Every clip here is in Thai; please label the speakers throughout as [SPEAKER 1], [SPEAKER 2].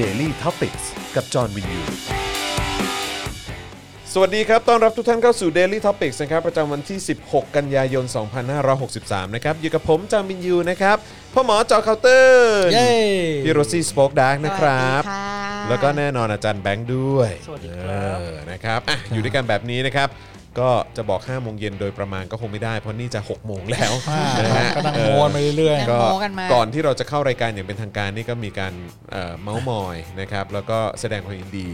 [SPEAKER 1] Daily t o p i c กกับจอห์นวินยู
[SPEAKER 2] สวัสดีครับ ต้อนรับทุกท่านเข้าสู่ Daily Topics นะครับ ประจำวันที่ 16 กันยายน 2563 นะครับ อยู่กับผมจามินยูนะครับ พ่อหมอจอเคาน์เตอร์
[SPEAKER 3] เย้
[SPEAKER 2] พี่โรซี่สป็อกดาร์กนะครับ
[SPEAKER 4] สวัสดีค่ะ
[SPEAKER 2] แล้วก็แน่นอนอาจารย์แบงค์ด้วย
[SPEAKER 3] สวัสดีครับ
[SPEAKER 2] เออนะครับอ่ะอยู่ด้วยกันแบบนี้นะครับ ก็จะบอก 5 โมงเย็นโดยประมาณก็คงไม่ได้ เพราะนี่จะ 6 โมงแล้วนะฮะ
[SPEAKER 3] กำลังโวนไปเรื่อย
[SPEAKER 4] โม้กันมา
[SPEAKER 2] ก่อนที่เราจะเข้ารายการอย่างเป็นทางการนี่ก็มีการเอ่อเมาส์มอยนะครับแล้วก็แสดงความยินดี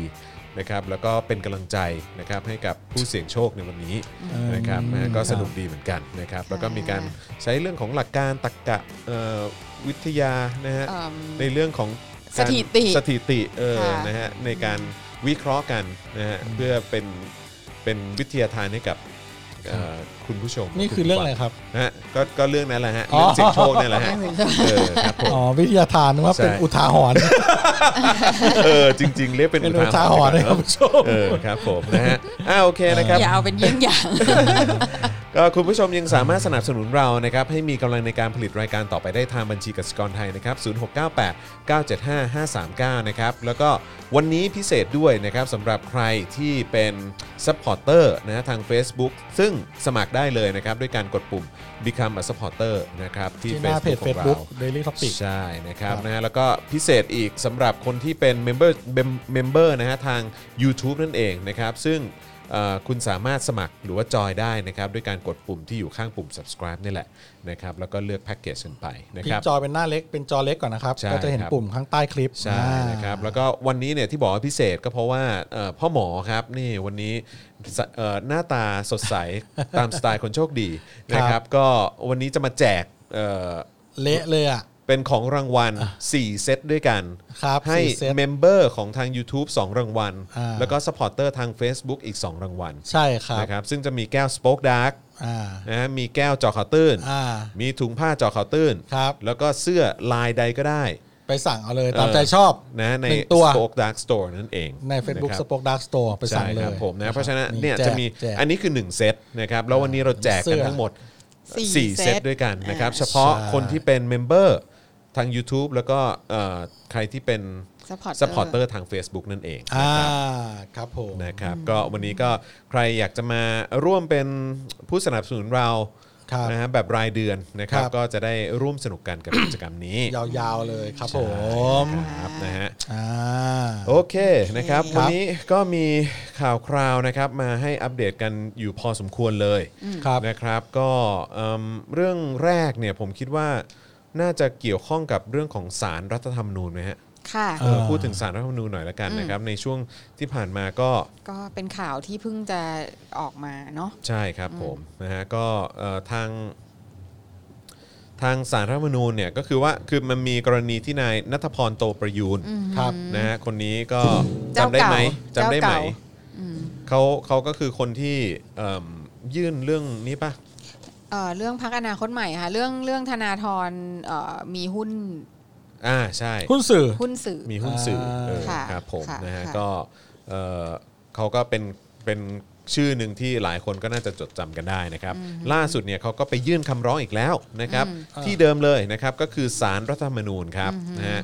[SPEAKER 2] นะครับแล้วก็เป็นกำลังใจนะครับให้กับผู้เสี่ยงโชคในวันนี้นะครับ
[SPEAKER 3] อืม
[SPEAKER 2] นะก็สนุกดีเหมือนกันนะครับแล้วก็มีการใช้เรื่องของหลักการตรรกะเอ่อวิทยานะฮะ
[SPEAKER 4] เอิ่ม
[SPEAKER 2] ในเรื่องของการ
[SPEAKER 4] สถิติ
[SPEAKER 2] สถิติเออ
[SPEAKER 4] ค่ะ
[SPEAKER 2] นะฮะในการวิเคราะห์กันนะฮะเพื่อเป็นเป็นวิทยาทานให้กับเอ่อคุณผู้ชม
[SPEAKER 3] ๆ นี่คือเรื่องอะไรครับ
[SPEAKER 2] นะฮะก็ก็เรื่องนั้นแหละฮะเรื่องเสี่ยงโชคนั่นแหละฮะ
[SPEAKER 4] เรื่องเสี่ยงโชค
[SPEAKER 2] เออครับผม
[SPEAKER 3] อ๋อ วิทยาทานนึกว่า
[SPEAKER 2] ใช่
[SPEAKER 3] เป็นอุทาหรณ์
[SPEAKER 2] เออจริง ๆ เรียกเป็น
[SPEAKER 3] เป็นอุทาหรณ์
[SPEAKER 2] นะ
[SPEAKER 3] นะ
[SPEAKER 2] ค
[SPEAKER 3] ครับ
[SPEAKER 2] รั
[SPEAKER 3] บ ผู้ชม
[SPEAKER 2] เออครับผมนะฮะอ่าโอเคนะครับ
[SPEAKER 4] อย่าเอาเป็นเยี่ยงอย่าง
[SPEAKER 2] ก็คุณผู้ชมยังสามารถสนับสนุนเรานะครับให้มีกำลังในการผลิตรายการต่อไปได้ทางบัญชีกสิกรไทยนะครับ0698 975 539นะครับแล้วก็วันนี้พิเศษด้วยนะครับสำหรับใครที่เป็นซัพพอร์เตอร์นะทาง Facebook ซึ่งสมัครได้เลยนะครับด้วยการกดปุ่ม Become a supporter นะครับที่
[SPEAKER 3] ที่หน้าเพจ
[SPEAKER 2] Facebook ของเรา
[SPEAKER 3] Facebook Daily Topic
[SPEAKER 2] ใช่นะครับ
[SPEAKER 3] ครับ
[SPEAKER 2] นะฮะแล้วก็พิเศษอีกสำหรับคนที่เป็นเมมเบอร์เมมเบอร์นะฮะทาง YouTube นั่นเองนะครับ ซึ่งเอ่อคุณสามารถสมัครหรือว่าจอยได้นะครับ ด้วยการกดปุ่มที่อยู่ข้างปุ่ม subscribe นี่แหละนะครับ แล้วก็เลือกแพ็กเกจกันไปนะ
[SPEAKER 3] พลิ
[SPEAKER 2] ค
[SPEAKER 3] ก
[SPEAKER 2] รับ
[SPEAKER 3] จอเป็นหน้าเล็กเป็นจอเล็กก่อนนะครับ
[SPEAKER 2] ใช่
[SPEAKER 3] ก็จะเห็น
[SPEAKER 2] ครับ
[SPEAKER 3] ปุ่มข้างใต้คลิป
[SPEAKER 2] ใช่นะครับแล้วก็วันนี้เนี่ยที่บอกว่าพิเศษก็เพราะว่าเอ่อพ่อหมอครับนี่วันนี้สเอ่อหน้าตาสดใส ตามสไตล์คนโชคดีนะครับ ก็วันนี้จะมาแจกเอ่อ
[SPEAKER 3] เละเลยอ่ะ
[SPEAKER 2] เป็นของรางวัล 4 เซตด้วยกัน
[SPEAKER 3] ครับ
[SPEAKER 2] ให้
[SPEAKER 3] สี่เซต
[SPEAKER 2] เมมเบอร์ของทาง YouTube 2 รางวัล
[SPEAKER 3] อ่า
[SPEAKER 2] แล้วก็สปอร์เตอร์ทาง Facebook อีก 2 รางวัล
[SPEAKER 3] ใช่ครับ
[SPEAKER 2] นะครับซึ่งจะมีแก้ว Spoke Dark
[SPEAKER 3] อ่า
[SPEAKER 2] นะฮะมีแก้วจอข่าวตื้น
[SPEAKER 3] อ่า
[SPEAKER 2] มีถุงผ้าจอข่าวตื้น
[SPEAKER 3] ครับ
[SPEAKER 2] แล้วก็เสื้อลายใดก็ได้
[SPEAKER 3] ไปสั่งเอาเลยตามใจชอบ
[SPEAKER 2] นะใน
[SPEAKER 3] หนึ่งตัว
[SPEAKER 2] Spoke Dark Store นั่นเอง
[SPEAKER 3] ใน Facebook
[SPEAKER 2] ะครับ
[SPEAKER 3] Spoke Dark Store ไปสั่ง
[SPEAKER 2] ใช่
[SPEAKER 3] เล
[SPEAKER 2] ครั
[SPEAKER 3] ย
[SPEAKER 2] บผมนะเพราะฉะนั้น
[SPEAKER 3] มี
[SPEAKER 2] เนี่ย
[SPEAKER 3] แก
[SPEAKER 2] จะมี
[SPEAKER 3] แจก
[SPEAKER 2] อันนี้คือ 1 เซตนะครับแล้ววันนี้เราแจก
[SPEAKER 3] เสื้
[SPEAKER 2] กัน
[SPEAKER 3] อ
[SPEAKER 2] ทั้งหมด
[SPEAKER 4] สี่
[SPEAKER 2] 4 เซ
[SPEAKER 4] เซ
[SPEAKER 2] ต
[SPEAKER 4] ต
[SPEAKER 2] ด้วยกันนะครับ
[SPEAKER 4] อ่า
[SPEAKER 2] เฉพาะ
[SPEAKER 3] ใช่
[SPEAKER 2] คนที่เป็นเมมเบอร์ทาง YouTube แล้วก็เอ่อใครที่เป็น
[SPEAKER 4] ซัพพอร์ต
[SPEAKER 2] ซัพพอร์เตอร์ทาง Facebook นั่นเอง
[SPEAKER 3] อ่าครับผม
[SPEAKER 2] นะครับก็วันนี้ก็ใครอยากจะมาร่วมเป็นผู้สนับสนุนเรา
[SPEAKER 3] ครับ
[SPEAKER 2] นะฮะแบบรายเดือนนะครับ
[SPEAKER 3] ครับ
[SPEAKER 2] ก็จะได้ร่วมสนุกกันกับกิจกรรมนี้
[SPEAKER 3] ยาวๆเลยครับผม
[SPEAKER 2] ครับนะฮะ
[SPEAKER 3] อ่า
[SPEAKER 2] โอเคนะครับ
[SPEAKER 4] โอเค
[SPEAKER 2] วันนี้ก็มีข่าวคราวนะครับมาให้อัปเดตกันอยู่พอสมควรเลย
[SPEAKER 3] ครับ
[SPEAKER 2] นะครับก็เอิ่มเรื่องแรกเนี่ยผมคิดว่าน่าจะเกี่ยวข้องกับเรื่องของสารรัฐธรรมนูญไหมฮะ
[SPEAKER 4] ค่ะ
[SPEAKER 2] เออ
[SPEAKER 3] อ่า
[SPEAKER 2] พูดถึงสารรัฐธรรมนูญหน่อยละกันนะครับในช่วงที่ผ่านมาก็
[SPEAKER 4] ก็เป็นข่าวที่เพิ่งจะออกมาเนาะ
[SPEAKER 2] ใช่ครับผมนะฮะก็เอ่อทางทางสารรัฐธรรมนูญเนี่ยก็คือว่าคือมันมีกรณีที่นายนัทพรโตประยูน
[SPEAKER 3] ครับ
[SPEAKER 2] นะฮะคนนี้ก็
[SPEAKER 4] เจ้า
[SPEAKER 2] จำได้ไหม
[SPEAKER 4] เก่า
[SPEAKER 2] จำได้ไหม
[SPEAKER 4] เจ้าเก่า
[SPEAKER 2] เขาเขาก็คือคนที่เอิ่มยื่นเรื่องนี้ปะ
[SPEAKER 4] เอ่อเรื่องพักอนาคตใหม่ค่ะ เรื่องเรื่องธนาธรเอ่อมีหุ้น
[SPEAKER 2] อ่าใช่
[SPEAKER 3] คุณสื่อ
[SPEAKER 4] หุ้นสื่อ
[SPEAKER 2] มีหุ้นสื่ออา เออ
[SPEAKER 4] ค่ะ
[SPEAKER 2] ครับผม
[SPEAKER 4] ค่ะ
[SPEAKER 2] นะฮะ
[SPEAKER 4] ค่ะ
[SPEAKER 2] ก็เอ่อเขาก็เป็นเป็นชื่อหนึ่งที่หลายคนก็น่าจะจดจำกันได้นะครับ ล่าสุดเนี่ยเขาก็ไปยื่นคำร้องอีกแล้วนะครับที่เดิมเลยนะครับก็คือสารรัฐธรรมนูญครับนะฮะ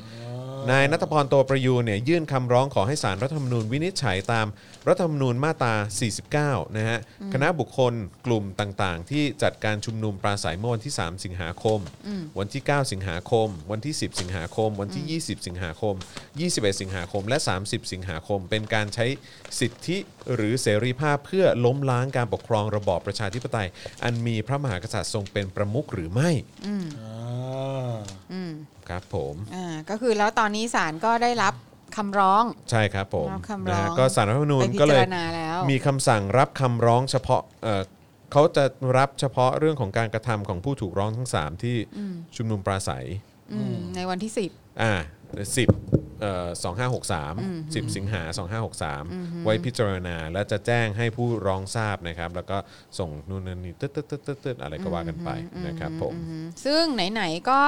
[SPEAKER 2] นายนัทพรโตประยูนเนี่ยยื่นคำร้องขอให้สารรัฐธรรมนูญวินิจฉัยตามรัฐธรรมนูญมาตรา 49 นะฮะคณะบุคคลกลุ่มต่างๆ ที่จัดการชุมนุมปราศัยเมื่อวันที่ 3 สิงหาคม
[SPEAKER 4] อืม
[SPEAKER 2] วันที่ 9 สิงหาคม วันที่ 10 สิงหาคม วันที่ 20 สิงหาคม 21 สิงหาคม และ 30 สิงหาคม เป็นการใช้สิทธิหรือเสรีภาพเพื่อล้มล้างการปกครองระบอบประชาธิปไตย อันมีพระมหากษัตริย์ทรงเป็นประมุขหรือไม่
[SPEAKER 4] อืม
[SPEAKER 3] อ่า
[SPEAKER 4] อืม
[SPEAKER 2] ครับผม
[SPEAKER 4] อ่าก็คือแล้วตอนนี้ศาลก็ได้รับคำร้อง
[SPEAKER 2] ใช่ครับผม
[SPEAKER 4] รับคำร้อง
[SPEAKER 2] นะฮะก็สารรัฐธรรมนู
[SPEAKER 4] ไป
[SPEAKER 2] ญ
[SPEAKER 4] พิ
[SPEAKER 2] ก็เล
[SPEAKER 4] จาร
[SPEAKER 2] ย
[SPEAKER 4] ณาแล้ว
[SPEAKER 2] มีคำสั่งรับคำร้องเฉพาะเอ่อเขาจะรับเฉพาะเรื่องของการกระทำของผู้ถูกร้องทั้งสามที่
[SPEAKER 4] อืม
[SPEAKER 2] ชุมนุมปราศัย
[SPEAKER 4] อืมในวันที่สิบ
[SPEAKER 2] อ่าสิบเอ่อสองห้าหกสามสิบสิงหาสองห้าหกสามไว้พิจารณา และจะแจ้งให้ผู้ร้องทราบนะครับ แล้วก็ส่งนู่นนั่นนี่ตึ๊ดตึ๊ดตึ๊ดตึ๊ดตึ๊ดอะไรก็ว่ากันไปนะครับผม
[SPEAKER 4] อืมซึ่งไหนๆก็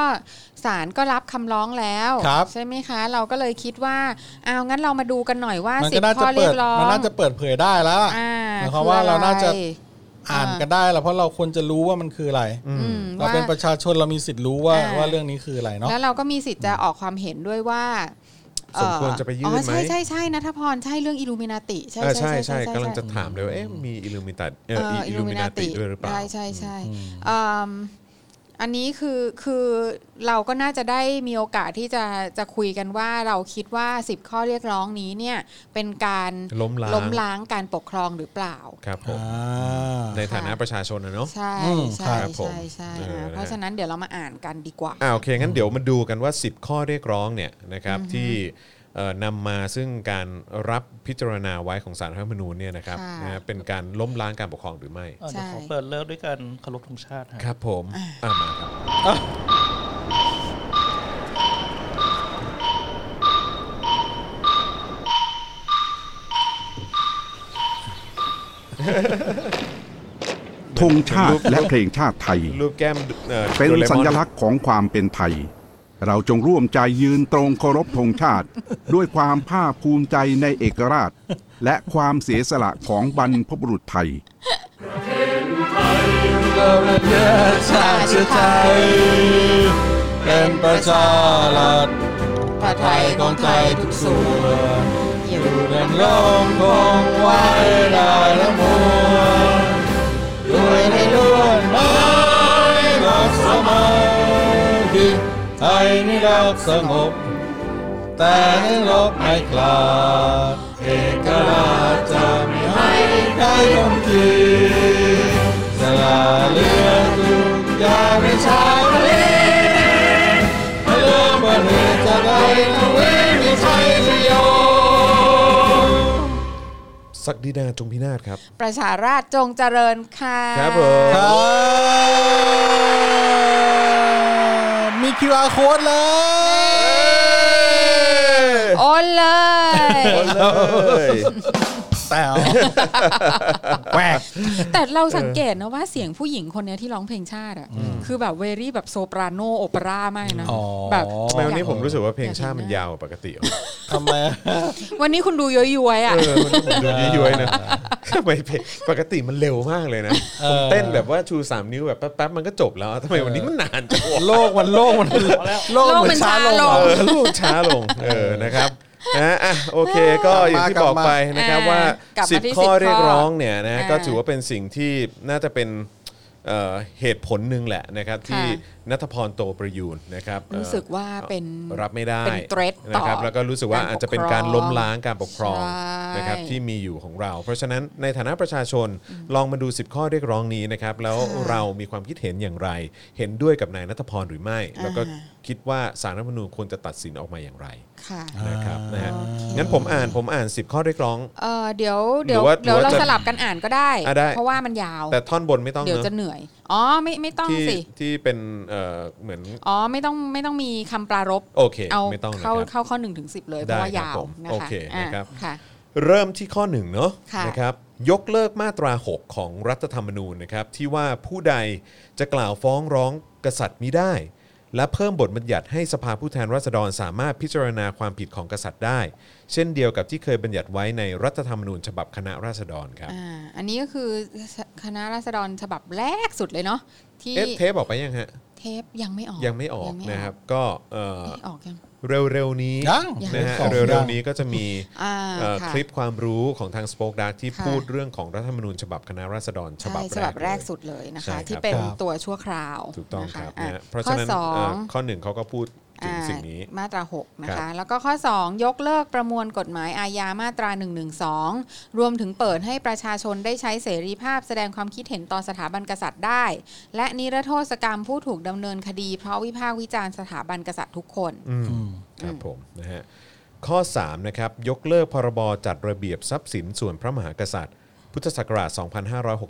[SPEAKER 4] ศาลก็รับคำร้องแล้ว
[SPEAKER 3] ครับ
[SPEAKER 4] ใช่ไหมคะ เราก็เลยคิดว่าเอาวงั้นเรามาดูกันหน่อยว่า
[SPEAKER 3] มัน
[SPEAKER 4] สิ
[SPEAKER 3] ก็
[SPEAKER 4] บ
[SPEAKER 3] น่า
[SPEAKER 4] ข้
[SPEAKER 3] จะ
[SPEAKER 4] อเรี
[SPEAKER 3] เปิ
[SPEAKER 4] ย
[SPEAKER 3] ด
[SPEAKER 4] กร้อง
[SPEAKER 3] มันน่าจะเปิดเผยได้แล้วอะ
[SPEAKER 4] อ่า
[SPEAKER 3] หมายความว่าเราน่าจะ
[SPEAKER 4] คืออไ
[SPEAKER 3] อ่านกันได้แล้วเพราะเราควรจะรู้ว่ามันคืออะไร
[SPEAKER 4] อืม
[SPEAKER 3] เรา
[SPEAKER 4] ว่า
[SPEAKER 3] เป็นประชาชนเรามีสิทธิ์รู้ว่า
[SPEAKER 4] อ่า
[SPEAKER 3] ว่าเรื่องนี้คืออะไรเนาะ
[SPEAKER 4] แล้วเราก็มีสิทธิ์จะออกความเห็นด้วยว่า เอ่
[SPEAKER 2] ส
[SPEAKER 4] อ
[SPEAKER 2] มควรจะไปยื่
[SPEAKER 4] อ๋
[SPEAKER 2] น
[SPEAKER 4] อ
[SPEAKER 2] ไหม
[SPEAKER 4] ใช่ใช่ใช่นัทพรใช่เรื่องอิลูมินาติใช่
[SPEAKER 2] เออ
[SPEAKER 4] ใช่
[SPEAKER 2] ใช่ใช่
[SPEAKER 4] ใช่ใช่
[SPEAKER 2] กำลังจะ
[SPEAKER 4] ใช่
[SPEAKER 2] ถามเลยว่าเอ๊ะมีอิลูมิตัดเอ
[SPEAKER 4] เอ่อ
[SPEAKER 2] อิ
[SPEAKER 4] อิ
[SPEAKER 2] ลู
[SPEAKER 4] ลู
[SPEAKER 2] มิ
[SPEAKER 4] มิ
[SPEAKER 2] นา
[SPEAKER 4] นา
[SPEAKER 2] ติ
[SPEAKER 4] ติ
[SPEAKER 2] ด้วยหรือเปล่า
[SPEAKER 4] ใช่ใช่ใช่อืมอันนี้คือคือเราก็น่าจะได้มีโอกาสที่จะจะคุยกันว่าเราคิดว่า 10 ข้อเรียกร้องนี้เนี่ยเป็นการ
[SPEAKER 2] ล้มล้าง
[SPEAKER 4] ล้มล้างการปกครองหรือเปล่า
[SPEAKER 2] ครับผม
[SPEAKER 3] อ่า
[SPEAKER 2] ในฐานะประชาชนนะเนาะ
[SPEAKER 4] ใช่
[SPEAKER 3] อืม
[SPEAKER 4] ใช่
[SPEAKER 2] ครับผม
[SPEAKER 4] ใช่ใช่
[SPEAKER 2] เออ
[SPEAKER 4] นะ
[SPEAKER 2] นะ
[SPEAKER 4] เพราะฉะนั้นเดี๋ยวเรามาอ่านกันดีกว่า
[SPEAKER 2] อ่าโอเค งั้นเดี๋ยวมาดูกันว่า 10 ข้อเรียกร้องเนี่ยนะครับที่เอ่อนำมาซึ่งการรับพิจารณาไว้ของสารรัฐธรรมนูญเนี่ยนะครับ
[SPEAKER 4] ค่ะ
[SPEAKER 2] นะฮะเป็นการล้มล้างการปกครองหรือไม่
[SPEAKER 5] อ่ะเดี๋ยวขอ
[SPEAKER 4] ใช่
[SPEAKER 5] เปิดเลิกด้วยการเคารพธงชาติฮะ
[SPEAKER 2] ครับผมอ่ามาครับ
[SPEAKER 6] ธงชาติและเพลงชาติไทย
[SPEAKER 2] รูปแก้มอ่อ
[SPEAKER 6] เป็น
[SPEAKER 2] โดรมอ
[SPEAKER 6] สัญลักษณ์ของความเป็นไทย เราจงร่วมใจยืนตรงเคารพธงชาติ ด้วยความภาคภูมิใจในเอกราช และความเสียสละของบรรพบุรุษไทย
[SPEAKER 4] ชาติไทย
[SPEAKER 3] เป็นประชารัฐ
[SPEAKER 4] ประไทยของไทยทุกส่วน
[SPEAKER 3] น
[SPEAKER 4] อยู่
[SPEAKER 3] ดำรงคงไว้ได้ละมวลด้วยในล้วนไม้รักสมาธิไทยนิรักสงบ แต่ในลบไม่กลาดเอกราชจะไม่ให้ใครล้มทีสละเลือดทุกอย่างในชาวเล ไม่เริ่มบนเวจะไปทวีไม่ใช่สยอง
[SPEAKER 2] ศักดินาจงพินาศครับ
[SPEAKER 4] ประชาราชจงเจริญค่ะ
[SPEAKER 2] ครับผม
[SPEAKER 3] มี QR code เลย
[SPEAKER 4] โอนเลย
[SPEAKER 3] แต่แหวก
[SPEAKER 4] แต่เราสังเกตนะว่าเสียงผู้หญิงคนเนี้ยที่ร้องเพลงชาติอ่ะคือแบบเวรี่แบบโซปราโนโอเปร่ามากเลยนะแบบ
[SPEAKER 2] ทำไมวันนี้ผมรู้สึกว่าเพลงชาติมันยาวกว่าปกติวะ
[SPEAKER 3] ทำไม
[SPEAKER 4] วันนี้คุณดูย้อยๆอ่ะ
[SPEAKER 2] เออวันนี้ผมดูย้วยๆนะทำไมเพลงปกติมันเร็วมากเลยนะ
[SPEAKER 3] เออ
[SPEAKER 2] ผมเต้นแบบว่าชู 3 นิ้วแบบแป๊บๆ มันก็จบแล้วทำไมวันนี้มันนานจังวะ
[SPEAKER 3] โลกมันโลกมันโลกมันช้าลง
[SPEAKER 2] เออลูกช้าลง เออนะครับนะอ่ะโอเคก็อย่างที่บอกไปนะครับว่า
[SPEAKER 4] กลับมาที่
[SPEAKER 2] 10 ข้อเรียกร้องเนี่ยนะ
[SPEAKER 4] อ่า
[SPEAKER 2] ก็ถือว่าเป็นสิ่งที่น่าจะเป็นเอ่อเหตุผลหนึ่งแหละนะครับที่
[SPEAKER 4] ค่
[SPEAKER 2] นัทพรโตประยูนนะครับเอ่อ
[SPEAKER 4] รู้สึกว่าเป็น
[SPEAKER 2] รับไม่ได้
[SPEAKER 4] เป็น threat ต่อ
[SPEAKER 2] นะครับแล้วก็รู้สึกว่า
[SPEAKER 4] การปกครอง
[SPEAKER 2] อาจจะเป็นการล้มล้างการปกครอง
[SPEAKER 4] ใช่
[SPEAKER 2] นะครับที่มีอยู่ของเรา เพราะฉะนั้นในฐานะประชาชนลองมาดู 10 ข้อเรียกร้องนี้นะครับแล้วเรามีความคิดเห็นอย่างไร เห็นด้วยกับนายนัทพรหรือไม่ แล้วก็คิดว่าสารรัฐธรรมนูญควรจะตัดสินออกมาอย่างไร
[SPEAKER 4] ค่ะ
[SPEAKER 2] นะครับนะฮะ
[SPEAKER 4] โอเค
[SPEAKER 2] งั้นผมอ่านผมอ่าน 10 ข้อเรียกร้อง
[SPEAKER 4] เออเดี๋ยว
[SPEAKER 2] หรื
[SPEAKER 4] เดี๋ย
[SPEAKER 2] อ
[SPEAKER 4] ว
[SPEAKER 2] ว่า
[SPEAKER 4] เดี๋ยว
[SPEAKER 2] หรือว่า
[SPEAKER 4] เรา
[SPEAKER 2] จะ
[SPEAKER 4] สลับกันอ่านก็ได้
[SPEAKER 2] อ่ะได้
[SPEAKER 4] เพราะว่ามันยาว
[SPEAKER 2] แต่ท่อนบนไม่ต้อง
[SPEAKER 4] เดี๋ยว
[SPEAKER 2] เนอะ
[SPEAKER 4] จะเหนื่อย อ๋อไม่ไม่ต้อง
[SPEAKER 2] ที่
[SPEAKER 4] สิ
[SPEAKER 2] ที่เป็นเอ่อเหมือน
[SPEAKER 4] อ๋อไม่ต้องไม่ต้องมีคำปรารบ
[SPEAKER 2] โอเค
[SPEAKER 4] เอา
[SPEAKER 2] ไม่ต้องนะค
[SPEAKER 4] เข้า
[SPEAKER 2] รับ
[SPEAKER 4] เข้าข้อหนึ่งถึงสิบเลย เพ
[SPEAKER 2] ได้
[SPEAKER 4] ราะว่า
[SPEAKER 2] ค
[SPEAKER 4] ยา
[SPEAKER 2] รับ
[SPEAKER 4] ว
[SPEAKER 2] ผม
[SPEAKER 4] นะ
[SPEAKER 2] โอเค
[SPEAKER 4] คะ
[SPEAKER 2] นะครับ
[SPEAKER 4] อ่าค่ะ
[SPEAKER 2] เริ่มที่ข้อหนึ่งเนาะ
[SPEAKER 4] ค่ะ
[SPEAKER 2] นะครับยกเลิกมาตรา 6 ของรัฐธรรมนูญนะครับที่ว่าผู้ใดจะกล่าวฟ้องร้องกษัตริย์มิได้ และเพิ่มบทบัญญัติให้สภาผู้แทนราษฎรสามารถพิจารณาความผิดของกษัตริย์ได้ เช่นเดียวกับที่เคยบัญญัติไว้ในรัฐธรรมนูญฉบับคณะราษฎรครับ
[SPEAKER 4] อ่าอันนี้ก็คือคณะราษฎรฉบับแรกสุดเลยเนาะที่
[SPEAKER 2] เอ๊ะเทปออกไปยังฮะ
[SPEAKER 4] เทปยังไม่ออก
[SPEAKER 2] ยังไม่ออกนะครับก็เอ่อ
[SPEAKER 4] เอ๊ะออกยัง
[SPEAKER 2] เร็วๆนี้
[SPEAKER 3] ยัง
[SPEAKER 2] นะฮะ
[SPEAKER 3] ยัง
[SPEAKER 2] เร็วๆนี้ก็จะมี
[SPEAKER 4] อ่า
[SPEAKER 2] เอ่อ
[SPEAKER 4] ค่ะ
[SPEAKER 2] คลิปความรู้ของทาง Spoke Dark ที่
[SPEAKER 4] ค่ะ
[SPEAKER 2] พูดเรื่องของรัฐธรรมนูญฉบับคณะราษฎรฉ
[SPEAKER 4] ใช่
[SPEAKER 2] บับ
[SPEAKER 4] ฉบับแรก
[SPEAKER 2] เลย
[SPEAKER 4] สุดเลยนะ
[SPEAKER 2] ใช่
[SPEAKER 4] คะ
[SPEAKER 2] ครับ
[SPEAKER 4] ที่เป็น
[SPEAKER 3] ครับ
[SPEAKER 4] ตัวชั่วคราว
[SPEAKER 2] ถูกต้อง
[SPEAKER 4] นะคะ
[SPEAKER 2] ครับ
[SPEAKER 4] อ่ะ
[SPEAKER 2] นะเพราะ
[SPEAKER 4] ข้อ
[SPEAKER 2] ฉะนั้น
[SPEAKER 4] สอ
[SPEAKER 2] เอ่อง ข้อหนึ่งเขาก็พูดถึง
[SPEAKER 4] อ่า
[SPEAKER 2] สิ่งนี้
[SPEAKER 4] มาตรา 6 นะ
[SPEAKER 2] ครั
[SPEAKER 4] คะ
[SPEAKER 2] บ
[SPEAKER 4] แล้วก็ข้อ 2 ยกเลิกประมวลกฎหมายอาญามาตรา 1 1 2 รวมถึงเปิดให้ประชาชนได้ใช้เสรีภาพแสดงความคิดเห็นต่อสถาบันกษัตริย์ได้ และนิรโทษกรรมผู้ถูกดำเนินคดี เพราะวิพากษ์วิจารณ์สถาบันกษัตริย์ทุกคน
[SPEAKER 2] ครับผมนะฮะข้อ3นะครับยกเลิกพรบจัดระเบียบทรัพย์สินส่วนพระมหากษัตริย์ พุทธศักราช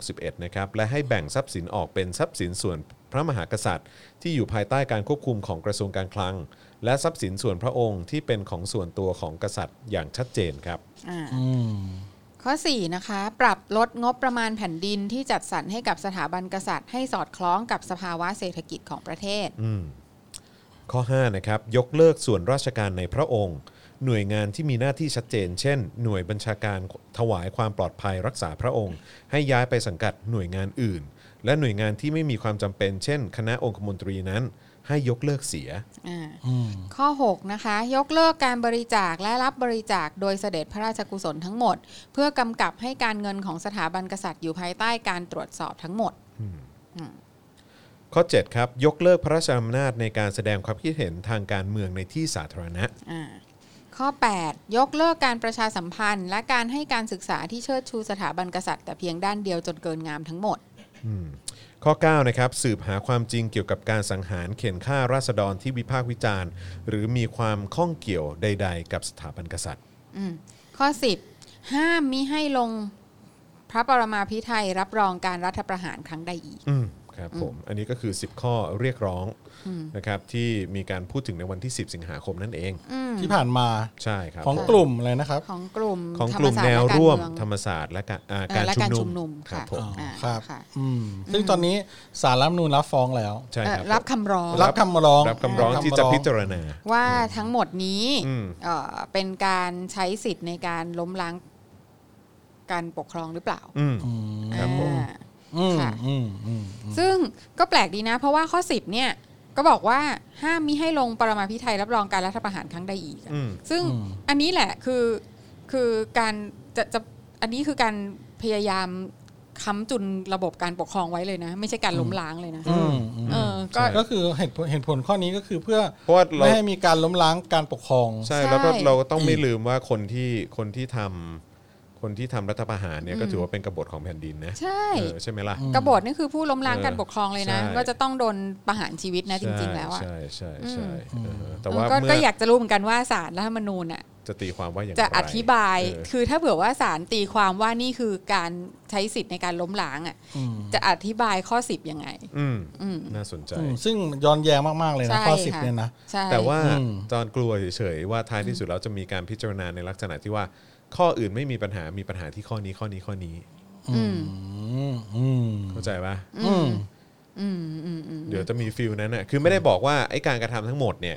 [SPEAKER 2] 2561 นะครับและให้แบ่งทรัพย์สินออกเป็นทรัพย์สินส่วนพระมหากษัตริย์ ที่อยู่ภายใต้การควบคุมของกระทรวงการคลัง และทรัพย์สินส่วนพระองค์ที่เป็นของส่วนตัวของกษัตริย์อย่างชัดเจนครับ
[SPEAKER 4] อ่าข้อ 4 นะคะ ปรับลดงบประมาณแผ่นดินที่จัดสรรให้กับสถาบันกษัตริย์ ให้สอดคล้องกับสภาวะเศรษฐกิจของประเทศ
[SPEAKER 2] ข้อ5นะครับยกเลิกส่วนราชการในพระองค์ หน่วยงานที่มีหน้าที่ชัดเจน เช่น หน่วยบัญชาการถวายความปลอดภัยรักษาพระองค์ ให้ย้ายไปสังกัดหน่วยงานอื่น และหน่วยงานที่ไม่มีความจำเป็น เช่น คณะองคมนตรีนั้น ให้ยกเลิกเสีย
[SPEAKER 4] อ่าข้อ 6 นะคะ ยกเลิกการบริจาคและรับบริจาคโดยเสด็จพระราชกุศลทั้งหมด เพื่อกำกับให้การเงินของสถาบันกษัตริย์อยู่ภายใต้การตรวจสอบทั้งหมด
[SPEAKER 2] ข้อ 7 ครับ ยกเลิกพระราชอำนาจในการแสดงความคิดเห็นทางการเมืองในที่สาธารณะ
[SPEAKER 4] อ่าข้อ 8 ยกเลิกการประชาสัมพันธ์ และการให้การศึกษาที่เชิดชูสถาบันกษัตริย์แต่เพียงด้านเดียวจนเกินงามทั้งหมด
[SPEAKER 2] ข้อ 9 นะครับ สืบหาความจริงเกี่ยวกับการสังหารเข็นฆ่าราษฎรที่วิพากษ์วิจารณ์ หรือมีความข้องเกี่ยวใด ๆ กับสถาบันกษัตริย์
[SPEAKER 4] ข้อ 10 ห้ามมิให้ลงพระปรมาภิไธยรับรองการรัฐประหารครั้งใดอีก
[SPEAKER 2] อืมครับผมอันนี้ก็คือ 10 ข้อเรียกร้องนะครับที่มีการพูดถึงในวันที่ 10 สิงหาคมนั่นเอง
[SPEAKER 5] ที่ผ่านมา
[SPEAKER 2] ใช่ครับ
[SPEAKER 5] ของ
[SPEAKER 2] ผม
[SPEAKER 5] กลุ่มอะไรนะครับ
[SPEAKER 4] ของกลุ่ม
[SPEAKER 2] ของกลุ่ม
[SPEAKER 4] ธรรศาสต
[SPEAKER 2] แน
[SPEAKER 4] และ
[SPEAKER 2] วร่วมธรรมศาสตร์และการอ่ากา
[SPEAKER 4] การเองเอ่อ
[SPEAKER 2] ร
[SPEAKER 4] และการ
[SPEAKER 2] ชุ
[SPEAKER 4] ชุ
[SPEAKER 2] ม
[SPEAKER 4] ม
[SPEAKER 2] นุ
[SPEAKER 4] นุ
[SPEAKER 2] ม
[SPEAKER 4] ม
[SPEAKER 2] ครับ
[SPEAKER 4] ค่ะ
[SPEAKER 2] ผม
[SPEAKER 4] อ่า
[SPEAKER 5] ครับ
[SPEAKER 4] ค่ะ
[SPEAKER 5] อืมซึ่งตอนนี้สารรัฐธรรมนูญรับฟ้องแล้ว
[SPEAKER 2] ใช่ค
[SPEAKER 4] เอ่อ
[SPEAKER 2] รับ
[SPEAKER 4] รับคำร้อง
[SPEAKER 5] รับคำร้อง
[SPEAKER 2] รับคำร้องที่จะพิจารณา
[SPEAKER 4] ว่าทั้งหมดนี้
[SPEAKER 2] อืม
[SPEAKER 4] เอ่อเป็นการใช้สิทธิ์ในการล้มล้างการปกครองหรือเปล่า
[SPEAKER 2] อืม
[SPEAKER 4] อ่า
[SPEAKER 5] อืม
[SPEAKER 4] ค่ะ
[SPEAKER 5] อืมอืม
[SPEAKER 4] ซึ่งก็แปลกดีนะ เพราะว่าข้อ 10เนี่ยก็บอกว่าห้ามมิให้ลงปรมาภิไธยรับรองการรัฐประหารครั้งใดอีกอะ
[SPEAKER 2] อืม
[SPEAKER 4] ซึ่งอันนี้แหละคือคือการจะจะอันนี้คือการพยายามค้ำจุนระบบการปกครองไว้เลยนะ ไม่ใช่การล้มล้างเลยนะ
[SPEAKER 5] อืมอืม
[SPEAKER 4] เออก็
[SPEAKER 5] ก็คือเห็นผลเห็นผลข้อนี้ก็คือเพื่อ
[SPEAKER 2] เพราะว่าเรา
[SPEAKER 5] ไม่ให้มีการล้มล้างการปกครอง
[SPEAKER 2] ใช่
[SPEAKER 4] ใช่
[SPEAKER 2] แล้วก็เราก็ต้องไม่ลืมว่าคนที่คนที่ทำคนที่ทำรัฐประหารเนี่ยก็ถือว่าเป็นกบฏของแผ่นดินนะ
[SPEAKER 4] ใช่
[SPEAKER 2] เออใช่ไหมล่ะ
[SPEAKER 4] กบฏนี่คือผู้ล้มล้างการปกครองเลยนะ
[SPEAKER 2] ใช่
[SPEAKER 4] ก็จะต้องโดนประหารชีวิตนะจริง ๆ แล้วอ่ะ
[SPEAKER 2] ใช่ใช่ใช่ใช่เออแต่ว่า
[SPEAKER 4] ก็
[SPEAKER 2] เมื่
[SPEAKER 4] ก็
[SPEAKER 2] อ
[SPEAKER 4] อยากจะรู้เหมือนกันว่าศาลรัฐธรรมนูญอ่ะ
[SPEAKER 2] จะตีความว่าอย่างไร
[SPEAKER 4] จะอธิบาย
[SPEAKER 2] เออ
[SPEAKER 4] คือถ้าเผื่อว่าศาลตีความว่านี่คือการใช้สิทธิ์ในการล้มล้างอ่ะจะอธิบายข้อสิบยังไง
[SPEAKER 2] อืมน่าสนใจ
[SPEAKER 5] อืมซึ่งย้อนแย้งมาก ๆ เลยนะ
[SPEAKER 4] ใช่
[SPEAKER 5] ข้อ
[SPEAKER 4] ค่ะ
[SPEAKER 5] สิบเนี่ยนะ
[SPEAKER 4] ใช่
[SPEAKER 2] แต่ว่า
[SPEAKER 5] อืม
[SPEAKER 2] จอนกลัวเฉยๆว่าท้ายที่สุดเราจะมีการพิจารณาในลักษณะที่ว่า ข้ออื่นไม่มีปัญหามีปัญหาที่ข้อนี้ข้อนี้ข้อนี้
[SPEAKER 4] อืม
[SPEAKER 5] อืมอืม
[SPEAKER 2] เข้าใจปะ
[SPEAKER 5] อืม
[SPEAKER 4] อืมอืมอืม
[SPEAKER 2] เดี๋ยวจะมีฟิลนั้นน่ะคือไม่ได้บอกว่าไอ้การกระทำทั้งหมดเนี่ย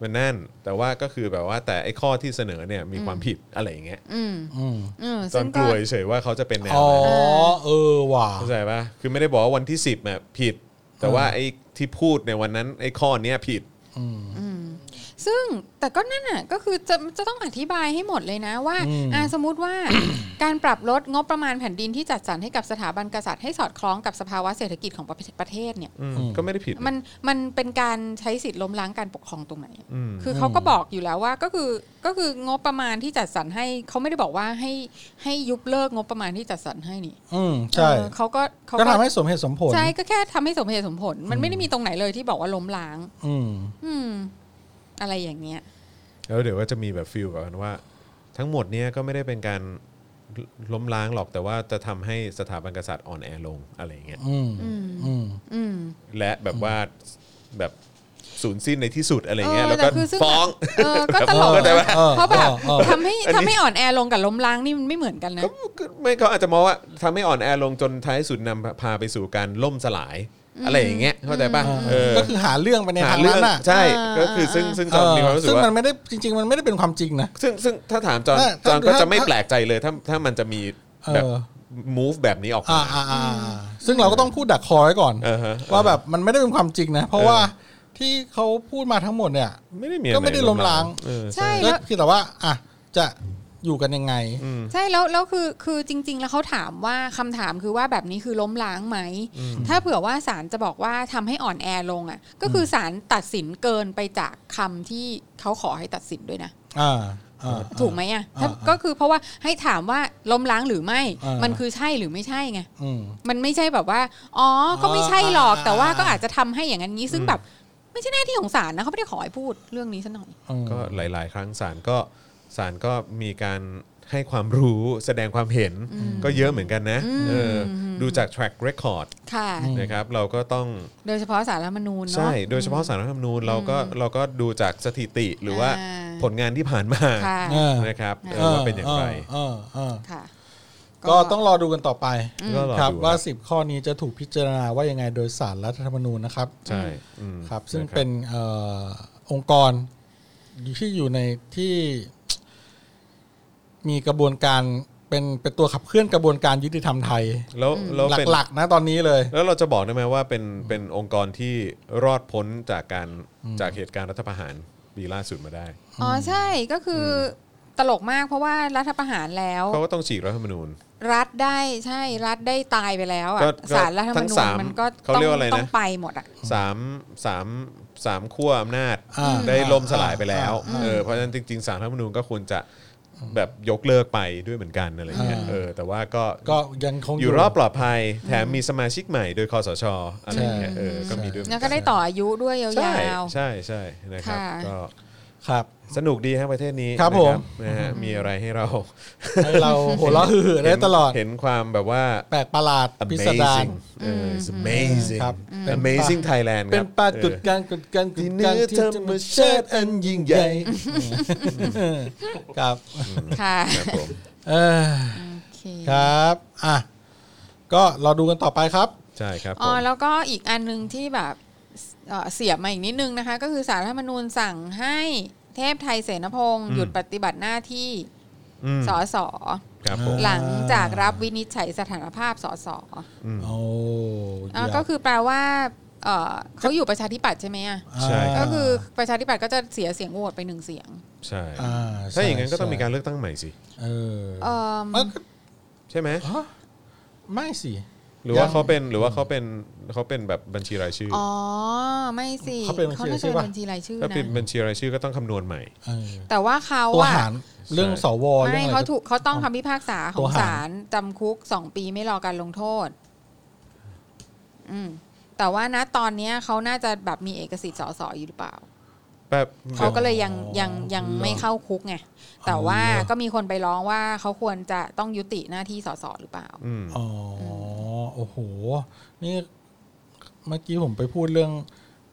[SPEAKER 2] มันนั่นแต่ว่าก็คือแบบว่าแต่ไอ้ข้อที่เสนอเนี่ยมีความผิดอะไรอย่างเงี้ย
[SPEAKER 4] อืม
[SPEAKER 5] อืม
[SPEAKER 4] อืม
[SPEAKER 2] จอ
[SPEAKER 4] ซึ่
[SPEAKER 2] น
[SPEAKER 4] ง
[SPEAKER 2] ก
[SPEAKER 4] ก็
[SPEAKER 2] ลัวเฉยๆว่าเขาจะเป็นแนว
[SPEAKER 5] อ๋อ
[SPEAKER 2] ไหน
[SPEAKER 5] เออว่ะ
[SPEAKER 2] เข้าใจปะคือไม่ได้บอกว่าวันที่ 10แบบผิด แต่ว่าไอ้ที่พูดในวันนั้นไอ้ข้อเนี้ยผิด
[SPEAKER 4] ซึ่งแต่ก็นั่นน่ะก็คือจะจะต้องอธิบายให้หมดเลยนะว่า
[SPEAKER 5] อืม
[SPEAKER 4] อ่าสมมติว่า การปรับลดงบประมาณแผ่นดินที่จัดสรรให้กับสถาบันกษัตริย์ให้สอดคล้องกับสภาวะเศรษฐกิจของประประเทศเนี่ย
[SPEAKER 2] อืมก็ไม่ได้ผิด
[SPEAKER 4] มันมันเป็นการใช้สิทธิ์ล้มล้างการปกครองตรงไหน
[SPEAKER 2] อืม
[SPEAKER 4] คือเขาก็บอกอยู่แล้วว่าก็คือก็คืองบประมาณที่จัดสรรให้เขาไม่ได้บอกว่าให้ให้ยุบเลิกงบประมาณที่จัดสรรให้นี่
[SPEAKER 5] อืมใช่
[SPEAKER 4] เออเขาก็เขา
[SPEAKER 5] ก็ทำให้สมเหตุสมผล
[SPEAKER 4] ใช่ก็แค่ทำให้สมเหตุสมผล มันไม่ได้มีตรงไหนเลยที่บอกว่าล้มล้าง
[SPEAKER 5] อืม
[SPEAKER 4] อืม อะไรอย่างเงี้ย
[SPEAKER 2] แล้วเดี๋ยวก็จะมีแบบฟิลแบบว่า ทั้งหมดเนี้ยก็ไม่ได้เป็นการล้มล้างหรอกแต่ว่าจะทำให้สถาบันกษัตริย์อ่อนแอลงอะไรอย่างเงี้ย
[SPEAKER 5] อืม อืม
[SPEAKER 4] อืม
[SPEAKER 2] และแบบว่าแบบสูญสิ้นในที่สุดอะไรเงี้ย
[SPEAKER 4] ออ
[SPEAKER 2] แล้วก็
[SPEAKER 4] ต่คืซึ่
[SPEAKER 2] ฟ้อง
[SPEAKER 4] เออก็ตลก
[SPEAKER 2] เข้าใจไหม
[SPEAKER 4] นะเพราะแบบ
[SPEAKER 5] เออเออ
[SPEAKER 4] ทำให้ทำให้อ่อนแอลงกับล้มล้างนี่มันไม่เหมือนกันนะ
[SPEAKER 2] ไม่เขาอาจจะมองว่าทำให้อ่อนแอลงจนท้ายสุดนำพาไปสู่การล่มสลาย อะไรอย่างเงี้ยเข้าใจป่ะเออ
[SPEAKER 5] ก็คือหาเรื่องไปใน
[SPEAKER 2] หา
[SPEAKER 5] ทาง
[SPEAKER 2] เรื่อง
[SPEAKER 5] นั้นน่ะ
[SPEAKER 2] ใช่
[SPEAKER 4] อ่า
[SPEAKER 2] ก็คือซึ่งซึ่งจ
[SPEAKER 5] เอ
[SPEAKER 2] อน
[SPEAKER 5] อ
[SPEAKER 2] มีความรู้สึ
[SPEAKER 5] ซึ่
[SPEAKER 2] ก
[SPEAKER 5] ง
[SPEAKER 2] ว่า
[SPEAKER 5] มันไม่ได้จริง ๆ มันไม่ได้เป็นความจริงนะ
[SPEAKER 2] ซึ่งซึ่งถ้าถามจอนจ
[SPEAKER 5] ถ้า
[SPEAKER 2] อนก็
[SPEAKER 5] ถ้า
[SPEAKER 2] จะไม่
[SPEAKER 5] ถ้า
[SPEAKER 2] แปลกใจเลยถ้าถ้ามันจะมีแบบ
[SPEAKER 5] เออ
[SPEAKER 2] move แบบนี้ออก
[SPEAKER 5] อ่า
[SPEAKER 2] มา
[SPEAKER 5] อ่าอ่าซึ่งเราก็ต้องพูดดักคอไว้ก่อน
[SPEAKER 2] เออฮะ
[SPEAKER 5] ว่าแบบมันไม่ได้เป็นความจริงนะ เพราะว่าที่เขาพูดมาทั้งหมดเนี่ย
[SPEAKER 2] ไม่ได้มีอะร
[SPEAKER 5] ก็ไม่ได้ล้มล้าง
[SPEAKER 2] เออ
[SPEAKER 4] ใช่
[SPEAKER 5] ก็
[SPEAKER 4] แล้ว
[SPEAKER 5] คือแต่ว่า อ่ะ จะอยู่กันยังไง
[SPEAKER 4] ใช่แล้วแล้วคือคือจริง ๆ แล้วเขาถามว่าคำถามคือว่าแบบนี้คือล้มล้างไหม ถ้าเผื่อว่าศาลจะบอกว่าทำให้อ่อนแอลงอ่ะ ก็คือศาลตัดสินเกินไปจากคำที่เขาขอให้ตัดสินด้วยนะ
[SPEAKER 5] อ่าอ่า
[SPEAKER 4] ถูกไหมอ่ะ
[SPEAKER 5] อ่า
[SPEAKER 4] ถ้า
[SPEAKER 5] อ่า
[SPEAKER 4] ก็คือเพราะว่าให้ถามว่าล้มล้างหรือไม่
[SPEAKER 5] อ่ามั
[SPEAKER 4] มันคือใช่หรือไม่ใช่ไง
[SPEAKER 5] อืม
[SPEAKER 4] มันไม่ใช่แบบว่าอ๋อก็ไม่ใช่หรอก
[SPEAKER 5] อ่า
[SPEAKER 4] แต่ว่าก็อาจจะทำให้อย่างนั้นงี้ซึ่งแบบ ไม่ใช่หน้าที่ของศาลนะเขาไม่ได้ขอให้พูดเรื่องนี้ซะหน่อย
[SPEAKER 5] อืม
[SPEAKER 2] ก็หลาย ๆ ครั้งศาลก็ศาลก็มีการให้ความรู้ แสดงความเห็นก็เยอะเหมือนกันนะเอออดูจาก track record
[SPEAKER 4] ค่ะ
[SPEAKER 2] นะครับเราก็ต้อง
[SPEAKER 4] โดยเฉพาะสารรัฐธรรมนูญเนาะ
[SPEAKER 2] ใช่ โดยเฉพาะสารรัฐธรรมนูญเราก็เราก็ดูจากสถิติหรือว่า
[SPEAKER 4] อ่า
[SPEAKER 2] ผลงานที่ผ่านมา
[SPEAKER 4] ค่ะ
[SPEAKER 5] อ่า
[SPEAKER 2] นะครับเออว่าเป็นอย่างไร
[SPEAKER 5] เออเออเออ
[SPEAKER 4] ค่ะ
[SPEAKER 5] ก็ต้องรอดูกันต่อไป
[SPEAKER 2] ก็รอดู
[SPEAKER 5] ครับ ว่า
[SPEAKER 2] ครับ
[SPEAKER 5] 10 ข้อนี้จะถูกพิจารณาว่ายังไงโดยสารรัฐธรรมนูญนะครับ
[SPEAKER 2] ใช่อืม
[SPEAKER 5] ครับ ซึ่ง
[SPEAKER 2] ะครับ
[SPEAKER 5] เป็นเอ่อองค์กรที่อยู่ในที่ มีกระบวนการ เป็นเป็นตัวขับเคลื่อนกระบวนการยุติธรรมไทย
[SPEAKER 2] แล้วแล้วเป็น
[SPEAKER 5] หลักๆนะตอนนี้เลย
[SPEAKER 2] แล้วเราจะบอกได้ไหมว่าเป็นเป็นองค์กรที่รอดพ้นจากการจากเหตุการณ์รัฐประหารปีล่าสุดมาได้
[SPEAKER 4] อ๋อใช่ก็คืออตลกมากเพราะว่ารัฐประหารแล้ว
[SPEAKER 2] เขาก็ต้องฉีกรัฐธรรมนูญ
[SPEAKER 4] รัฐได้ใช่รัฐได้ตายไปแล้วอะ
[SPEAKER 2] ก็ก็
[SPEAKER 4] สารรัฐธรรม
[SPEAKER 2] ทั้
[SPEAKER 4] นู
[SPEAKER 2] ง
[SPEAKER 4] ญ
[SPEAKER 2] สาม
[SPEAKER 4] มันก็
[SPEAKER 2] เขาเรียกว่าอะไรนะ
[SPEAKER 4] ต้องไปหมดอะ
[SPEAKER 2] สามสามสามขั้วอำนาจ
[SPEAKER 5] อ่า
[SPEAKER 2] ได้ล่ม
[SPEAKER 5] อ่า
[SPEAKER 2] สลายไปแล้ว
[SPEAKER 5] อ่า
[SPEAKER 2] เออเพราะฉะนั้นจริงๆสารรัฐธรรมนูญก็ควรจะแบบยกเลิกไปด้วยเหมือนกันอะไรเงี้ย
[SPEAKER 5] อ่า
[SPEAKER 2] เออแต่ว่าก็
[SPEAKER 5] ก็ยังคง
[SPEAKER 2] อยู่รอบปลอดภัยแถมมีสมาชิกใหม่โดยคอสชอะไรเงี้ย
[SPEAKER 5] ใช่
[SPEAKER 2] เออก็มีด้วยเหมือน
[SPEAKER 4] แล้
[SPEAKER 2] กั
[SPEAKER 4] วน ก็ได้ต่ออายุด้วยยา
[SPEAKER 2] ใช่
[SPEAKER 4] ว
[SPEAKER 2] ใช่ใช่นะครับ
[SPEAKER 4] ค่ะ
[SPEAKER 2] ก็
[SPEAKER 5] ครับ
[SPEAKER 2] สนุกดีฮะประเทศนี้
[SPEAKER 5] ครับ
[SPEAKER 2] นะ
[SPEAKER 5] ผม
[SPEAKER 2] นะฮะมีอะไรให้เรา
[SPEAKER 5] ให้เราหัวเราะฮือๆได้ตลอด
[SPEAKER 2] เห็นความแบบว่า
[SPEAKER 5] แปลกประหลาดพิสดาร
[SPEAKER 2] amazing เออ it's amazing
[SPEAKER 5] ครับเป็น
[SPEAKER 2] amazing Thailand
[SPEAKER 5] เป็นปรากฏ
[SPEAKER 2] เออ
[SPEAKER 5] การณ์กฏการณ์ก
[SPEAKER 2] ที่
[SPEAKER 5] ฏ
[SPEAKER 2] เนื้
[SPEAKER 5] การ
[SPEAKER 2] อ
[SPEAKER 5] ณ์
[SPEAKER 2] ธรรมชาติอันยิ่งใหญ่
[SPEAKER 5] ครับ
[SPEAKER 4] ๆค่ะ
[SPEAKER 2] ครับผม
[SPEAKER 5] เออ
[SPEAKER 4] โอเค
[SPEAKER 5] ครับ อ่ะ ก็รอดูกันต่อไปครับ
[SPEAKER 2] ใช่ครับผ
[SPEAKER 4] อ๋อ
[SPEAKER 2] ม
[SPEAKER 4] แล้วก็อีกอันหนึ่งที่แบบเอ่อเสียบมาอีกนิดนึงนะคะ ก็คือสารรัฐธรรมนูญสั่งให้เทพไทยเสนพงศ์
[SPEAKER 2] อืม
[SPEAKER 4] หยุดปฏิบัติหน้าที่
[SPEAKER 2] อืม
[SPEAKER 4] สส
[SPEAKER 2] ครับผม
[SPEAKER 4] หลังจากรับวินิจฉัยสถานภาพสส
[SPEAKER 5] โอ้
[SPEAKER 4] อ่ะก็คือแปลว่าเอ่อเขาอยู่ประชาธิปัตย์ใช่ไหมอ่ะ
[SPEAKER 5] า
[SPEAKER 2] ใช่ครั
[SPEAKER 4] ก็
[SPEAKER 2] บ
[SPEAKER 4] คือประชาธิปัตย์ก็จะเสียเสียงโหวตไปหนึ่งเสียง
[SPEAKER 2] ใช่
[SPEAKER 5] อ่า
[SPEAKER 2] ถ้าอย่างนั้นก็ต้องมีการเลือกตั้งใหม่สิ
[SPEAKER 5] เออ
[SPEAKER 4] เอิ่ม
[SPEAKER 5] มันก็
[SPEAKER 2] ใช่ไหม
[SPEAKER 5] ฮะไม่สิ
[SPEAKER 2] หรือว่าเขาเป็นหรือว่าเขาเป็นเขาเป็นแบบบัญชีรายชื่ออ
[SPEAKER 4] อ๋อไม่สิ
[SPEAKER 5] เขาเป็นบัญชี
[SPEAKER 4] น่าจะ
[SPEAKER 5] ใช่
[SPEAKER 4] เป็น
[SPEAKER 5] ปะ
[SPEAKER 4] บัญชีรายชื่อ
[SPEAKER 2] ถ้า
[SPEAKER 4] นะ
[SPEAKER 2] เป็นบัญชีรายชื่อก็ต้องคำนวณใหม่
[SPEAKER 5] เออ
[SPEAKER 4] แต่ว่าเขา
[SPEAKER 5] ตัว
[SPEAKER 4] อะ
[SPEAKER 5] หารเรื่องสวเรื่อ
[SPEAKER 4] ไม่
[SPEAKER 5] งอะไร
[SPEAKER 4] เขาถูกเขาต้องคำพิพากษาข
[SPEAKER 5] ตั
[SPEAKER 4] อ
[SPEAKER 5] ว
[SPEAKER 4] ง
[SPEAKER 5] หาร
[SPEAKER 4] ศาลจำคุกสองปีไม่รอการลงโทษ อืม แต่ว่านะตอนเนี้ยเขาน่าจะแบบมีเอกสิทธิ์สอสออยู่หรือเปล่า
[SPEAKER 2] แบบ
[SPEAKER 4] เขาก็เลยยังยังยังไม่เข้าคุกไง แต่ว่าก็มีคนไปร้องว่าเขาควรจะต้องยุติหน้าที่สอสอหรือเปล่า
[SPEAKER 2] อืม
[SPEAKER 5] อ๋อโอ้โห นี่เมื่อกี้ผมไปพูดเรื่อง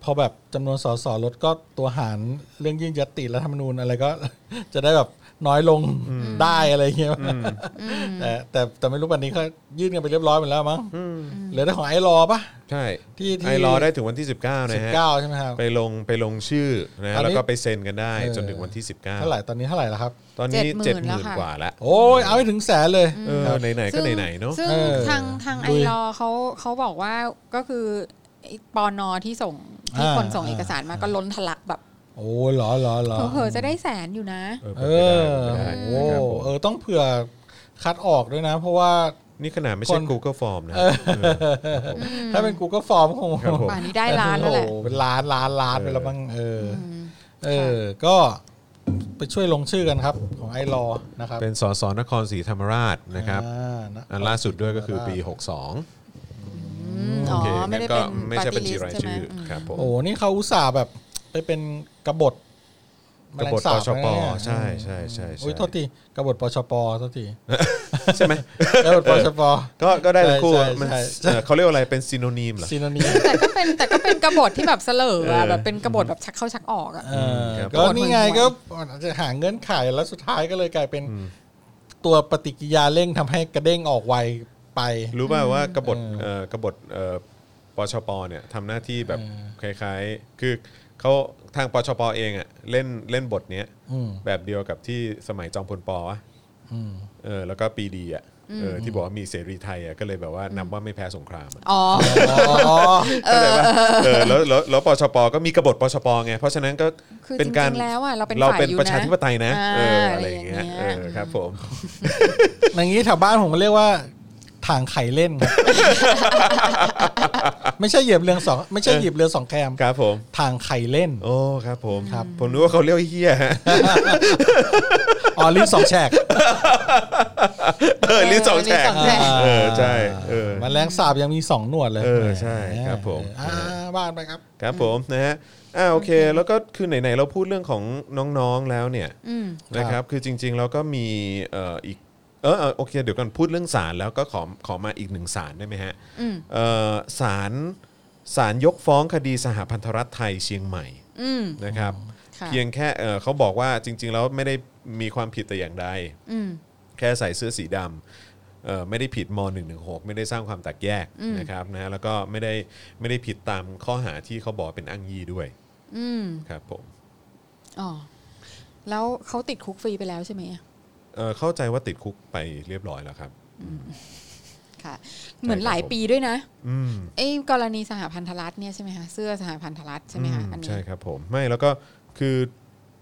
[SPEAKER 5] พอแบบจำนวนสสลดก็ตัวหารเรื่องยื่นยติรัฐธรรมนูญอะไรก็ จะได้แบบน้อยลงได้อะไรเงี้ยแต่แต่แต่ไม่รู้วันนี้เขายื่นกันไปเรียบร้อยหมดแล้วมั้งเหลือแต่ของไอ้รอปะ
[SPEAKER 2] ใช่
[SPEAKER 5] ที่ที่
[SPEAKER 2] ไอรอว์ได้ถึงวันที่ 19
[SPEAKER 5] สิ
[SPEAKER 2] นะ
[SPEAKER 5] บ
[SPEAKER 2] ฮะ
[SPEAKER 5] เก้าใช่ไหมครับ
[SPEAKER 2] ไปลงไปลงชื่อนะฮะ
[SPEAKER 5] ตอนนี้
[SPEAKER 2] แล้วก็ไปเซ็นกันได้
[SPEAKER 5] เออ
[SPEAKER 2] จนถึงวันที่ 19
[SPEAKER 5] เท่าไหร่ตอนนี้เท่าไหร่แล้วครับ
[SPEAKER 2] ตอนนี้
[SPEAKER 4] 70,000
[SPEAKER 2] เจ็ดหมื่นกว่าแล้ว
[SPEAKER 5] โอ้ยเอาไปถึงแสนเลย
[SPEAKER 2] เออ
[SPEAKER 5] ครับ
[SPEAKER 2] ไหนๆก็
[SPEAKER 4] ซึ่ง
[SPEAKER 2] ไหนๆเนาะ
[SPEAKER 4] ซึ่ง
[SPEAKER 5] เออ
[SPEAKER 4] ทางทางไอ
[SPEAKER 5] ลุย
[SPEAKER 4] รอว์เขาเขาบอกว่าก็คือไอ้ปอนอที่ส่งที่
[SPEAKER 5] อ่า
[SPEAKER 4] คนส่งเอก
[SPEAKER 5] อ่า
[SPEAKER 4] สารมาก็ล้นทะลักแบบ
[SPEAKER 5] โอ้ยเหรอเหรอเหรอ
[SPEAKER 4] เผลอๆจะได้แสนอยู่นะ
[SPEAKER 2] เอ
[SPEAKER 5] เอ
[SPEAKER 2] อ
[SPEAKER 5] อ
[SPEAKER 2] เป็นไปได้เป็
[SPEAKER 5] โอ้
[SPEAKER 2] นไปได้นะครับผม
[SPEAKER 5] เออต้องเผื่อคัดออกด้วยนะ เพราะว่า
[SPEAKER 2] นี่ขนาดไม่ใช่
[SPEAKER 5] คน
[SPEAKER 2] Google Form นะ
[SPEAKER 5] ถ้าเป็นกูก็ฟอร์มคง
[SPEAKER 2] ครับผม
[SPEAKER 4] ป่านนี้ได้ล้านแล้วแหละ
[SPEAKER 5] โอ้โเป็นล้านล้านล้านไปแล้วมั้งเอออ
[SPEAKER 4] ม
[SPEAKER 5] เออ ก็ไปช่วยลงชื่อกันครับ ของไอ้รอนะครับ
[SPEAKER 2] เป็นสสนครศรีธรรมราชนะครับ
[SPEAKER 5] อ่านะ
[SPEAKER 2] อันล่าสุดด้วยก็คือปี 62
[SPEAKER 4] อ๋
[SPEAKER 2] โอ
[SPEAKER 4] อ
[SPEAKER 2] เค
[SPEAKER 4] ไม่
[SPEAKER 2] งั้น
[SPEAKER 4] ได้
[SPEAKER 2] ก็
[SPEAKER 4] เป็น
[SPEAKER 2] ไม่
[SPEAKER 4] ปา
[SPEAKER 2] ใช่
[SPEAKER 4] ร์
[SPEAKER 2] บัญ
[SPEAKER 4] ตี้
[SPEAKER 2] ชี
[SPEAKER 4] ลิส
[SPEAKER 2] ราย
[SPEAKER 4] ใช่ไหม
[SPEAKER 2] ชื่อ
[SPEAKER 4] อืม
[SPEAKER 2] ครับผม
[SPEAKER 5] โอ้โหนี่เขาอุตส่าห์แบบ ไปเป็นกบฏแม
[SPEAKER 2] ก
[SPEAKER 5] ล
[SPEAKER 2] บ
[SPEAKER 5] ง
[SPEAKER 2] ฏ
[SPEAKER 5] สา
[SPEAKER 2] ป
[SPEAKER 5] บ
[SPEAKER 2] ชป
[SPEAKER 5] นะเนี่ย
[SPEAKER 2] ใช่ใช่ใช่ใช่
[SPEAKER 5] อุ้ยโทษทีกบฏปชปโท ษที
[SPEAKER 2] ใช่ไหม
[SPEAKER 5] กบฏปชป
[SPEAKER 2] ก็ก็ได้ทั้งคู่
[SPEAKER 5] ใช่ใช่
[SPEAKER 2] มัน
[SPEAKER 5] ใช่
[SPEAKER 2] เอ่อเขาเรียกว่าอะไรเป็นซีโนนีมเหรอ
[SPEAKER 5] ซีโนนี
[SPEAKER 4] แต่ก็เป็นแต่ก็เป็นกบฏที่แบบเสลออะ
[SPEAKER 2] เออ
[SPEAKER 4] แบบเป็นกบฏแบบชักเข้าชักออกอะ
[SPEAKER 5] เออ
[SPEAKER 2] ครับ
[SPEAKER 5] ก็นี่ไงก็จะหาเงื่อนไขแล้วสุดท้ายก็เลยกลายเป็น ตัวปฏิกิริยาเร่งทำให้กระเด้งออกไวไป
[SPEAKER 2] รู้ป่าวว่ากบฏเอ่อกบฏเอ่อปชปเนี่ยทำหน้าที่แบบคล้ายๆ คือเขาทางปชปเองอ่ะเล่นเล่นบทเนี้ย
[SPEAKER 5] อืม
[SPEAKER 2] แบบเดียวกับที่สมัยจอมพลปวะเออแล้วก็ปีดีอ่ะเออที่บอกว่ามีเสรีไทยอ่ะก็เลยแบบว่านับว่าไม่แพ้สงครามอะ
[SPEAKER 4] อ๋อ
[SPEAKER 5] อ๋อ
[SPEAKER 2] เข้าใจปะเออแล้วแล้วแล้วปชปก็มีกบฏปชปไงเพราะฉะนั้นก็
[SPEAKER 4] คือ
[SPEAKER 2] เป็นการ
[SPEAKER 4] จริงๆแล้วอะเราเป็น
[SPEAKER 2] เรา
[SPEAKER 4] ฝ่าย
[SPEAKER 2] เป็น
[SPEAKER 4] อยู่
[SPEAKER 2] ประชาธิปไตยนะ
[SPEAKER 4] นะ
[SPEAKER 2] เออ
[SPEAKER 4] อ่า
[SPEAKER 2] อะไรอย่างเงี้ย
[SPEAKER 4] อะไรอย่าง
[SPEAKER 2] เอ
[SPEAKER 4] เงี้ย
[SPEAKER 2] อครับผม
[SPEAKER 5] อย่างนี้แถวบ้านผมเรียกว่าถางไข่เล่นครับ ไม่ใช่เหยียบเรือสองไม่ใช่เหยียบเรือสองแคม
[SPEAKER 2] ครับผม
[SPEAKER 5] ถางไข่เล่น
[SPEAKER 2] โอ้ครับผมผมนึกว่าเขาเรียกว่าเฮียฮ ะ
[SPEAKER 5] อ๋อลิ้นสองแฉก
[SPEAKER 2] เออลิ้นสองแฉก
[SPEAKER 4] ลิ้นสองแฉก
[SPEAKER 2] เออใช่เออ
[SPEAKER 5] มันแรงสาบยังมีสองหนวดเลย
[SPEAKER 2] เออใช่ครับผม
[SPEAKER 5] อ่าบ้านไปครับ
[SPEAKER 2] ครับผมนะฮะอ่าโอเค แล้วก็คือไหนๆเราพูดเรื่องของน้องๆแล้วเนี่ย
[SPEAKER 4] อืม
[SPEAKER 2] นะครับคือจริงๆเราก็มีเอ่ออีกเออเออโอเคเดี๋ยวก่อนพูดเรื่องสารแล้วก็ขอขอมาอีกหนึ่งสารได้ไหมฮะ
[SPEAKER 4] อืม
[SPEAKER 2] เอ่อสารสารยกฟ้องคดีสหพันธรัฐไทยเชียงใหม่
[SPEAKER 4] อืม
[SPEAKER 2] นะครับ
[SPEAKER 4] ค่ะ
[SPEAKER 2] เพียงแค่เอ่อเขาบอกว่าจริง ๆ แล้วไม่ได้มีความผิดแต่อย่างใด
[SPEAKER 4] อืม
[SPEAKER 2] แค่ใส่เสื้อสีดำเอ่อไม่ได้ผิดม .116 ไม่ได้สร้างความแตกแยกนะครับนะแล้วก็ไม่ได้ไม่ได้ผิดตามข้อหาที่เขาบอกเป็นอ้างยี่ด้วย
[SPEAKER 4] อืม
[SPEAKER 2] ครับผม
[SPEAKER 4] อ๋อแล้วเขาติดคุกฟรีไปแล้วใช่ไหมอะ
[SPEAKER 2] เอ่อเข้าใจว่าติดคุกไปเรียบร้อยแล้วครับ
[SPEAKER 4] ค่ะ เหมือนหลายปีด้วยนะ
[SPEAKER 2] อืม
[SPEAKER 4] ไอ้กรณีสหพันธรัฐเนี่ยใช่ไหมคะเสื้อสหพันธรัฐใช่ไหมคะ
[SPEAKER 2] อื
[SPEAKER 4] อันนี้
[SPEAKER 2] ใช่ครับผมไม่แล้วก็คือ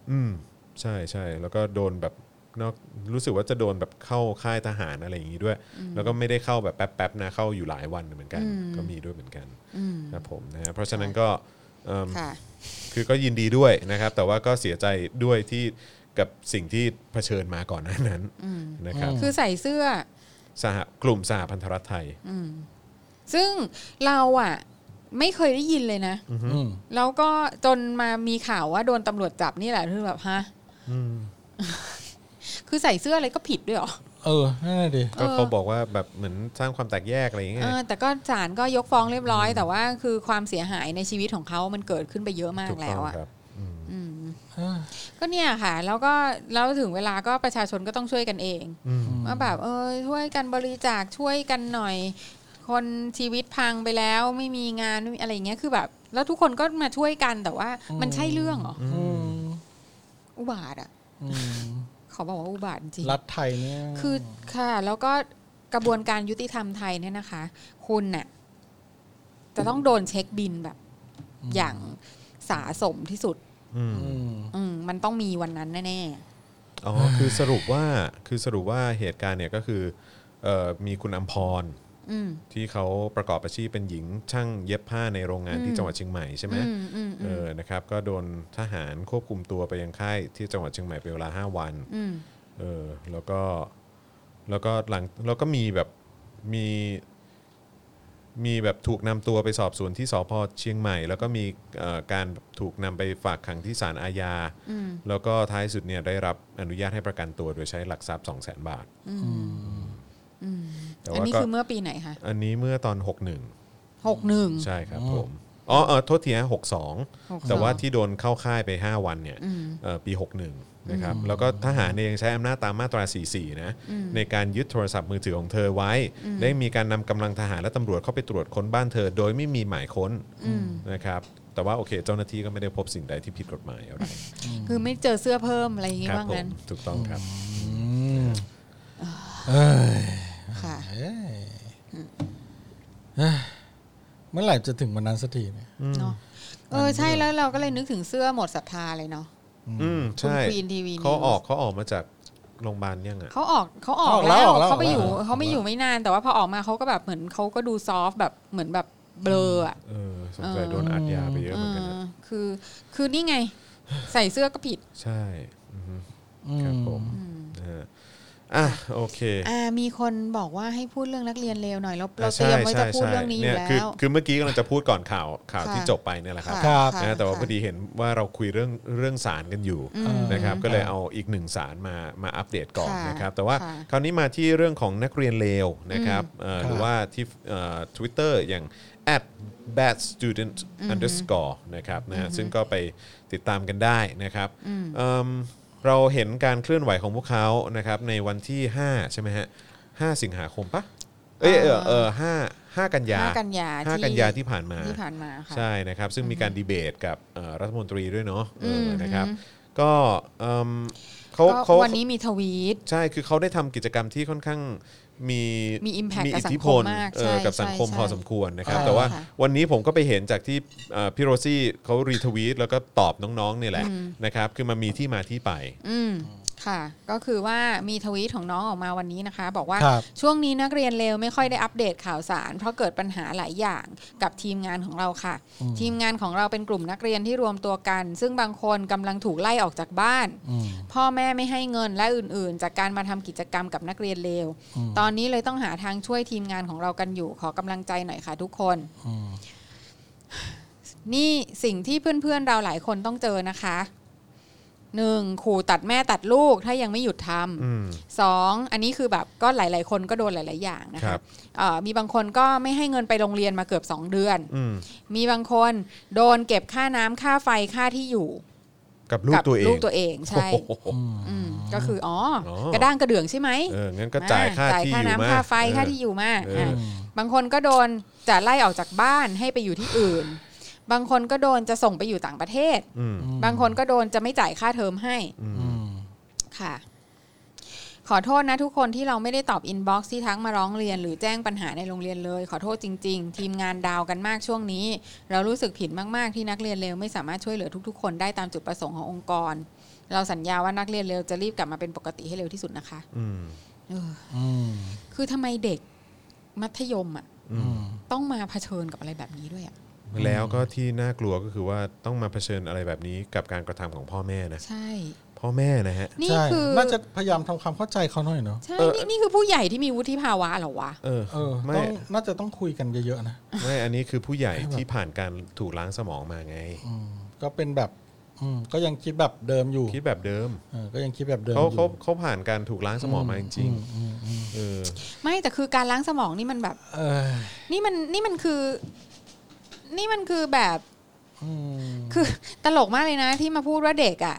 [SPEAKER 2] อืมใช่ใช่แล้วก็โดนแบบนอกรู้สึกว่าจะโดนแบบเข้าค่ายทหารอะไรอย่างนี้ด้วย แล้วก็ไม่ได้เข้าแบบแป๊บๆนะเข้าอยู่หลายวันเหมือนกัน ก็มีด้วยเหมือนกัน
[SPEAKER 4] อืม
[SPEAKER 2] ครับผมนะฮะเพราะฉะนั้นก็เอิ่ม
[SPEAKER 4] ค่ะ
[SPEAKER 2] คือก็ยินดีด้วยนะครับ แต่ว่าก็เสียใจด้วยที่กับสิ่งที่เผชิญมาก่อนหน้านั้นนะครับ
[SPEAKER 4] คือใส่เสื้อ
[SPEAKER 2] สหกลุ่มสหพันธรัฐไทย
[SPEAKER 4] ซึ่งเราอ่ะ ไม่เคยได้ยินเลยนะ
[SPEAKER 3] อืม
[SPEAKER 4] แล้วก็จนมามีข่าวว่าโดนตำรวจจับนี่แหละคือแบบฮะคือใส่เสื้ออะไรก็ผิดด้วยเหรอ
[SPEAKER 3] เออนั่นนะดิ
[SPEAKER 2] ก็
[SPEAKER 4] เออ
[SPEAKER 2] เขาบอกว่าแบบเหมือนสร้างความแตกแยกอะไรอย่างเงี้ย
[SPEAKER 4] เออแต่ก็ศาลก็ยกฟ้องเรียบร้อย แต่ว่าคือความเสียหายในชีวิตของเขามันเกิดขึ้นไปเยอะมาก
[SPEAKER 2] ถูก
[SPEAKER 4] แล้
[SPEAKER 2] ต้อ
[SPEAKER 4] ว
[SPEAKER 2] ง
[SPEAKER 4] อ่ะ
[SPEAKER 2] ครับ
[SPEAKER 4] ก็เนี่ยค่ะ แล้วก็แล้วถึงเวลาก็ประชาชนก็ต้องช่วยกันเอง
[SPEAKER 2] อืม
[SPEAKER 4] ว่าแบบเออช่วยกันบริจาคช่วยกันหน่อย คนชีวิตพังไปแล้วไม่มีงานไม่มีอะไรอย่างเงี้ยคือแบบ แล้วทุกคนก็มาช่วยกันแต่ว่ามันใช่เรื่องเหรอ
[SPEAKER 3] อืม
[SPEAKER 4] อุบาทอ่ะ
[SPEAKER 3] อืม
[SPEAKER 4] เขาบอกว่าอุบาทจริงๆ
[SPEAKER 3] รัฐไทยเนี่ย
[SPEAKER 4] คือค่ะ แล้วก็กระบวนการยุติธรรมไทยเนี่ยนะคะ คุณน่ะจะต้องโดนเช็คบินแบบ อย่างสาสมที่สุด
[SPEAKER 2] อืม
[SPEAKER 3] ม
[SPEAKER 4] อืมมันต้องมีวันนั้นแน่
[SPEAKER 2] อ๋อคือสรุปว่าคือสรุปว่าเหตุการณ์เนี่ยก็คือเอ่อมีคุณอัมพร
[SPEAKER 4] ๆอืม
[SPEAKER 2] ที่เขาประกอบอาชีพเป็นหญิงช่างเย็บผ้าในโรงงานที่จังหวัดเชียงใหม่ใช่ไหม
[SPEAKER 4] อืมอืม
[SPEAKER 2] เอ
[SPEAKER 4] อืม
[SPEAKER 2] อ นะครับ ก็โดนทหารควบคุมตัวไปยังค่ายที่จังหวัดเชียงใหม่เป็นเวลา 5 วัน
[SPEAKER 4] อืม
[SPEAKER 2] เออ แล้วก็ แล้วก็หลัง แล้วก็มีแบบ มี มีแบบถูกนำตัวไปสอบสวนที่สพเชียงใหม่ แล้วก็มีเอ่อการถูกนำไปฝากขังที่ศาลอาญา แล้วก็ท้ายสุดเนี่ยได้รับอนุญาตให้ประกันตัวโดยใช้หลักทรัพย์ 2 0 0 0 0 0 บาท แต่
[SPEAKER 4] อัน
[SPEAKER 2] ว่า
[SPEAKER 4] นี้
[SPEAKER 2] ก็
[SPEAKER 4] คือเมื่อปีไหนคะ
[SPEAKER 2] อันนี้เมื่อตอน
[SPEAKER 4] หกหนึ่ง
[SPEAKER 2] 61 ใช่ครับผม อ๋อ เออโทษทีฮะ62 แต่ว่าที่โดนเข้าค่ายไป 5 วันเนี่ย เอ่อปี 61 นะครับ แล้วก็ทหารเนี่ยยังใช้อำนาจตามมาตรา 44 นะ ในการยึดโทรศัพท์มือถือของเธอไว้ ได้มีการนำกำลังทหารและตำรวจเข้าไปตรวจค้นบ้านเธอ โดยไม่มีหมายค้นนะครับ แต่ว่าโอเค เจ้าหน้าที่ก็ไม่ได้พบสิ่งใดที่ผิดกฎหมายอะไร
[SPEAKER 4] คือไม่เจอเสื้อเพิ่มอะไรอย่างงี้
[SPEAKER 2] ครับ
[SPEAKER 4] ว่า
[SPEAKER 2] ผ
[SPEAKER 4] งั้
[SPEAKER 2] ม
[SPEAKER 4] น
[SPEAKER 2] ถูกต้องครับ
[SPEAKER 4] ค่ะ
[SPEAKER 3] เอ้ยเอ้ยเมื่อไหร่จะถึงวันนั้นสักทีเนี่ย
[SPEAKER 4] เนาะเออใช่แล้วเราก็เลยนึกถึงเสื้อหมดศรัทธาเลยเนาะ
[SPEAKER 2] อืมใช่
[SPEAKER 4] Queen TV
[SPEAKER 2] เขาออกเขาออกมาจากโรงพยาบาลยังอ่ะ
[SPEAKER 4] เขาออกเขาออ
[SPEAKER 3] อก อกแล้
[SPEAKER 4] แล้ว ว
[SPEAKER 3] ออกแล้ว
[SPEAKER 4] เขาไปอยู่
[SPEAKER 3] ออกแล้ว
[SPEAKER 4] เขาไม่อยู่ไม่นานแต่ว่าพอออกมาเขาก็แบบเหมือนเขาก็ดูซอฟต์แบบเหมือนแบบเบลออะ
[SPEAKER 2] เออสงสัยโดนอัดยาไปเยอะเหมือนกันนะ
[SPEAKER 4] เออคือ คือนี่ไง ใส่เสื้อก็ผิด
[SPEAKER 2] ใช่อือฮึ
[SPEAKER 3] อื
[SPEAKER 2] ครับผมนะฮะอ่ะโอเค
[SPEAKER 4] อ่า มีคนบอกว่าให้พูดเรื่องนักเรียนเลวหน่อย เรา
[SPEAKER 2] อ่
[SPEAKER 4] เราเตรียมไว้จะ
[SPEAKER 2] ใช่
[SPEAKER 4] พูด
[SPEAKER 2] ใช่
[SPEAKER 4] เรื่องนี้อยู่
[SPEAKER 2] ย
[SPEAKER 4] แล้
[SPEAKER 2] คือ
[SPEAKER 4] ว
[SPEAKER 2] คือเมื่อกี้กำลังจะพูดก่อนข่าวข่าว
[SPEAKER 4] ค่ะ
[SPEAKER 2] ที่จบไปเนี่ยแหละครับ
[SPEAKER 4] ะ
[SPEAKER 3] ครับ
[SPEAKER 4] ะ
[SPEAKER 2] นะแต่ว่า
[SPEAKER 4] ค่ะ
[SPEAKER 2] พอดีเห็นว่าเราคุยเรื่องเรื่องสารกันอยู่นะครับก็เลยเอาอีกหนึ่งสารมามาอัปเดตก่อน
[SPEAKER 4] ค่ะ
[SPEAKER 2] นะครับแต่ว่า
[SPEAKER 4] ค่ะ
[SPEAKER 2] คราวนี้มาที่เรื่องของนักเรียนเลวนะครับเอ่อหรือว่าที่ทวิตเตอร์อย่าง at bad student underscore นะครับนะฮะซึ่งก็ไปติดตามกันได้นะครับเอิ่มเราเห็นการเคลื่อนไหวของพวกเขานะครับในวันที่ 5 ใช่ไหมฮะ5สิงหาคมปะเอยเออเออห้าห้ากันยา
[SPEAKER 4] ห้ากันยา
[SPEAKER 2] ห้า
[SPEAKER 4] ที่
[SPEAKER 2] กันยาที่ผ่านมา
[SPEAKER 4] ที่ผ่านมาค่ะ
[SPEAKER 2] ใช่นะครับซึ่งมีการดีเบตกับเอ่อรัฐมนตรีด้วยเนาะเออนะครับก็เอิ่มเขา
[SPEAKER 4] ก็
[SPEAKER 2] เขา
[SPEAKER 4] วันนี้มีทวีต
[SPEAKER 2] ใช่คือเขาได้ทำกิจกรรมที่ค่อนข้างมี
[SPEAKER 4] มี impact
[SPEAKER 2] มี
[SPEAKER 4] กับ
[SPEAKER 2] อิทธิ
[SPEAKER 4] สัง
[SPEAKER 2] พ
[SPEAKER 4] คม
[SPEAKER 2] ล
[SPEAKER 4] มาก
[SPEAKER 2] เอ
[SPEAKER 4] ใช่
[SPEAKER 2] อกับสังคม
[SPEAKER 4] ใช่
[SPEAKER 2] พอสมควรนะครับ
[SPEAKER 4] ใช่
[SPEAKER 2] แต่ว่า
[SPEAKER 4] ค่ะ
[SPEAKER 2] วันนี้ผมก็ไปเห็นจากที่เอ่อพี่โรซี่เขารีทวีตแล้วก็ตอบน้องๆเนี่ยแหละ
[SPEAKER 4] อืม
[SPEAKER 2] นะครับคือมันมีที่มาที่ไป
[SPEAKER 4] อืมค่ะ ก็คือว่ามีทวีตของน้องออกมาวันนี้นะคะ บอกว่า
[SPEAKER 3] ครับ
[SPEAKER 4] ช่วงนี้นักเรียนเลวไม่ค่อยได้อัปเดตข่าวสาร เพราะเกิดปัญหาหลายอย่างกับทีมงานของเราค่ะ ทีมงานของเราเป็นกลุ่มนักเรียนที่รวมตัวกัน ซึ่งบางคนกำลังถูกไล่ออกจากบ้าน
[SPEAKER 3] อืม
[SPEAKER 4] พ่อแม่ไม่ให้เงินและอื่นๆ จากการมาทำกิจกรรมกับนักเรียนเลว ตอนนี้เลยต้องหาทางช่วยทีมงานของเรากันอยู่ขอกำลังใจหน่อยค่ะทุกคน
[SPEAKER 3] อืม
[SPEAKER 4] นี่สิ่งที่เพื่อนๆเราหลายคนต้องเจอนะคะหนึ่งขู่ตัดแม่ตัดลูกถ้ายังไม่หยุดทำ
[SPEAKER 2] อืม
[SPEAKER 4] สองอันนี้คือแบบก็หลาย ๆ คนก็โดนหลาย ๆ อย่างนะ
[SPEAKER 2] ครั
[SPEAKER 4] คะ
[SPEAKER 2] บ
[SPEAKER 4] เอ่อมีบางคนก็ไม่ให้เงินไปโรงเรียนมาเกือบ 2 เดือน
[SPEAKER 2] อืม
[SPEAKER 4] มีบางคนโดนเก็บค่าน้ำค่าไฟค่าที่อยู่
[SPEAKER 2] กับลูก
[SPEAKER 4] กั
[SPEAKER 2] ตัวเอง
[SPEAKER 4] ลูกตัวเองใช่
[SPEAKER 2] โอ้โห
[SPEAKER 4] อืมก็คืออ๋ออ
[SPEAKER 2] อ
[SPEAKER 4] กระด้างกระเดื่องใช่ไหม
[SPEAKER 2] เอองั้นก็จ่ายค่า
[SPEAKER 4] อ่
[SPEAKER 2] ที่
[SPEAKER 4] ค่า
[SPEAKER 2] อยู่
[SPEAKER 4] น้ำ
[SPEAKER 2] มา
[SPEAKER 4] ค่าไฟ
[SPEAKER 2] เออ
[SPEAKER 4] ค่าที่อยู่มา
[SPEAKER 2] เอออ่
[SPEAKER 4] ะบางคนก็โดนจะไล่ออกจากบ้านให้ไปอยู่ที่อื่น บางคนก็โดนจะส่งไปอยู่ต่างประเทศ
[SPEAKER 2] อืม
[SPEAKER 4] บางคนก็โดนจะไม่จ่ายค่าเทอมให้
[SPEAKER 2] อืม
[SPEAKER 3] อืม
[SPEAKER 4] ค่ะ ขอโทษนะทุกคนที่เราไม่ได้ตอบอินบ็อกซ์ที่ทักมาร้องเรียนหรือแจ้งปัญหาในโรงเรียนเลย ขอโทษจริง ๆ ทีมงานดาวกันมากช่วงนี้ เรารู้สึกผิดมากๆที่นักเรียนเลวไม่สามารถช่วยเหลือทุก ๆ คนได้ตามจุดประสงค์ขององค์กร เราสัญญาว่านักเรียนเลวจะรีบกลับมาเป็นปกติให้เร็วที่สุดนะคะ
[SPEAKER 2] อืม
[SPEAKER 4] เออ
[SPEAKER 5] อืม
[SPEAKER 4] คือทำไมเด็กมัธยมอ่ะ
[SPEAKER 2] อืม
[SPEAKER 4] ต้องมาเผชิญกับอะไรแบบนี้ด้วยอ่ะ
[SPEAKER 2] แล้วก็ที่น่ากลัวก็คือว่าต้องมาเผชิญอะไรแบบนี้กับการกระทำของพ่อแม่นะ
[SPEAKER 4] ใช่
[SPEAKER 2] พ่อแม่นะฮะ
[SPEAKER 4] นี่
[SPEAKER 5] ใช่
[SPEAKER 4] คือ
[SPEAKER 5] น่าจะพยายามทำความเข้าใจเขาหน่อยเนาะ
[SPEAKER 4] ใช่
[SPEAKER 2] เออ
[SPEAKER 4] นี่นี่คือผู้ใหญ่ที่มีวุฒิภาวะเหรอวะ
[SPEAKER 2] เออ
[SPEAKER 5] เออ
[SPEAKER 2] ไม่
[SPEAKER 5] ต้องน่าจะต้องคุยกันเยอะๆนะ
[SPEAKER 2] ไม่อันนี้คือผู้ใหญ่ที่ผ่านการถูกล้างสมองมาไง
[SPEAKER 5] อืมก็เป็นแบบอืมก็ยังคิดแบบเดิมอยู่
[SPEAKER 2] คิดแบบเดิม
[SPEAKER 5] เออก็ยังคิดแบบเดิมอ
[SPEAKER 2] เขา
[SPEAKER 5] ยู่
[SPEAKER 2] เขาเขาผ่านการถูกล้างสมองมาจริงๆเออ
[SPEAKER 4] ไม่แต่คือการล้างสมองนี่มันแบบ
[SPEAKER 5] เออ
[SPEAKER 4] นี่มันนี่มันคือ นี่มันคือแบบ
[SPEAKER 5] อืม
[SPEAKER 4] คือ ตลกมากเลยนะที่มาพูดว่าเด็กอ่ะ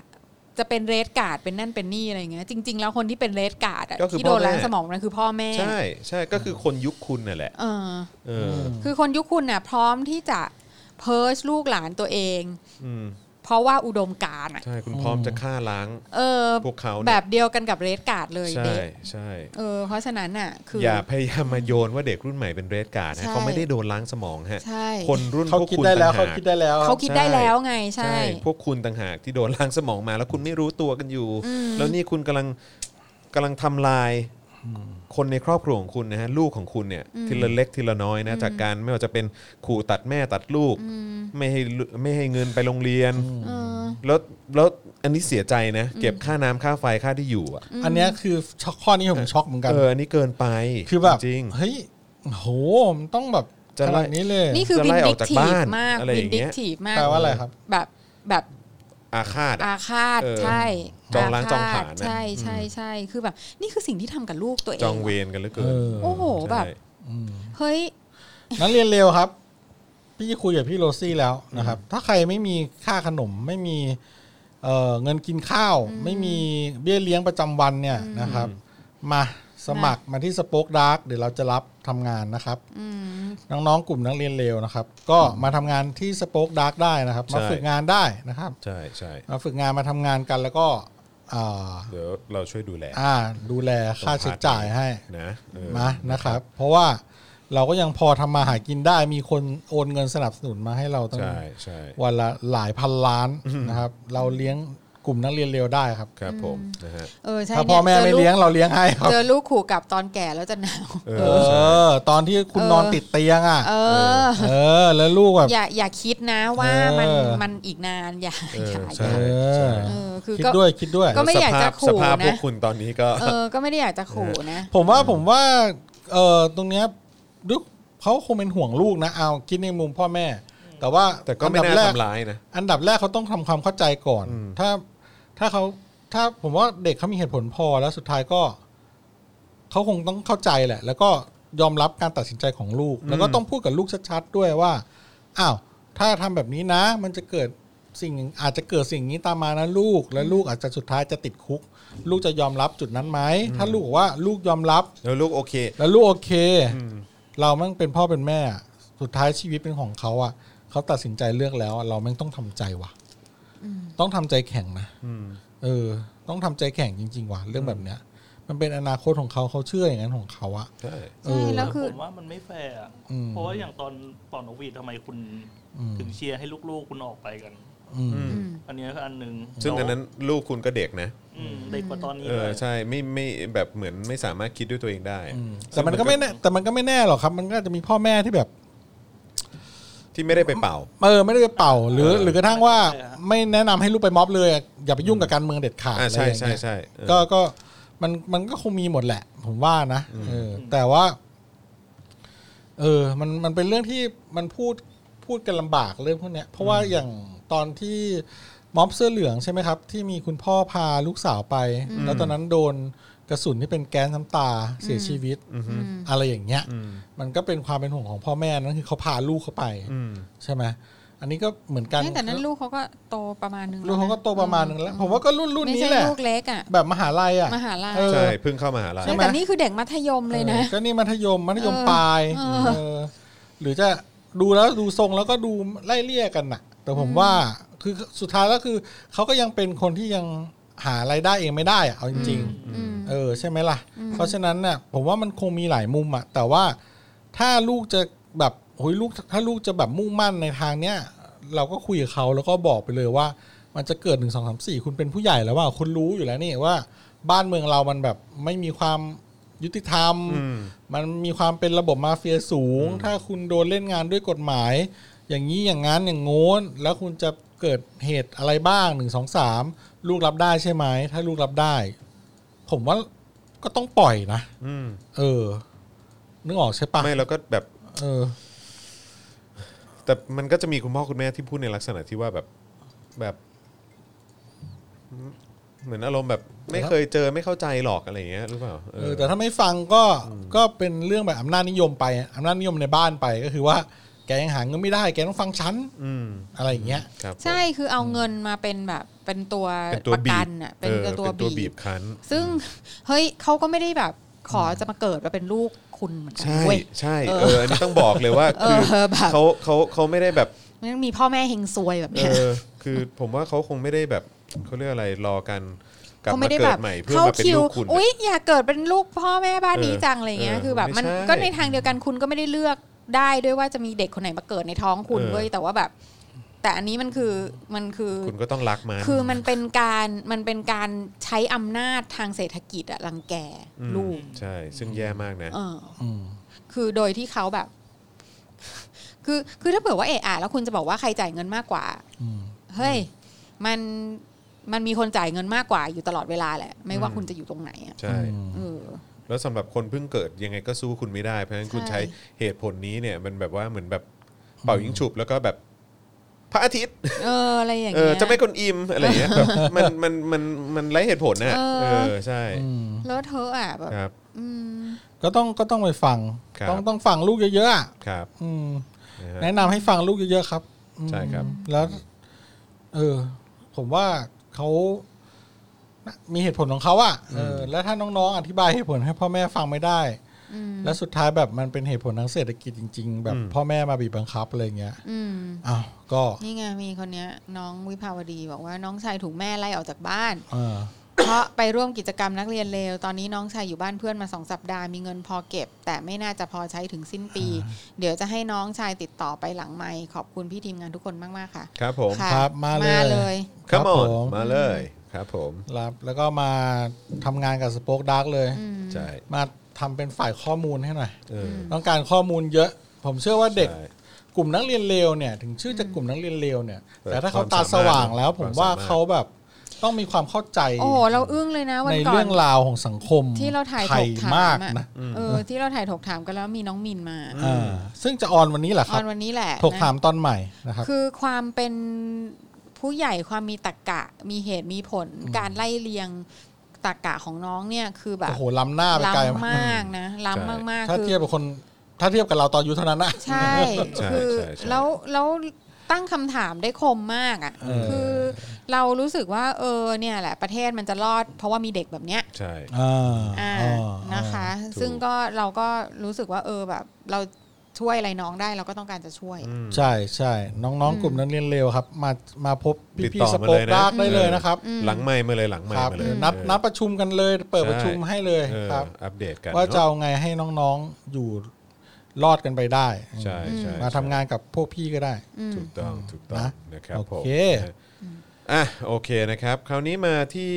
[SPEAKER 4] จะเป็นเรดการ์ดเป็นนั่นเป็นนี่อะไรเงี้ยจริง ๆ แล้วคนที่เป็นเรดการ์ดอ่ะ
[SPEAKER 2] ก็คือ
[SPEAKER 4] ที่
[SPEAKER 2] พ่
[SPEAKER 4] โด
[SPEAKER 2] อน แม่
[SPEAKER 4] ล้างสมองนั่นคือพ่อแม่
[SPEAKER 2] ใช่ใช่ก็คือคนยุคคุณน่ะแหละ
[SPEAKER 4] เออ
[SPEAKER 2] เอออ
[SPEAKER 4] คือคนยุคคุณน่ะ พร้อมที่จะเพิร์ชลูกหลานตัวเอง
[SPEAKER 2] อืม
[SPEAKER 4] เพราะว่าอุดมการณ์อ่ะ
[SPEAKER 2] ใช่คุณพร้อมจะฆ่าล้าง
[SPEAKER 4] เออ
[SPEAKER 2] พวกเขาเนี่ย
[SPEAKER 4] แบบเดียวกันกับเรดการ์ดเลย
[SPEAKER 2] ใช่
[SPEAKER 4] เด็ก
[SPEAKER 2] ใช่
[SPEAKER 4] เออ เพราะฉะนั้นน่ะ คือ
[SPEAKER 2] อ
[SPEAKER 4] อ
[SPEAKER 2] ย่าพยายามมาโยนว่าเด็กรุ่นใหม่เป็นเรดการ์ด
[SPEAKER 4] ใช่
[SPEAKER 2] นะเขาไม่ได้โดนล้างสมองฮะ
[SPEAKER 4] ใช่
[SPEAKER 2] คนรุ่น
[SPEAKER 5] เขา
[SPEAKER 2] พวก
[SPEAKER 5] คิด
[SPEAKER 2] คุณ
[SPEAKER 5] ได้แล้
[SPEAKER 2] ต่าว ง
[SPEAKER 5] เขา
[SPEAKER 2] หาก
[SPEAKER 5] คิดได้แล้ว
[SPEAKER 4] เขาคิด
[SPEAKER 2] ใช่
[SPEAKER 4] ได้แล้วไงใช่
[SPEAKER 2] ใช่ พวกคุณต่างหากที่โดนล้างสมองมา แล้วคุณไม่รู้ตัวกันอยู่ แล้วนี่คุณกำลังกำลังทำลายคนในครอบครัวของคุณนะฮะลูกของคุณเนี่ยทีละเล็กทีละน้อยนะจากการไม่ว่าจะเป็นขู่ตัดแม่ตัดลูก ไม่ให้ลูไม่ให้เงินไปโรงเรียน
[SPEAKER 4] เออ
[SPEAKER 2] แล้วแล้วอันนี้เสียใจนะ เก็บค่าน้ำค่าไฟค่าที่อยู่อะ
[SPEAKER 5] อันเนี้ยคือช็อกข้อนี้ผมช็อกเหมือนกัน
[SPEAKER 2] เอออันนี้เกินไป
[SPEAKER 5] คือแบบ
[SPEAKER 2] จริง
[SPEAKER 5] เฮ้ยโหมันต้องแบบ
[SPEAKER 2] จะ
[SPEAKER 5] ข
[SPEAKER 2] ไล่
[SPEAKER 5] นาดนี้เลย
[SPEAKER 4] นี่คือ
[SPEAKER 2] จะ
[SPEAKER 4] วิ
[SPEAKER 2] ไล่
[SPEAKER 4] น
[SPEAKER 2] อ
[SPEAKER 4] ดิ
[SPEAKER 2] อก
[SPEAKER 4] ก
[SPEAKER 2] จาก
[SPEAKER 4] ที
[SPEAKER 2] บ้า
[SPEAKER 4] ฟ
[SPEAKER 2] น
[SPEAKER 4] มาก
[SPEAKER 2] อะไรอ
[SPEAKER 4] วิ
[SPEAKER 2] ย่างเงี้
[SPEAKER 4] ดิก
[SPEAKER 2] ย
[SPEAKER 4] ทีฟมาก
[SPEAKER 5] แปลว่าอะไรครับ
[SPEAKER 4] แบบแบบ
[SPEAKER 2] ๆอาฆาตอะ
[SPEAKER 4] อาฆาต
[SPEAKER 2] เออ
[SPEAKER 4] ใช่
[SPEAKER 2] จองล้างจองผลาญ
[SPEAKER 4] ฆต
[SPEAKER 2] น่ะ
[SPEAKER 4] ใช่ใช่ใช่คือแบบ นี่คือสิ่งที่ทำกับลูกตัวเอ
[SPEAKER 2] จอง
[SPEAKER 4] ง
[SPEAKER 2] เวรกันเหลือเกิน
[SPEAKER 5] เออ
[SPEAKER 4] โอ้โหแบบ
[SPEAKER 2] ใช่
[SPEAKER 4] เฮ้ย
[SPEAKER 5] นักเรียนเร็วครับ พี่คุยกับพี่โรซี่แล้วนะครับ ถ้าใครไม่มีค่าขนมไม่มีเอ่อเงินกินข้าว ไม่มีเบี้ยเลี้ยงประจำวันเนี่ยนะครับ มาสมัครมาที่สป็อคดาร์กเดี๋ยวเราจะรับทำงานนะครับ
[SPEAKER 4] อืม
[SPEAKER 5] น้องๆกลุ่มนักเรียนเร็วนะครับ ก็มาทำงานที่สป็อคดาร์กได้นะครับ มาฝึกงานได้นะครับ
[SPEAKER 2] ใช่ใช่
[SPEAKER 5] มาฝึกงานมาทำงานกันแล้วก็อ่า
[SPEAKER 2] เดี๋ยวเราช่วยดูแล
[SPEAKER 5] อ่าดูแลค่าใช้จ่ายให้
[SPEAKER 2] นะเออ
[SPEAKER 5] มานะครับ เพราะว่าเราก็ยังพอทำมาหากินได้มีคนโอนเงินสนับสนุนมาให้เราตั้ง
[SPEAKER 2] ใช่ใช่
[SPEAKER 5] วันละหลายพันล้านนะครับ เราเลี้ยงกลุ่มนักเรียนเร็วได้ครับ
[SPEAKER 2] ครับผมนะฮะ
[SPEAKER 4] เออใช่
[SPEAKER 5] ถ้าพ่อแม่
[SPEAKER 4] นี่
[SPEAKER 5] ไม่เลี้ยงเราเลี้ยงให้ครับ
[SPEAKER 4] เจอลูกขู่กลับตอนแก่แล้วจะหนาว
[SPEAKER 2] เอ
[SPEAKER 5] เอ
[SPEAKER 2] อ
[SPEAKER 5] อ ตอนที่คุณ
[SPEAKER 4] เออ
[SPEAKER 5] นอนติดเตียงอ่ะ
[SPEAKER 4] เออ
[SPEAKER 5] เออ แล้วลูกแบบ
[SPEAKER 4] อย่าอย่าคิดนะว่า
[SPEAKER 5] เออ
[SPEAKER 4] มันมันอีกนานอย่า
[SPEAKER 2] เออย่
[SPEAKER 4] อา
[SPEAKER 2] ใช่
[SPEAKER 5] เออ
[SPEAKER 4] เออคือ
[SPEAKER 5] คิด
[SPEAKER 4] ก็
[SPEAKER 5] ด้วยคิดด้วย
[SPEAKER 4] ก็ไม่อยากจะขู่
[SPEAKER 2] สภาพ
[SPEAKER 4] นะ
[SPEAKER 2] พวกคุณตอนนี้ก็
[SPEAKER 4] เออ ก็ไม่ได้อยากจะขู่นะ
[SPEAKER 5] ผมว่าผมว่าเออตรงเนี้ยดูเขาคงเป็นห่วงลูกนะเอาคิดในมุมพ่อแม่ แต่ว่า
[SPEAKER 2] แต่ก็ไม่
[SPEAKER 5] อันดั
[SPEAKER 2] น่า
[SPEAKER 5] บแรก
[SPEAKER 2] ทำร้ายนะ
[SPEAKER 5] อันดับแรกเขาต้องทำความเข้าใจก่อน ถ้าถ้าเขาถ้าผมว่าเด็กเขามีเหตุผลพอแล้วสุดท้ายก็เขาคงต้องเข้าใจแหละ แล้วก็ยอมรับการตัดสินใจของลูก แล้วก็ต้องพูดกับลูกชัดๆด้วยว่าอ้าวถ้าทำแบบนี้นะ มันจะเกิดสิ่งอาจจะเกิดสิ่งนี้ตามมานะลูก และลูกอาจจะสุดท้ายจะติดคุก ลูกจะยอมรับจุดนั้นไหมถ้าลูกบอกว่าลูกยอมรับ
[SPEAKER 2] แล้วลูกโอเค
[SPEAKER 5] แล้วลูกโอเค เราแม่งเป็นพ่อเป็นแม่อะสุดท้ายชีวิตเป็นของเขาอ่ะเขาตัดสินใจเลือกแล้วอะเราแม่งต้องทำใจว่ะต้องทำใจแข็งนะเออ ต้องทำใจแข็งจริง ๆ ว่ะเรื่องแบบเนี้ย มันเป็นอนาคตของเขาเขาเชื่ออย่างนั้นของเขาอ่ะ
[SPEAKER 2] ใช่
[SPEAKER 4] ใช่แล้วคืออ
[SPEAKER 5] เอ
[SPEAKER 7] ผมว่ามันไม่แฟร์อะ
[SPEAKER 5] อืม
[SPEAKER 7] เพราะว่าอย่างตอนตอนนกหวีดทำไมคุณ
[SPEAKER 5] อืม
[SPEAKER 7] ถึงเชียร์ให้ลูกๆคุณออกไปกัน
[SPEAKER 5] อืม
[SPEAKER 4] อืม
[SPEAKER 7] อันเนี้ยก็อันหนึ่ง
[SPEAKER 2] ซึ่งอันนั้นลูกคุณก็เด็กนะ
[SPEAKER 7] อืมเด็กกว่าตอนนี้
[SPEAKER 2] เออ
[SPEAKER 7] ด้วย
[SPEAKER 2] ใช่ไม่ไม่แบบเหมือนไม่สามารถคิดด้วยตัวเองได้
[SPEAKER 5] แต่มันก็ไม่แน่แต่มันก็ไม่แน่หรอกครับ มันก็อาจจะมีพ่อแม่ที่แบบ
[SPEAKER 2] ที่ไม่ได้ไปเป่า
[SPEAKER 5] เออ ไม่ได้ไปเป่า หรือ หรือกระทั่งว่าไม่แนะนำให้ลูกไปม็อบเลยอะอย่าไปยุ่งกับการเมืองเด็ดขาด
[SPEAKER 2] อ่าใช่
[SPEAKER 5] อะไรอย่าง
[SPEAKER 2] ใช่
[SPEAKER 5] เงี้ย
[SPEAKER 2] ใช่เออ
[SPEAKER 5] ก็ก็มันมันก็คงมีหมดแหละ ผมว่านะเออ แต่ว่า เออ มันมันเป็นเรื่องที่มันพูดพูดกันลำบากเรื่องพวกเนี้ย เพราะว่าอย่างตอนที่ม็อบเสื้อเหลืองใช่ไหมครับ ที่มีคุณพ่อพาลูกสาวไป แล้วตอนนั้นโดนกระสุนที่เป็นแก๊สน้ำตาเสียชีวิต อะไรอย่างเงี้ย มันก็เป็นความเป็นห่วงของพ่อแม่นั่นคือเขาพาลูกเขาไป
[SPEAKER 2] อืม
[SPEAKER 5] ใช่ไหมอันนี้ก็เหมือนกัน
[SPEAKER 4] ไม่แต่นั้นลูกเขาก็โตประมาณนึงแว
[SPEAKER 5] ลูกเขาก็โตประมาณนึงแล้ว ผมว่าก็รุ่นรุ่น
[SPEAKER 4] ไม่
[SPEAKER 5] นี้
[SPEAKER 4] ใช่
[SPEAKER 5] แหละ
[SPEAKER 4] ลูกเล็กอ่ะ
[SPEAKER 5] แบบมหาลัยอ่ะ
[SPEAKER 4] มหาลัย
[SPEAKER 5] เออ
[SPEAKER 2] ใช่เพิ่งเข้ามหาลัย
[SPEAKER 5] ใช่
[SPEAKER 4] ไม่
[SPEAKER 5] ไหม
[SPEAKER 4] แต่นี่คือเด็กมัธยมเลยนะ
[SPEAKER 5] ออก็นี่มัธยมมัธยม
[SPEAKER 4] เออ
[SPEAKER 5] ปลาย
[SPEAKER 4] เออ
[SPEAKER 5] เออหรือจะดูแล้วดูทรงแล้วก็ดูไล่เลี่ยกันน่ะ แต่ผมว่าคือสุดท้ายแล้วคือเขาก็ยังเป็นคนที่ยัง หารายได้เองไม่ได้อะเอาจริง ๆ
[SPEAKER 4] อืม
[SPEAKER 5] เออใช่ไหมล่ะ เพราะฉะนั้นน่ะผมว่ามันคงมีหลายมุมอะแต่ว่าถ้าลูกจะแบบโอ้ยลูกถ้าลูกจะแบบมุ่งมั่นในทางเนี้ยเราก็คุยกับเขาแล้วก็บอกไปเลยว่า มันจะเกิดหนึ่งสองสามสี่คุณเป็นผู้ใหญ่แล้วว่าคุณรู้อยู่แล้วนี่ว่า บ้านเมืองเรามันแบบไม่มีความยุติธรรม มันมีความเป็นระบบมาเฟียสูง ถ้าคุณโดนเล่นงานด้วยกฎหมาย อย่างนี้อย่างนั้นอย่างโน้น แล้วคุณจะเกิดเหตุอะไรบ้างหนึ่งสองสามลูกรับได้ใช่ไหมถ้าลูกรับได้ ผมว่าก็ต้องปล่อยนะ
[SPEAKER 2] อืม
[SPEAKER 5] เออ นึกออกใช่ปะ
[SPEAKER 2] ไม่แล้วก็แบบ
[SPEAKER 5] เออ
[SPEAKER 2] แต่มันก็จะมีคุณพ่อคุณแม่ที่พูดในลักษณะที่ว่าแบบแบบเหมือนอารมณ์แบบไม่เคยเจอไม่เข้าใจหรอกอะไรอย่างเงี้ยหรือเปล่าเอ
[SPEAKER 5] เออ
[SPEAKER 2] อ
[SPEAKER 5] แต่ถ้าไม่ฟังก็ก็เป็นเรื่องแบบอำนาจนิยมไปอำนาจนิยมในบ้านไปก็คือว่าแกยังหาเงินไม่ได้ แกต้องฟังฉัน
[SPEAKER 2] อืม
[SPEAKER 5] อะไรอย่างเงี้ย
[SPEAKER 2] ครับผม
[SPEAKER 4] ใช่คือเอาเงินมาเป็นแบบเป็นตัว
[SPEAKER 2] เป็นตัว
[SPEAKER 4] ประ
[SPEAKER 2] บี
[SPEAKER 4] กับ นอ่ะ
[SPEAKER 2] เอ
[SPEAKER 4] เป็น
[SPEAKER 2] อเป็น
[SPEAKER 4] ตั
[SPEAKER 2] ตัว ว
[SPEAKER 4] บี
[SPEAKER 2] บี
[SPEAKER 4] บบ
[SPEAKER 2] คั้น
[SPEAKER 4] ซึ่งเฮ้ยเขาก็ไม่ได้แบบขอจะมาเกิดมาเป็นลูกคุณเหมือนกัน
[SPEAKER 2] ใช่
[SPEAKER 4] เว้ย
[SPEAKER 2] ใช่
[SPEAKER 4] เออ
[SPEAKER 2] เอออันนี้ต้องบอกเลยว่า
[SPEAKER 4] เอ
[SPEAKER 2] คืออ
[SPEAKER 4] แบบ
[SPEAKER 2] เขาเขาเขาไม่ได้แบบ
[SPEAKER 4] มันยังมีพ่อแม่เฮงซวยแบบ
[SPEAKER 2] เอ
[SPEAKER 4] เนี้ย
[SPEAKER 2] อคือผมว่าเขาคงไม่ได้แบบเขาเรียกอะไรรอกันกลับ
[SPEAKER 4] เขา
[SPEAKER 2] มา
[SPEAKER 4] ไม่ได้
[SPEAKER 2] เกิ
[SPEAKER 4] แบ
[SPEAKER 2] ด
[SPEAKER 4] บ
[SPEAKER 2] ใหม่เพื่อมาเป็น
[SPEAKER 4] คิว
[SPEAKER 2] ลูกคุณ
[SPEAKER 4] อุ๊ยอยากเกิดเป็นลูกพ่อแม่บ้านนี้
[SPEAKER 2] เออ
[SPEAKER 4] จังอะไรเงี้ย
[SPEAKER 2] เออ
[SPEAKER 4] คือแบบมัน
[SPEAKER 2] ไม่ใช่
[SPEAKER 4] ก็ในทางเดียวกันคุณก็ไม่ได้เลือกได้ด้วยว่าจะมีเด็กคนไหนมาเกิดในท้องคุณ
[SPEAKER 2] เออ
[SPEAKER 4] เว้ยแต่ว่าแบบ แต่อันนี้มันคือมันคือ
[SPEAKER 2] คุณก็ต้องรักมัน
[SPEAKER 4] คือมันเป็นการมันเป็นการใช้อำนาจทางเศรษฐกิจอะรังแก
[SPEAKER 2] อืม
[SPEAKER 4] ลูก
[SPEAKER 2] ใช่ซึ่งแย่มากนะ
[SPEAKER 4] เอออคือโดยที่เขาแบบ คือคือถ้าเผื่อว่าเอะอะแล้วคุณจะบอกว่าใครจ่ายเงินมากกว่าเฮ้ย มันมันมีคนจ่ายเงินมากกว่าอยู่ตลอดเวลาแหละ ไม่ว่า
[SPEAKER 2] อืม
[SPEAKER 4] คุณจะอยู่ตรงไหนอะ
[SPEAKER 2] ใช่
[SPEAKER 4] เออ
[SPEAKER 2] แล้วสำหรับคนเพิ่งเกิดยังไงก็สู้คุณไม่ได้ เพราะฉะนั้นคุณ
[SPEAKER 4] ใช่
[SPEAKER 2] ใช้เหตุผลนี้เนี่ย มันแบบว่าเหมือนแบบเป่ายิงฉุบแล้วก็แบบพระอาทิตย์
[SPEAKER 4] เอออะไรอย่าง
[SPEAKER 2] เอ
[SPEAKER 4] เงี้
[SPEAKER 2] อย จะไม่คนอิ่มอะไรอย่างเงี้ยแบบมันมันมันมันไร้เหตุผลน่ะ
[SPEAKER 4] เออ
[SPEAKER 2] เออใช่
[SPEAKER 4] แล้วเธอะอะแบบ
[SPEAKER 2] ครับ
[SPEAKER 4] อืม
[SPEAKER 5] ก็ต้องก็ต้องไปฟัง
[SPEAKER 2] ครับ
[SPEAKER 5] ต้องต้องฟังลูกเยอะๆอะ
[SPEAKER 2] ครับ
[SPEAKER 5] อืม
[SPEAKER 2] นะฮะ
[SPEAKER 5] แนะนำให้ฟังลูกเยอะๆครับอืม
[SPEAKER 2] ใช่ครับ
[SPEAKER 5] แล้ว เออ ผมว่าเขาน่ะมีเหตุผลของเขาอะเออ แล้วถ้าน้องๆ อธิบายเหตุผลให้พ่อแม่ฟังไม่ได้
[SPEAKER 4] อืม
[SPEAKER 5] แล้วสุดท้ายแบบมันเป็นเหตุผลทางเศรษฐกิจจริง ๆ แบบพ่อแม่มาบีบบังคับอะไรเงี้ย
[SPEAKER 4] อืม
[SPEAKER 5] อ้าวก็
[SPEAKER 4] นี่ไงมีคนเนี้ย น้องวิภาวดีบอกว่าน้องชายถูกแม่ไล่ออกจากบ้าน
[SPEAKER 5] เออ
[SPEAKER 4] เพราะไปร่วมกิจกรรมนักเรียนเลว ตอนนี้น้องชายอยู่บ้านเพื่อนมาสองสัปดาห์มีเงินพอเก็บ แต่ไม่น่าจะพอใช้ถึงสิ้นปี เดี๋ยวจะให้น้องชายติดต่อไปหลังไมค์ขอบคุณพี่ทีมงานทุกคนมาก ๆ ค่ะ
[SPEAKER 2] ครับผม
[SPEAKER 4] ะ
[SPEAKER 5] ครับมาเลย
[SPEAKER 4] มาเลย
[SPEAKER 2] ครับผ
[SPEAKER 5] ผม ม
[SPEAKER 2] มาเลยครับผม
[SPEAKER 5] รับ แล้วก็มาทำงานกับสป o อ e ดาร์กเลย
[SPEAKER 2] ใช่
[SPEAKER 5] มาทำเป็นฝ่ายข้อมูลให้หน่อย
[SPEAKER 2] เออ
[SPEAKER 5] ต้องการข้อมูลเยอะ ผมเชื่อว่าเด็ก
[SPEAKER 2] ใช่
[SPEAKER 5] กลุ่มนักเรียนเลวเนี่ย ถึงชื่อจะกลุ่มนักเรียนเลวเนี่ย
[SPEAKER 2] แต่
[SPEAKER 5] แต่ถ้าเขา
[SPEAKER 2] ความ
[SPEAKER 5] ตา
[SPEAKER 2] สามารถ
[SPEAKER 5] สว่างแล้ว
[SPEAKER 2] ค
[SPEAKER 5] ผ
[SPEAKER 2] วาม ม
[SPEAKER 5] ว่า
[SPEAKER 2] สามารถ
[SPEAKER 5] เขาแบบต้องมีความเข้าใจ
[SPEAKER 4] โอ้โหเราอึ้งเลยนะวัน
[SPEAKER 5] ใน
[SPEAKER 4] ก่อ
[SPEAKER 5] เรื่อ
[SPEAKER 4] น
[SPEAKER 5] งราวของสังคม
[SPEAKER 4] ที่เราถ่าย
[SPEAKER 5] ไท
[SPEAKER 4] ถ
[SPEAKER 5] ย
[SPEAKER 4] กถาม
[SPEAKER 5] าก
[SPEAKER 4] มอะ
[SPEAKER 5] นะ
[SPEAKER 4] เออที่เราถ่ายถกถามกันแล้วมีน้องมินมา
[SPEAKER 5] อ่าซึ่งจะออนวันนี้แหละ
[SPEAKER 4] อ
[SPEAKER 5] ครั
[SPEAKER 4] อบ นวันนี้แหละ
[SPEAKER 5] ถก
[SPEAKER 4] นะ
[SPEAKER 5] ถามตอนใหม่นะครับ
[SPEAKER 4] คือความเป็นผู้ใหญ่ความมีตรรกะ มีเหตุมีผลการไล่เรียงตรรกะของน้องเนี่ยคือแบบ
[SPEAKER 5] โอ้โหล้ำหน้าไปไกล
[SPEAKER 4] ล้ำมากนะล้ำ
[SPEAKER 2] ใช่
[SPEAKER 4] มากมากๆ
[SPEAKER 5] ถ้า
[SPEAKER 4] คื
[SPEAKER 5] เทียบกับคน ถ้าเทียบกับเราตอนอายุเท่านั้นนะ
[SPEAKER 4] ใช่
[SPEAKER 2] ใช่
[SPEAKER 4] คือ
[SPEAKER 2] ใช่ใช่
[SPEAKER 4] แล้วแล้วตั้งคำถามได้คมมากอ่ะ
[SPEAKER 5] เออ
[SPEAKER 4] คือเรารู้สึกว่า เออเนี่ยแหละประเทศมันจะรอด เพราะว่ามีเด็กแบบเนี้ย
[SPEAKER 2] ใช่
[SPEAKER 5] อ่า
[SPEAKER 4] อ่า
[SPEAKER 5] อ่า
[SPEAKER 4] นะคะ
[SPEAKER 2] ถูก
[SPEAKER 4] ซึ่งก็เราก็รู้สึกว่าเออแบบ เราช่วยอะไรน้องได้เราก็ต้องการจะช่วย
[SPEAKER 2] อืม
[SPEAKER 5] ใช่ใช่น้องๆ กลุ่มนักเรียนเลวครับ มามาพบ
[SPEAKER 2] ติด
[SPEAKER 5] พี่
[SPEAKER 2] ต่อ
[SPEAKER 5] ๆส
[SPEAKER 2] มา
[SPEAKER 5] ปอ
[SPEAKER 2] เล
[SPEAKER 5] ค
[SPEAKER 2] ยนะ
[SPEAKER 5] ดาร์กได้เลยนะครับ
[SPEAKER 2] หลังไม่มาเลยหลังไม่
[SPEAKER 5] ครับ
[SPEAKER 2] มาเลย
[SPEAKER 5] นัด
[SPEAKER 2] เออ
[SPEAKER 5] นัดประชุมกันเลยเปิด
[SPEAKER 2] ใช่
[SPEAKER 5] ประชุมให้เลย
[SPEAKER 2] เออ
[SPEAKER 5] ครับ
[SPEAKER 2] อัปเดตกัน
[SPEAKER 5] ว่า
[SPEAKER 2] เน
[SPEAKER 5] จะ
[SPEAKER 2] อ
[SPEAKER 5] เอาไงให้น้องๆอยู่รอดกันไปได้
[SPEAKER 2] ใช่ใช่
[SPEAKER 5] มาทำงานกับพวกพี่ก็ได้
[SPEAKER 2] ถูกต้องถูกต้อง
[SPEAKER 5] นะ
[SPEAKER 2] นะครับผม
[SPEAKER 5] โอเค
[SPEAKER 2] นะอ่ะโอเคนะครับ คราวนี้มาที่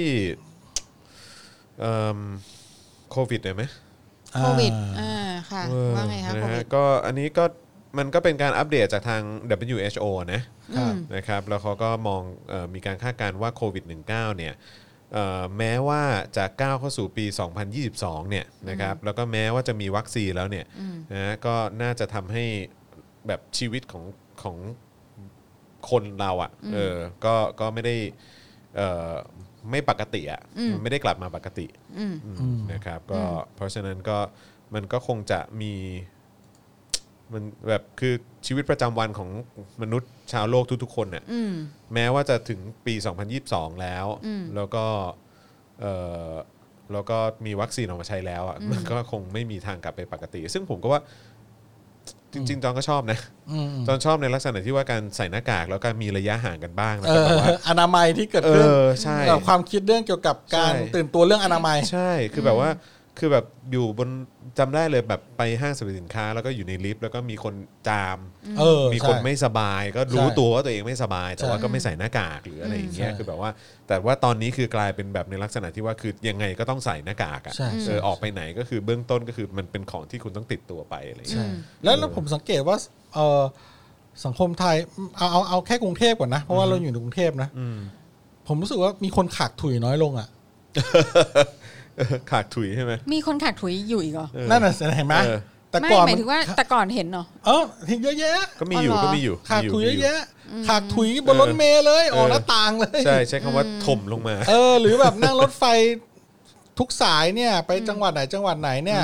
[SPEAKER 2] เอิ่มโควิดหน่อยไหม
[SPEAKER 4] โควิด
[SPEAKER 5] อ่า
[SPEAKER 4] อ่าค่ะ
[SPEAKER 2] เออ
[SPEAKER 4] ว่าไงคะ
[SPEAKER 2] น
[SPEAKER 4] โค
[SPEAKER 2] ฮ
[SPEAKER 4] วิด
[SPEAKER 2] ก็อันนี้ก็มันก็เป็นการอัปเดตจากทาง WHO นะครับ นะครับแล้วเขาก็มองเออมีการคาดการณ์ว่าโควิด -19 เนี่ยเอ่อแม้ว่าจะก้าวเข้าสู่ปี 2022 เนี่ยนะครับแล้วก็แม้ว่าจะมีวัคซีนแล้วเนี่ย
[SPEAKER 4] อืม
[SPEAKER 2] นะฮะก็น่าจะทำให้แบบชีวิตของของคนเราอะ่ะเออก็ก็ไม่ได้เอ่อไม่ปกติอะ่ะ
[SPEAKER 4] อืม
[SPEAKER 2] ไม่ได้กลับมาปกติ
[SPEAKER 4] อืม
[SPEAKER 2] อืม
[SPEAKER 5] อืม
[SPEAKER 2] นะครับก็เพราะฉะนั้นก็มันก็คงจะมีมันแบบคือชีวิตประจำวันของมนุษย์ชาวโลกทุกๆ คนเนี่ย
[SPEAKER 4] อืม
[SPEAKER 2] แม้ว่าจะถึงปี 2022 แล้ว
[SPEAKER 4] อืม
[SPEAKER 2] แล้วก็เอ่อแล้วก็มีวัคซีนออกมาใช้แล้วอะมันก็คงไม่มีทางกลับไปปกติ ซึ่งผมก็ว่า จริงๆจอนก็ชอบนะ
[SPEAKER 5] อืม
[SPEAKER 2] จอนชอบในลักษณะที่ว่าการใส่หน้ากากแล้วการมีระยะห่างกันบ้างนะ
[SPEAKER 5] เอ
[SPEAKER 2] ครับ
[SPEAKER 5] อ
[SPEAKER 2] แต่ว่า
[SPEAKER 5] อนามัยที่เกิด
[SPEAKER 2] เอ
[SPEAKER 5] ขึ้น
[SPEAKER 2] อใช่
[SPEAKER 5] กับความคิดเรื่องเกี่ยวกับการ
[SPEAKER 2] ใช่
[SPEAKER 5] ตื่นตัวเรื่องอนามัย
[SPEAKER 2] ใช่ คือแบบว่า คือแบบอยู่บนจำได้เลยแบบไปห้างสรรพสินค้า แล้วก็อยู่ในลิฟต์แล้วก็มีคนจาม
[SPEAKER 5] เออ
[SPEAKER 2] มีคน
[SPEAKER 5] ใช่
[SPEAKER 2] ไม่สบาย ก็รู้
[SPEAKER 5] ใช่
[SPEAKER 2] ตัวว่าตัวเองไม่สบาย แต่ว่า
[SPEAKER 5] ใช่
[SPEAKER 2] ก็ไม่ใส่หน้ากากหรืออะไรอย่างเงี้ย
[SPEAKER 5] ใช่
[SPEAKER 2] คือแบบว่า แต่ว่าตอนนี้คือกลายเป็นแบบในลักษณะที่ว่าคือยังไงก็ต้องใส่หน้ากากอะ
[SPEAKER 5] ใช่ใช่
[SPEAKER 2] เออออกไปไหนก็คือเบื้องต้นก็คือมันเป็นของที่คุณต้องติดตัวไปอะไรอย่าง
[SPEAKER 5] ใช่
[SPEAKER 2] เงี้ย
[SPEAKER 5] แล้วแล้วผมสังเกตว่าเออสังคมไทยเอาเอาเอาแค่กรุงเทพก่อนนะ เพราะว่าเราอยู่ในกรุงเทพนะ
[SPEAKER 2] อืม
[SPEAKER 5] ผมรู้สึกว่ามีคนขากถุยน้อยลงอ่ะ
[SPEAKER 2] เออขากถุยใช่ไหม
[SPEAKER 4] มีคนขาดถุยอยู่อีกเหรอ
[SPEAKER 2] เออ
[SPEAKER 5] นั่นน่ะเห็นไหม
[SPEAKER 2] เออ
[SPEAKER 5] แต่
[SPEAKER 4] ไม่
[SPEAKER 5] ก่อน
[SPEAKER 4] หมายถึงว่าแต่ก่อนเห็นเนาะ
[SPEAKER 5] เออทิ้งเยอะแยะ
[SPEAKER 2] ก็มีอยู่
[SPEAKER 4] อ๋อเหรอ
[SPEAKER 2] ก็มีอยู่
[SPEAKER 5] ขาก
[SPEAKER 2] มี
[SPEAKER 5] ถุยเย
[SPEAKER 2] มี
[SPEAKER 5] อะแยะขากถุยบนรถเมล์เลยออก
[SPEAKER 2] เออ
[SPEAKER 5] หน้าต่างเลย
[SPEAKER 2] ใช่ใช้คำว่าถมลงมา
[SPEAKER 5] เออหรือแบบนั่งรถไฟทุกสายเนี่ย ไปจังหวัดไหนจังหวัดไหนเนี่ย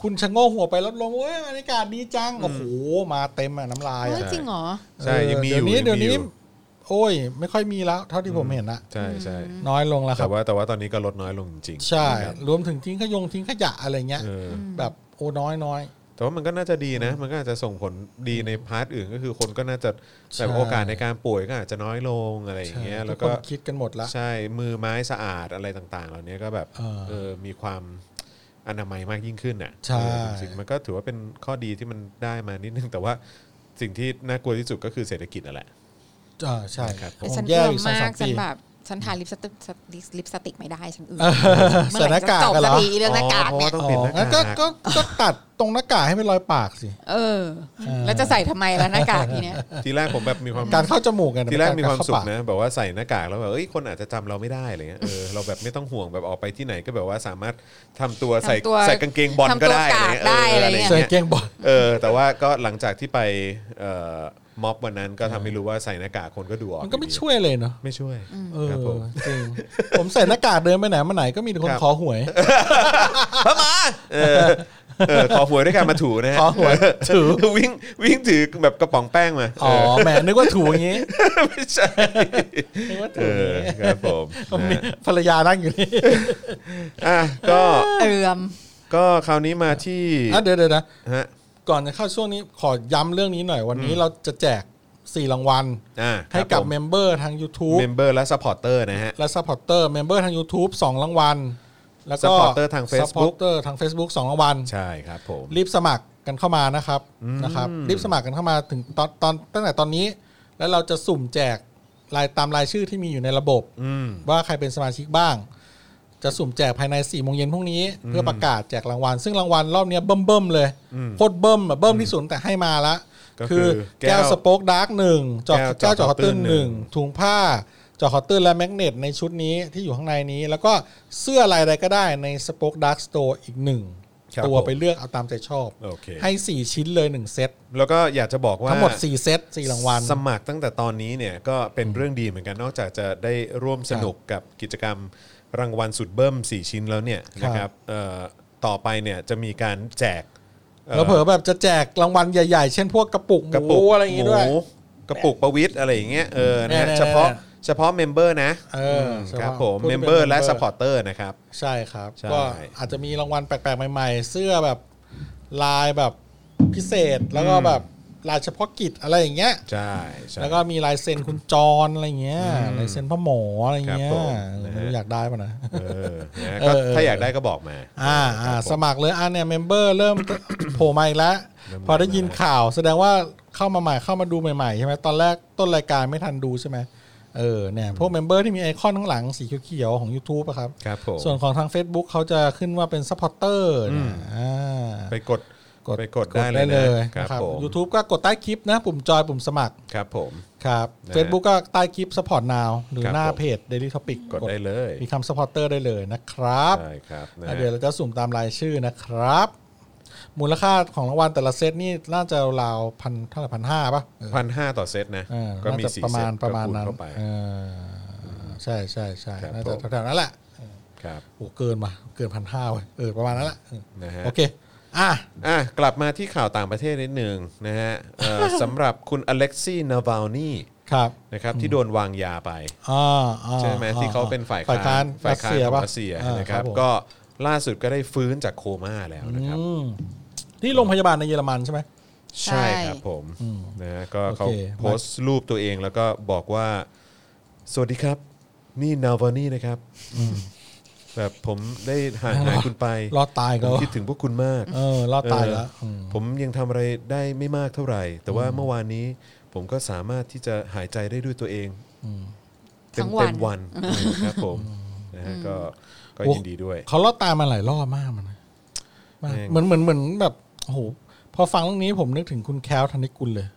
[SPEAKER 5] คุณชะโงกหัวไปรถลงเว้ยบรรยากาศดีจังโอ้โหมาเต็มอะน้ำลาย
[SPEAKER 4] เฮ้
[SPEAKER 5] อะ
[SPEAKER 4] ยจริงเหรอ
[SPEAKER 2] ใช่ยังมีอยู่ยังมี
[SPEAKER 5] เดี๋ยวนี้เดี๋ยวนี้
[SPEAKER 2] อยู่
[SPEAKER 5] โอ้ย ไม่ค่อยมีแล้ว เท่าที่ผมเห็นนะ
[SPEAKER 2] ใช่ใช่
[SPEAKER 5] น้อยลงแล้วค
[SPEAKER 2] แต่
[SPEAKER 5] รับ
[SPEAKER 2] ว่าแต่ว่าตอนนี้ก็ลดน้อยลงจริงๆ
[SPEAKER 5] ใช่
[SPEAKER 2] ครับ
[SPEAKER 5] รวมถึงทิ้งขยงทิ้งขยะอะไรเงี้ย
[SPEAKER 2] เออ
[SPEAKER 5] แบบโอ้น้อยน้อย
[SPEAKER 2] แต่ว่ามันก็น่าจะดีนะ มันก็อาจจะส่งผลดีในพาร์ทอื่นก็คือคนก็น่าจะ
[SPEAKER 5] ใช่
[SPEAKER 2] แบบโอกาสในการป่วยก็อาจจะน้อยลงอะไรอย่างเงี้ย
[SPEAKER 5] ทุ
[SPEAKER 2] แล้ว
[SPEAKER 5] กค
[SPEAKER 2] ก็
[SPEAKER 5] นคิดกันหมดละ
[SPEAKER 2] ใช่มือไม้สะอาดอะไรต่าง ๆ เหล่านี้ก็แบบ
[SPEAKER 5] เออ
[SPEAKER 2] เออมีความอนามัยมากยิ่งขึ้นน่ะ
[SPEAKER 5] ใช่
[SPEAKER 2] เออจริงๆมันก็ถือว่าเป็นข้อดีที่มันได้มานิดนึง แต่ว่าสิ่งที่น่ากลัวที่สุดก็คือเศรษฐกิจนั่นแหละ
[SPEAKER 5] อ่าใช่
[SPEAKER 2] ครับ
[SPEAKER 5] ผ
[SPEAKER 4] แต่
[SPEAKER 5] ม
[SPEAKER 4] ฉัน
[SPEAKER 5] แย่
[SPEAKER 4] เอือ
[SPEAKER 5] อ
[SPEAKER 4] ม
[SPEAKER 5] ยู่สองสาม
[SPEAKER 4] าก
[SPEAKER 5] ม
[SPEAKER 4] ฉั
[SPEAKER 5] ปี
[SPEAKER 4] นแบบฉันทาลิปสติกลิปลิปสติกไม่ได้ฉันอืด
[SPEAKER 5] เออ
[SPEAKER 4] เมื่อไหร่
[SPEAKER 5] ใส่หน้า
[SPEAKER 4] จะ
[SPEAKER 5] กาก
[SPEAKER 4] จบ
[SPEAKER 5] กันเหร
[SPEAKER 4] สั
[SPEAKER 5] อ
[SPEAKER 4] กทีเรื่องหน้ากาก
[SPEAKER 2] อ๋อเพระว่ต้
[SPEAKER 4] เนี่ย
[SPEAKER 2] องเปลี่ยนหน้า
[SPEAKER 5] งั้นก็
[SPEAKER 2] กาก
[SPEAKER 5] ก็ก็ตัดตรงหน้ากากให้เป็นรอยปากสิ
[SPEAKER 4] เออ
[SPEAKER 5] เออ
[SPEAKER 4] แล้วจะใส่ทำไมล่ะหน้ากากทีเนี้ย
[SPEAKER 2] ทีแรกผมแบบมีความ
[SPEAKER 5] การเข้าจมูกกัน
[SPEAKER 2] ทีแรกมีความสุขนะ แบบว่าใส่หน้ากากแล้วแบบเอ้ยคนอาจจะจำเราไม่ได้อะไรเงี้ยเออเราแบบไม่ต้องห่วงแบบออกไปที่ไหนก็แบบว่าสามารถทำตัวใส่
[SPEAKER 4] ทำตัว
[SPEAKER 2] ใส่กางเกงบอลก็ได้
[SPEAKER 4] ทำตัวกากได้
[SPEAKER 2] อะไร
[SPEAKER 4] อะไรเงี้
[SPEAKER 2] เงี้ยเอออะไร
[SPEAKER 5] ใส่
[SPEAKER 4] ย
[SPEAKER 2] เงี้ย
[SPEAKER 5] เกงบอล
[SPEAKER 2] เออ แต่ว่าก็หลังจากที่ไปเอ่อม็อบวันนั้นก็ทำให้รู้ว่าใส่หน้ากากคนก็ดูออก
[SPEAKER 5] มันก็ไม่
[SPEAKER 2] อยู่ดี
[SPEAKER 5] ช่วยเลยเนาะ
[SPEAKER 2] ไม่ช่วย
[SPEAKER 5] เออ
[SPEAKER 2] ครับผม
[SPEAKER 5] จริงผมใส่หน้ากากเดินไปไหนมาไหนก็มีแต่คน
[SPEAKER 2] ครับ
[SPEAKER 5] ขอหวย
[SPEAKER 2] พระมาเออเออขอหวยด้วยการมาถูนะฮะ
[SPEAKER 5] ขอหวยถือ
[SPEAKER 2] วิ่งวิ่งถือแบบกระป๋องแป้งมา
[SPEAKER 5] อ๋อแหมนึกว่าถูอย่างงี้
[SPEAKER 2] เออไม่ใช่
[SPEAKER 5] นึกว่า
[SPEAKER 2] เอ
[SPEAKER 5] ถูอย่า
[SPEAKER 2] อ
[SPEAKER 5] งงี้
[SPEAKER 2] ครับผม
[SPEAKER 5] ผมมี
[SPEAKER 2] นะฮะ
[SPEAKER 5] ภรรยานั่งอยู่นี่
[SPEAKER 2] อ่ะก็
[SPEAKER 4] เอือม
[SPEAKER 2] ก็คราวนี้มาที่
[SPEAKER 5] อ่ะเดี๋ยวเดี๋ยวนะ
[SPEAKER 2] ฮะ
[SPEAKER 5] ก่อนจะเข้าช่วงนี้ขอย้ำเรื่องนี้หน่อยวันนี้เราจะแจก 4 รางวัล
[SPEAKER 2] อ่า
[SPEAKER 5] ให้กับ
[SPEAKER 2] ค
[SPEAKER 5] เม
[SPEAKER 2] รัผม
[SPEAKER 5] เบอร์ทาง YouTube
[SPEAKER 2] เมมเบอร์และสปอร์เตอร์นะฮะ
[SPEAKER 5] และซัพพอร์เตอร์เมมเบอร์ทาง YouTube 2 รางวัล แล้วก็
[SPEAKER 2] Supporter ทาง Facebook
[SPEAKER 5] Supporter ทาง Facebook 2รางวัล
[SPEAKER 2] ใช่ครับผม
[SPEAKER 5] รีบสมัครกันเข้ามานะครับนะครับ รีบสมัครกันเข้ามาถึงตอนตอนตั้งแต่ตอนนี้ แล้วเราจะสุ่มแจกรายตามรายชื่อที่มีอยู่ในระบบ
[SPEAKER 2] อืม
[SPEAKER 5] ว่าใครเป็นสมาชิกบ้าง จะสุ่มแจกภายใน4ี่โมงเย็นพรุ่งนี้ เพื่อประกาศแจกรางวัล ซึ่งรางวัลรอบเนี้ยเบิ่มเบิ่มๆเลยโคตรเบิ่มอะเบิ่มที่สุดแต่ให้มาละ
[SPEAKER 2] ก็คือ
[SPEAKER 5] คือ
[SPEAKER 2] แก้
[SPEAKER 5] แก้
[SPEAKER 2] ว
[SPEAKER 5] วสโป๊กดาร์กหนึ่งจอก
[SPEAKER 2] แก้
[SPEAKER 5] แก้
[SPEAKER 2] ว
[SPEAKER 5] ว
[SPEAKER 2] จ
[SPEAKER 5] จ
[SPEAKER 2] อค
[SPEAKER 5] อค
[SPEAKER 2] อ
[SPEAKER 5] อ
[SPEAKER 2] ตื้
[SPEAKER 5] ตื้
[SPEAKER 2] น
[SPEAKER 5] น
[SPEAKER 2] ห
[SPEAKER 5] ห
[SPEAKER 2] นึ่
[SPEAKER 5] นึ่
[SPEAKER 2] ง
[SPEAKER 5] งถุงผ้าจอคอตื้นและแมกเนตในชุดนี้ที่อยู่ข้างในนี้ แล้วก็เสื้อลายใดก็ได้ในสโป๊กดาร์กสโตร์อีกหนึ่ง
[SPEAKER 2] ครับ
[SPEAKER 5] ตัว
[SPEAKER 2] ผม
[SPEAKER 5] ไปเลือกเอาตามใจชอบ
[SPEAKER 2] โอเค
[SPEAKER 5] ให้สี่ชิ้นเลยหนึ่งเซต
[SPEAKER 2] แล้วก็อยากจะบอกว่า
[SPEAKER 5] ทั้งหมดสี่เซตสี่รางวัล
[SPEAKER 2] สมัครตั้งแต่ตอนนี้เนี่ยก็เป็นเรื่องดีเหมือนกัน นอกจากจะได้ร่วมสนุกกับกิจกรรมรางวัลสุดเบิ้ม 4 ชิ้นแล้วเนี่ย
[SPEAKER 5] ครับ
[SPEAKER 2] นะครับเอ่อต่อไปเนี่ยจะมีการแจกอ่อ
[SPEAKER 5] แล้วเผลอแบบจะแจกรางวัลใหญ่ๆ เช่นพวกกระปุกห
[SPEAKER 2] กระปุ
[SPEAKER 5] มู
[SPEAKER 2] ก
[SPEAKER 5] อะไรอย่างงี้ด้วย
[SPEAKER 2] หมูกระปุกประวิตอะไรอย่างเงี้ยเออนะฮะ
[SPEAKER 5] แน่ๆๆ
[SPEAKER 2] เฉพาะเฉพาะเมมเบอร์นะ
[SPEAKER 5] เออใช่
[SPEAKER 2] ครับ
[SPEAKER 5] ว่า
[SPEAKER 2] ผม
[SPEAKER 5] ผู้
[SPEAKER 2] เม
[SPEAKER 5] ที่
[SPEAKER 2] ม
[SPEAKER 5] ป็น
[SPEAKER 2] เบอร์และ
[SPEAKER 5] member
[SPEAKER 2] สปอร์เตอร์นะครับ
[SPEAKER 5] ใช่ครับ
[SPEAKER 2] ใช่
[SPEAKER 5] ก็อาจจะมีรางวัลแปลกๆ ใหม่ๆ เสื้อแบบลายแบบพิเศษแล้วก็แบบลายเฉพาะกิจอะไรอย่างเงี้ย
[SPEAKER 2] ใช่ใช่
[SPEAKER 5] แล้วก็มีลายเซ็นคุณจรอะไรเงี้ยลายเซ็นพ่อหมออะไรเงี้
[SPEAKER 2] ครับ
[SPEAKER 5] ย
[SPEAKER 2] ผมนะฮะ
[SPEAKER 5] ไม่รู้อยากได้ป่ะนะ
[SPEAKER 2] เออนะก็
[SPEAKER 5] เออเออ
[SPEAKER 2] ถ้าอยากได้ก็บอกมา
[SPEAKER 5] อ่าอ่าสมัครเลยอ่าเนี่ยเมมเบอร์เริ่ม โผล่มาอีกแล้ว พอได้ยินข่าวแสดงว่าเข้ามาใหม่เข้ามาดูใหม่ๆใช่ไหมตอนแรกต้นรายการไม่ทันดูใช่ไหมเออเนี่ยพวกเมมเบอร์ที่มีไอคอนข้างหลังสีเขียวๆของ YouTube อะครับ
[SPEAKER 2] ครับผม
[SPEAKER 5] ส่วนของทาง Facebook เขาจะขึ้นว่าเป็นซัพพอร์เตอร์
[SPEAKER 2] ไปกดไปกดได้เลย
[SPEAKER 5] เล
[SPEAKER 2] นะ
[SPEAKER 5] ย
[SPEAKER 2] ครับ
[SPEAKER 5] นะครับ
[SPEAKER 2] ผม
[SPEAKER 5] YouTube ก็กดใต้คลิปนะ ปุ่มจอยปุ่มสมัคร
[SPEAKER 2] ครับผม
[SPEAKER 5] ครับ
[SPEAKER 2] นะฮะ
[SPEAKER 5] Facebook ก็ใต้คลิป Support Now หรือ
[SPEAKER 2] ครับ
[SPEAKER 5] หน้า
[SPEAKER 2] ผม
[SPEAKER 5] เพจ Daily Topic
[SPEAKER 2] กดได้เลย
[SPEAKER 5] มีคำ Supporter ได้เลยนะครับ
[SPEAKER 2] ใช่ครับนะ
[SPEAKER 5] แล้วเดี๋ยวเราจะสุ่มตามรายชื่อนะครับ มูลค่าของรางวัลแต่ละเซตนี่น่าจะราวพันเท่าไหร่พันห้าป่ะเออ
[SPEAKER 2] พันห้าต่อเซตนะ
[SPEAKER 5] เออ
[SPEAKER 2] ก็
[SPEAKER 5] น่า
[SPEAKER 2] มี
[SPEAKER 5] จะ
[SPEAKER 2] สี่
[SPEAKER 5] ประ
[SPEAKER 2] เซ
[SPEAKER 5] มา
[SPEAKER 2] ต
[SPEAKER 5] ณประมาณนั้น
[SPEAKER 2] ก็คูณเข้าไป
[SPEAKER 5] เออใช่ใช่ใช่
[SPEAKER 2] ครับ
[SPEAKER 5] น่า
[SPEAKER 2] ผ
[SPEAKER 5] จะ
[SPEAKER 2] ม
[SPEAKER 5] แถวๆนั้นแหละ
[SPEAKER 2] ครับ
[SPEAKER 5] โอ้เกินมาเกินพันห้าเว้ยเออประมาณนั้นแหละเออ
[SPEAKER 2] นะฮะ
[SPEAKER 5] โอเค อ่ะ
[SPEAKER 2] อ่ะกลับมาที่ข่าวต่างประเทศนิดหนึ่งนะฮะเอ่อ สำหรับคุณอเล็กซี่นาวาลนี่
[SPEAKER 5] ครับ
[SPEAKER 2] นะครับที่โดนวางยาไป
[SPEAKER 5] อ่าอ่า
[SPEAKER 2] ใช่ไหมที่เขาเป็นฝ่าย
[SPEAKER 5] ฝ่ายค้าน
[SPEAKER 2] ฝ่ายค้าน
[SPEAKER 5] รัสเซีย
[SPEAKER 2] ของ
[SPEAKER 5] ปะ
[SPEAKER 2] รัสเซีย
[SPEAKER 5] อ่า
[SPEAKER 2] นะครับ
[SPEAKER 5] ผม
[SPEAKER 2] ก็ล่าสุดก็ได้ฟื้นจากโคม่าแล้วนะครับ
[SPEAKER 5] อืมที่โรงพยาบาลในเยอรมันใช่ไหม
[SPEAKER 2] ใช่ครับผม
[SPEAKER 5] อืม
[SPEAKER 2] นะฮะก็
[SPEAKER 5] โอเค
[SPEAKER 2] เขาโพสต์รูปตัวเองแล้วก็บอกว่า สวัสดีครับ นี่นาวานี่นะครับแบบผมได้ห่าง หายคุณไป
[SPEAKER 5] รอดตาย
[SPEAKER 2] ผ
[SPEAKER 5] ก็
[SPEAKER 2] มคิดถึงพวกคุณมาก
[SPEAKER 5] เออ รอดตายแล้ว
[SPEAKER 2] เอออ
[SPEAKER 5] อืม
[SPEAKER 2] ผมยังทำอะไรได้ไม่มากเท่าไหร่ แต่ว่าเมื่อวานนี้ผมก็สามารถที่จะหายใจได้ด้วยตัวเองเต็ม
[SPEAKER 4] ทั้งวั
[SPEAKER 2] เต็
[SPEAKER 4] น
[SPEAKER 2] มวันครับผมนะฮะก็ก็
[SPEAKER 5] โอ้
[SPEAKER 2] ยินดีด้วย
[SPEAKER 5] เขารอดตายมาหลายรอบมากมันนะมาก
[SPEAKER 2] แม่ง
[SPEAKER 5] เหมือนเหมือนเหมือนแบบโอ้โหพอฟังเรื่องนี้ผมนึกถึงคุณแคลวธนิกุลเลย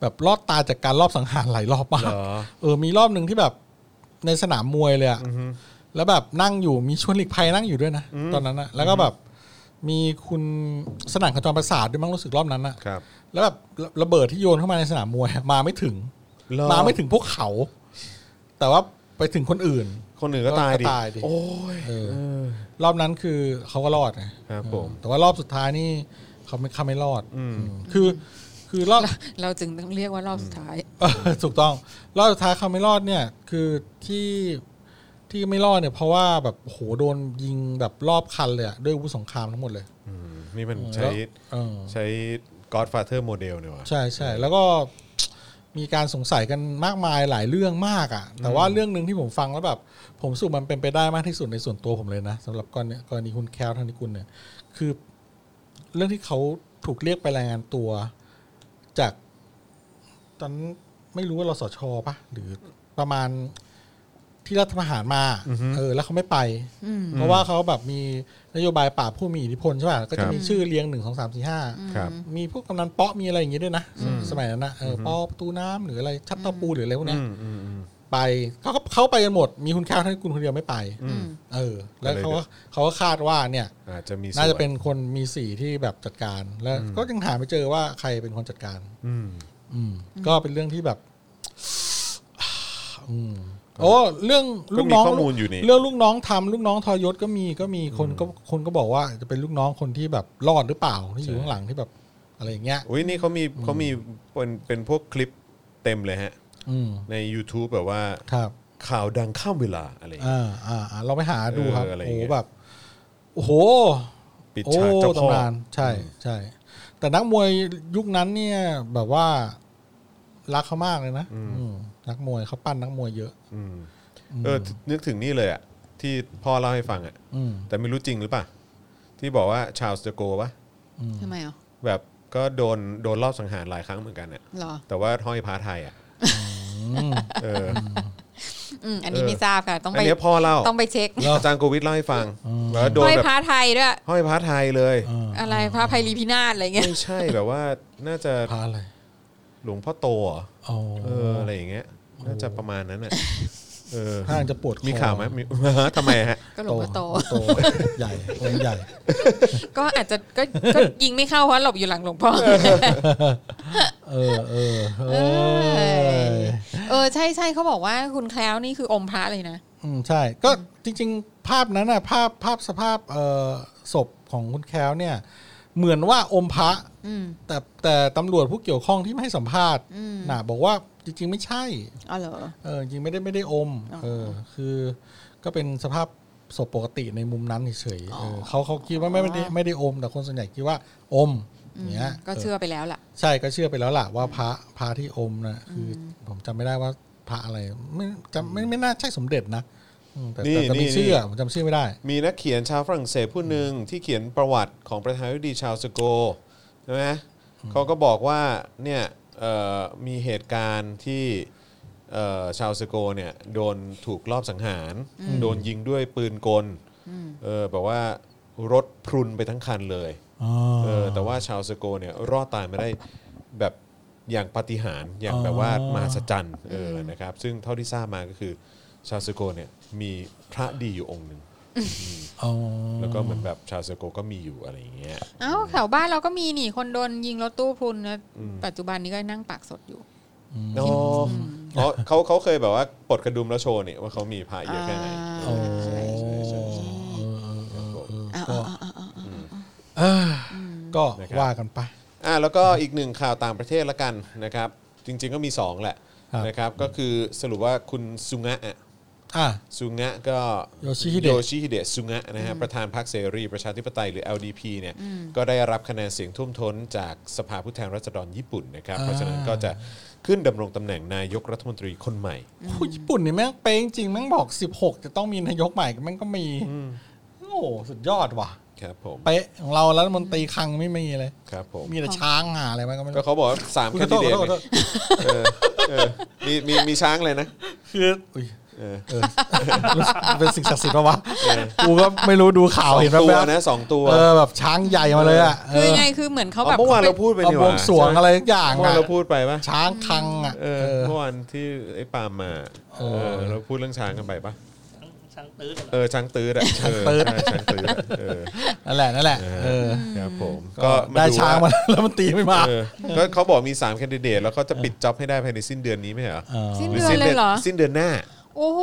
[SPEAKER 5] แบบรอดตายจากการรอบสังหารหลายรอบมาก
[SPEAKER 2] เหรอ
[SPEAKER 5] เออมีรอบหนึ่งที่แบบในสนามมวยเลยอะแล้วแบบนั่งอยู่มีชวนหลีกภัยนั่งอยู่ด้วยนะตอนนั้นอะแล้วก็แบบ มีคุณสนั่นขจรประสาทด้วยมั้งรู้สึกรอบนั้นอะ
[SPEAKER 2] ครับ
[SPEAKER 5] แล้วแบบระระเบิดที่โยนเข้ามาในสนามมวยอะมาไม่ถึง
[SPEAKER 2] เหรอ
[SPEAKER 5] มาไม่ถึงพวกเขา แต่ว่าไปถึงคนอื่น
[SPEAKER 2] คนอื่นก็ตายดิ
[SPEAKER 5] ก็ตายดิ
[SPEAKER 2] โอ้ย
[SPEAKER 5] เออ
[SPEAKER 2] เออ
[SPEAKER 5] รอบนั้นคือเขาก็รอดไง
[SPEAKER 2] ครับผม
[SPEAKER 5] แต่ว่ารอบสุดท้ายนี่เขาไม่เขาไม่รอดอืมคือ คือรอบ
[SPEAKER 4] เราจึงต้องเรียกว่ารอบสุดท้าย
[SPEAKER 5] เออ ถูกต้อง รอบสุดท้ายเขาไม่รอดเนี่ย คือที่ที่ไม่รอดเนี่ย เพราะว่าแบบโหโดนยิงแบบรอบคันเลยอะด้วยอาวุธสงครามทั้งหมดเลย
[SPEAKER 2] อืมนี่มันใช้
[SPEAKER 5] แล้วเออ
[SPEAKER 2] ใช้ Godfather model เนี่ยว่ะ
[SPEAKER 5] ใช่ใช่แล้วก็มีการสงสัยกันมากมายหลายเรื่องมากอะแต่ว่าเรื่องหนึ่งที่ผมฟังแล้วแบบ ผมรู้สูมันเป็นไปได้มากที่สุดในส่วนตัวผมเลยนะสำหรับกรณีกรณีคุณแคลวธนิกุลเนี่ย คือเรื่องที่เขาถูกเรียกไปรายงานตัว จาก ตอนนั้นไม่รู้ว่ารสชปะหรือประมาณที่รัฐประหารมาเออ แล้วเขาไม่ไป เพราะว่าเขาแบบมีนโยบายปราบผู้มีอิทธิพลใช่ป่ะก็จะมีชื่อเรียงหนึ่งสองสามสี่ห้า
[SPEAKER 2] ครับ
[SPEAKER 5] มีพวกกำนันเปาะมีอะไรอย่างงี้ด้วยนะสมัยนั้นนะเออเปาะประตูน้ำหรืออะไรชัตเตอร์ปูหรืออะไรพวกเนี้ย
[SPEAKER 2] อืมอืมอืม
[SPEAKER 5] ไปเขาก็เขาไปกันหมด มีคุณแค่ท่านคุณคนเดียวไม่ไป เออ แล้วเขาก็เขาก็คาดว่าเนี่ย
[SPEAKER 2] อาจจะมีส่ว
[SPEAKER 5] น่าจะเป็นคนมีสีที่แบบจัดการ แล้วก็ยังหาไม่เจอว่าใครเป็นคนจัดการ
[SPEAKER 2] อืม
[SPEAKER 5] อืม ก็เป็นเรื่องที่แบบ อืมโอ้เรื่อง
[SPEAKER 2] ก็
[SPEAKER 5] ลูก
[SPEAKER 2] มี
[SPEAKER 5] น้อง
[SPEAKER 2] ข้อมูลอยู่นี่
[SPEAKER 5] เรื่องลูกน้องทำลูกน้องทอยศก็มีก็มีคนก็คนก็บอกว่าจะเป็นลูกน้องคนที่แบบรอดหรือเปล่าที่อยู่ข้างหลังที่แบบ อะไรอย่างเงี้ย
[SPEAKER 2] อุ้ยนี่เขามีเขามีเป็นเป็นพวกคลิปเต็มเลยฮะ
[SPEAKER 5] อืม
[SPEAKER 2] ใน YouTube แบบว่า
[SPEAKER 5] ครับ
[SPEAKER 2] ข่าวดังข้ามเวลาอะไรอย่างเงี้ย
[SPEAKER 5] อ่าอ่าอ่าเราไปหาดูครับ
[SPEAKER 2] เอออะไรอ
[SPEAKER 5] โอ้
[SPEAKER 2] ย่างเงี้ย
[SPEAKER 5] แบบโอ้โห
[SPEAKER 2] ปิด
[SPEAKER 5] โอ้
[SPEAKER 2] ฉากเจ้าพ่อ
[SPEAKER 5] ตำนานใช่ใช่ แต่นักมวยยุคนั้นเนี่ย แบบว่ารักเขามากเลยนะอืมนักมวยเขาปั้นนักมวยเยอะ
[SPEAKER 2] อืมเออนึกถึงนี่เลยอ่ะ ที่พ่อเล่าให้ฟังอ่ะ
[SPEAKER 5] อืม
[SPEAKER 2] แต่ไม่รู้จริงหรือเปล่า ที่บอกว่าชาวสเตโกวะ
[SPEAKER 4] ทำไมอ่ะ
[SPEAKER 2] แบบก็โดนโดนรอบสังหารหลายครั้งเหมือนกันอ่ะ
[SPEAKER 4] เหรอ
[SPEAKER 2] แต่ว่าห้อยพระไทยอ่ะเออ
[SPEAKER 4] อืมอันนี้
[SPEAKER 2] เออ
[SPEAKER 4] ไม่ทราบค่ะ ต้อง
[SPEAKER 2] อั
[SPEAKER 4] ไป
[SPEAKER 2] นเนี้ยพ่อเล่า
[SPEAKER 4] ต้องไปเช็ค
[SPEAKER 2] อาจารย์โกวิทเล่าให้ฟังแล้วโดน
[SPEAKER 4] ห้อย
[SPEAKER 2] แบบ
[SPEAKER 4] พระไทยด้วย
[SPEAKER 2] ห้อยพระไทยเลย
[SPEAKER 4] อะไรพระไพรีพินาศอะไรเงี้ย
[SPEAKER 2] ไม่ใช่แบบว่าน่าจะ
[SPEAKER 5] พาอะไร
[SPEAKER 2] หลวงพ่อโตเหรอ
[SPEAKER 5] โอ้
[SPEAKER 2] เอออะไรอย่างเงี้ยน่าจะประมาณนั้นน่ะเออ
[SPEAKER 5] ท่างจะปวดคอ
[SPEAKER 2] มีข่าวไหมมี ทำไมฮะ
[SPEAKER 4] ก็หลวงพ่อโต
[SPEAKER 5] โตใหญ่องค์ใหญ่
[SPEAKER 4] ก็อาจจะก็ก็ยิงไม่เข้าเพราะหลบอยู่หลังหลวงพ่อ
[SPEAKER 5] เออเออเอ
[SPEAKER 4] เออ
[SPEAKER 5] อ
[SPEAKER 4] เออใช่ใช่เขาบอกว่าคุณแคล้วนี่คืออมพระเลยนะ
[SPEAKER 5] อืมใช่ ก็จริง ๆ ภาพนั้นน่ะ ภาพภาพสภาพเอ่อศพของคุณแคล้วเนี่ย เหมือนว่าอมพระ
[SPEAKER 4] อืม
[SPEAKER 5] แต่แต่ตำรวจผู้เกี่ยวข้องที่ไม่ให้สัมภาษณ์
[SPEAKER 4] อืม
[SPEAKER 5] น่ะบอกว่าจริง ๆ ไม่ใช่
[SPEAKER 4] อ๋อเหรอ
[SPEAKER 5] เออจริงไม่ได้ไม่ได้อม
[SPEAKER 4] อ๋อ
[SPEAKER 5] เออคือก็เป็นสภาพศพปกติในมุมนั้นเฉยๆเออเขาเขาคิดว่าไม่ไม่ได้
[SPEAKER 4] อ๋อ
[SPEAKER 5] ไม่ได้อม แต่คนส่วนใหญ่คิดว่าอม
[SPEAKER 4] อืม
[SPEAKER 5] เนี้ย
[SPEAKER 4] ก็เชื่อไปแล้วล่ะ
[SPEAKER 5] ใช่ก็เชื่อไปแล้วล่ะว่าพระพระที่อมนะคืออผมจำไม่ได้ว่าพระอะไรไม่จำไม่ไม่น่าใช่สมเด็จนะอืมแต่
[SPEAKER 2] นี่
[SPEAKER 5] แต่แต่
[SPEAKER 2] นี่
[SPEAKER 5] มีชื่ออะ
[SPEAKER 2] นี่
[SPEAKER 5] ผมจำชื่อไม่ได้
[SPEAKER 2] มีนักเขียนชาวฝรั่งเศสผู้หนึ่งที่เขียนประวัติของประธานาธิบดีชาวสโกใช่ไหมเขาก็บอกว่าเนี่ยเอ่อมีเหตุการณ์ที่เอ่อชาวสโกเนี่ยโดนถูกลอบสังหาร โดนยิงด้วยปืนกลเออแบบว่ารถพรุนไปทั้งคันเลยเออแต่ว่าชาวสโกเนี่ยรอดตายมาได้แบบอย่างปาฏิหาริย์อย่างแบบว่ามหัศจรรย์เออนะครับซึ่งเท่าที่ทราบมาก็คือชาวสโกเนี่ยมีพระดีอยู่อง ค์หนึ่ง
[SPEAKER 5] อ๋อ
[SPEAKER 2] แล้วก็เหมือนแบบชาวเซอร์โกก็มีอยู่อะไรอย่างเงี้ย
[SPEAKER 4] เอ้าแถวบ้านเราก็มีนี่คนโดนยิงรถตู้พรุนนะปัจจุบันนี้ก็นั่งปากสดอยู่
[SPEAKER 2] อ๋อเขาเขาเขาเคยแบบว่าปลดกระดุมแล้วโชว์นี่ว่าเขามีพระเยอะแค่ไหน
[SPEAKER 4] อ๋อ
[SPEAKER 2] ใช่ใช่ใช่ใช่ครับผม
[SPEAKER 4] อ่ะ
[SPEAKER 5] ก็
[SPEAKER 4] อ่ะอ่ะอ่ะอ่ะ
[SPEAKER 5] เอออก็
[SPEAKER 2] นะครับ
[SPEAKER 5] ว่ากันไป
[SPEAKER 2] อ่ะแล้วก็อีกหนึ่งข่าวต่างประเทศละกันนะครับ จริง ๆ ก็มี 2 แหละ
[SPEAKER 5] ครับ
[SPEAKER 2] นะครับ ก็คือสรุปว่าคุณซุงะอ่ะ
[SPEAKER 5] อ่ะ
[SPEAKER 2] ซุงะก็
[SPEAKER 5] โยชิฮิเดะ
[SPEAKER 2] โยชิฮิเดะซุงะนะฮะประธานพรรคเสรีประชาธิปไตยหรือ LDP เนี่ยก็ได้รับคะแนนเสียงท่วมท้นจากสภาผู้แทนราษฎรญี่ปุ่นนะครับ เพราะฉะนั้นก็จะขึ้นดำรงตำแหน่งนายกรัฐมนตรีคนใหม่
[SPEAKER 5] โอ้ยญี่ปุ่นนี่แม่งเป้งจริงแม่งบอก 16 จะต้องมีนายกใหม่แม่งก็มีโอ้โหสุดยอดว่ะ
[SPEAKER 2] ครับผม
[SPEAKER 5] เป๊ะของเรารัฐมนตรีคลังไม่มีเลย
[SPEAKER 2] ครับผม
[SPEAKER 5] มีแต่ช้างหาอะไรมันก็ไม่
[SPEAKER 2] ก็
[SPEAKER 5] รู้
[SPEAKER 2] เขาบอกว่าสาม
[SPEAKER 5] อุ๊ย
[SPEAKER 2] แค
[SPEAKER 5] ขอน โท
[SPEAKER 2] ดิ
[SPEAKER 5] ษ
[SPEAKER 2] เด
[SPEAKER 5] ข
[SPEAKER 2] ต
[SPEAKER 5] อโทษขอโทษ
[SPEAKER 2] เออเออมีมีมีช้างเลยนะ
[SPEAKER 5] คืออุ๊ย
[SPEAKER 2] เออ
[SPEAKER 5] เออรู้สึกเป็นสิ่งศักดิ์สิทธิ์ปะวะกูก็ไม่รู้ดูข่าวเห็น
[SPEAKER 2] สองตัว
[SPEAKER 5] แป๊บๆ
[SPEAKER 2] นะสองตัว
[SPEAKER 5] เออแบบช้างใหญ่มาเลยอ่ะเอ
[SPEAKER 4] คือ
[SPEAKER 5] อ
[SPEAKER 4] ไงคือเหมือนเขาแบบ
[SPEAKER 2] เมื่อวานเราพูดไป
[SPEAKER 5] เอา
[SPEAKER 2] นี่ห
[SPEAKER 5] บวงสรวงอะไรทุกอ
[SPEAKER 2] เ
[SPEAKER 5] ย่าง
[SPEAKER 2] มื่อวาน
[SPEAKER 5] อ่ะ
[SPEAKER 2] เราพูดไปปะ
[SPEAKER 5] ช้างคลังอ่ะ
[SPEAKER 2] เออ
[SPEAKER 5] เออ
[SPEAKER 2] เมื่อวานที่ไอ้ปาล์มมาเออเราพูดเรื่องช้างกันไปปะ
[SPEAKER 7] ช้างช้างตื้อ
[SPEAKER 2] เออช้างตื้ออะ
[SPEAKER 5] ช้างตื้อ
[SPEAKER 2] เออใช่ช้างตื้ออะเออ
[SPEAKER 5] นั่นแหละนั่นแหละเออ
[SPEAKER 2] ครับผม
[SPEAKER 5] ก็ได้ช้างมา แล้วรัฐมนตรีไม่มา
[SPEAKER 2] เออก็เขาบอกมี3แคนดิเดตแล้วเขาจะปิดจ็อบให้ได้ภายในสิ้นเดือนนี้ไหมเหรอ
[SPEAKER 5] เออ
[SPEAKER 4] สิ้น
[SPEAKER 2] หรือ
[SPEAKER 4] เดือนเลยเหรอ
[SPEAKER 2] สิ้นเดือนหน้า
[SPEAKER 4] โอ้โห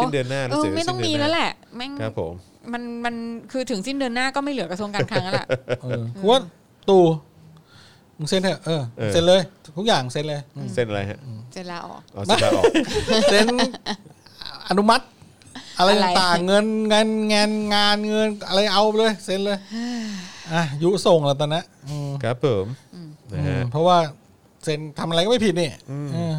[SPEAKER 2] สิ้นเดือนหน้ารู้
[SPEAKER 4] เอ
[SPEAKER 2] สึ
[SPEAKER 4] อก
[SPEAKER 2] จะ
[SPEAKER 4] ไม่ต้อง
[SPEAKER 2] สิ้นเดื
[SPEAKER 4] มี
[SPEAKER 2] อนหน้า
[SPEAKER 4] แล้วแหละแม่ง
[SPEAKER 2] ครับผม
[SPEAKER 4] มันมันคือถึงสิ้นเดือนหน้าก็ไม่เหลือกระทรวงการคลังแล้วล่ะ
[SPEAKER 5] เออกูว่าตู่มึงเซ็นเถอะเออเซ็นเลยทุกอย่างเซ็นเลย
[SPEAKER 2] เส้นอะไรฮะ
[SPEAKER 4] เจนลาออก
[SPEAKER 2] อ๋อเส้นลาออก
[SPEAKER 5] เซ็นอนุมัติ อะไร
[SPEAKER 4] อะไร
[SPEAKER 5] ต่างๆเงินเงินงานงานเงินอะไรเอาไปเลยเซ็นเลยอ่ะยุส่งแล้วตอนนะอืม
[SPEAKER 2] ครับผมนะฮะ
[SPEAKER 5] เพราะว่าเซ็นทำอะไรก็ไม่ผิดนี่เออ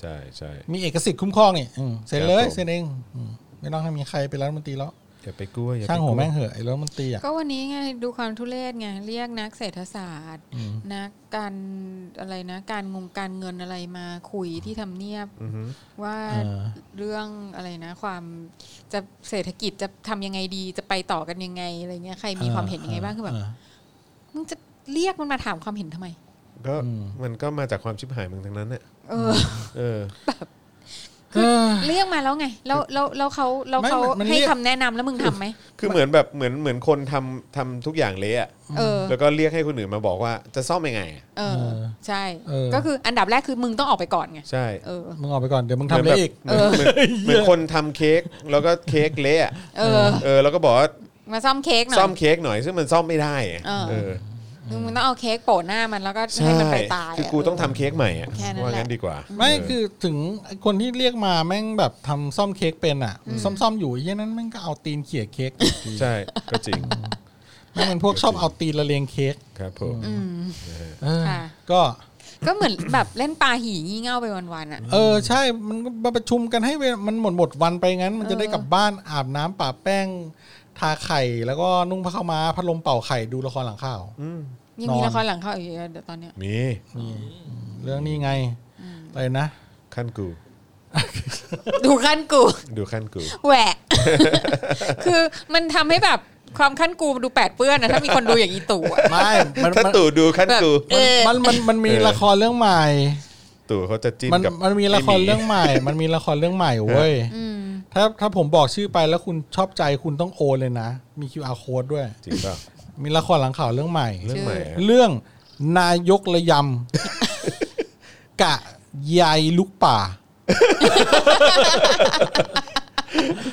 [SPEAKER 2] ใช่ใช่
[SPEAKER 5] มีเอกสิทธิ์คุ้มครองนี่อืมเซ็นเลย
[SPEAKER 2] ครับผม
[SPEAKER 5] เซ็นเองอืมไม่ต้องให้มีใครเป็นรัฐมนตรีแล้ว
[SPEAKER 2] อย่าไปกลัวอย่าไป
[SPEAKER 5] ช่างหั
[SPEAKER 2] ก
[SPEAKER 5] ว
[SPEAKER 2] ลั
[SPEAKER 5] แม่งเหอะไอ้รัฐมนตรีอ่ะ
[SPEAKER 4] ก็วันนี้ไงดูความทุเรศไงเรียกนักเศรษฐศาสตร์ นักการอะไรนะ การงงการเงินอะไรมาคุยที่ทำเนียบว่า
[SPEAKER 5] เออ
[SPEAKER 4] เรื่องอะไรนะ ความจะเศรษฐกิจจะทำยังไงดีจะไปต่อกันยังไงอะไรเงี้ยใครมีความเห็นยังไงบ้างคือแบบ
[SPEAKER 5] เ
[SPEAKER 4] มึงจะเรียกมันมาถามความเห็นทำไม
[SPEAKER 2] ก็มันก็มาจากความชิบหายมึงทั้งนั้นเนี่ย
[SPEAKER 4] เออ
[SPEAKER 2] เออ
[SPEAKER 5] เออ
[SPEAKER 4] เรียกมาแล้วไงแล้วแล้วแล้วเขาแล้วเขา
[SPEAKER 5] ไม่มันมัน
[SPEAKER 4] ให้
[SPEAKER 5] เรียก
[SPEAKER 4] คำแนะนำแล้วมึงทำไหม
[SPEAKER 2] คือเหมือนแบบเหมือนเหมือนคนทำทำทุกอย่างเละอะ
[SPEAKER 4] เออ
[SPEAKER 2] แล้วก็เรียกให้คนอื่นมาบอกว่าจะซ่อมยังไงอะ
[SPEAKER 4] เออ ใช่
[SPEAKER 5] เออ
[SPEAKER 4] ก็คืออันดับแรกคือมึงต้องออกไปก่อนไง
[SPEAKER 2] ใช่
[SPEAKER 4] เออ
[SPEAKER 5] มึงออกไปก่อนเดี๋ยวมึง
[SPEAKER 2] เหมื
[SPEAKER 5] ทำ
[SPEAKER 2] น
[SPEAKER 5] อะ
[SPEAKER 2] แบบ
[SPEAKER 5] ไรอีก
[SPEAKER 2] เหมือนเหมือนเหมือนคนทำเค้กแล้วก็เค้กเละอะ
[SPEAKER 4] เออ
[SPEAKER 2] เออแล้วก็บอกว่า
[SPEAKER 4] มาซ่อมเค้กหน่อย
[SPEAKER 2] ซ่อมเค้กหน่อยซึ่งมันซ่อมไม่ได้อะ
[SPEAKER 4] เออ
[SPEAKER 2] เออ
[SPEAKER 4] คือมึงต้องเอาเค้กโปะหน้ามันแล้วก็
[SPEAKER 2] ใช่
[SPEAKER 4] ให้มันไปตายะ
[SPEAKER 2] คือกูต้องทำเค้กใหม่อะ
[SPEAKER 4] แค่นั้นแหละ
[SPEAKER 2] ว่างั้นดีกว่า
[SPEAKER 5] ไม่
[SPEAKER 2] เ
[SPEAKER 5] คือถึงไอ้คนที่เรียกมาแม่งแบบทำซ่อมเค้กเป็นอ่ะ ซ่อมๆอยู่ไอ้เหี้ยนั้นแม่งก็เอาตีนเขี่ยเค้ก
[SPEAKER 2] ใช่ก็จริง
[SPEAKER 5] แม่งเป็นพวกชอบเอาตีนละเลงเค้ก
[SPEAKER 2] ครับผม
[SPEAKER 4] ม
[SPEAKER 5] เออ
[SPEAKER 4] ค่ะ
[SPEAKER 5] ก็
[SPEAKER 4] ก็เหมือนแบบเล่นปลาหี่งี่เง่าไปวันๆอ่ะ
[SPEAKER 5] เออใช่ มันก็มาประชุมกันให้เวลามันหมดหมดวันไปงั้น มันจะได้กลับบ้านอาบน้ำป่าแป้ง ทาไข่ แล้วก็นุ่งผ้าขาวม้าพัดลมเป่าไข่ดูละครหลังข่าว
[SPEAKER 4] ยังมี
[SPEAKER 5] นอน
[SPEAKER 4] ละครหลังเข้าอีกเยอะเดี๋ยวตอนเนี้ย
[SPEAKER 2] มี
[SPEAKER 5] เรื่องนี้ไงอะไรนะ
[SPEAKER 2] ขั้นกู
[SPEAKER 4] ดูขั้นกู
[SPEAKER 2] ดูขั้นกู
[SPEAKER 4] แห วะ คือมันทำให้แบบความขั้นกูดูแปดเปื้อนนะถ้ามีคนดูอย่างอีตู่อะ
[SPEAKER 5] ไม่มัน
[SPEAKER 2] ถ้า
[SPEAKER 5] มัน
[SPEAKER 2] ตู่ดูขั้นกู
[SPEAKER 4] เออ
[SPEAKER 5] มันมันมันมี
[SPEAKER 2] เออ
[SPEAKER 5] ละครเรื่องใหม่
[SPEAKER 2] ตู่เขาจะจิ้น
[SPEAKER 5] มัน
[SPEAKER 2] กับ
[SPEAKER 5] มันมีละครเรื่องใหม่ มันมีละครเรื่องใหม่เว้ย
[SPEAKER 4] อืม
[SPEAKER 5] ถ้าถ้าผมบอกชื่อไปแล้วคุณชอบใจคุณต้องโอนเลยนะ มี QR code ด้วย
[SPEAKER 2] จริงเปล่า
[SPEAKER 5] มีละครหลังข่าวเรื่องใหม่
[SPEAKER 2] เรื่องใหม่อะ
[SPEAKER 5] เรื่องนายกระยำ กะยายลูกป่า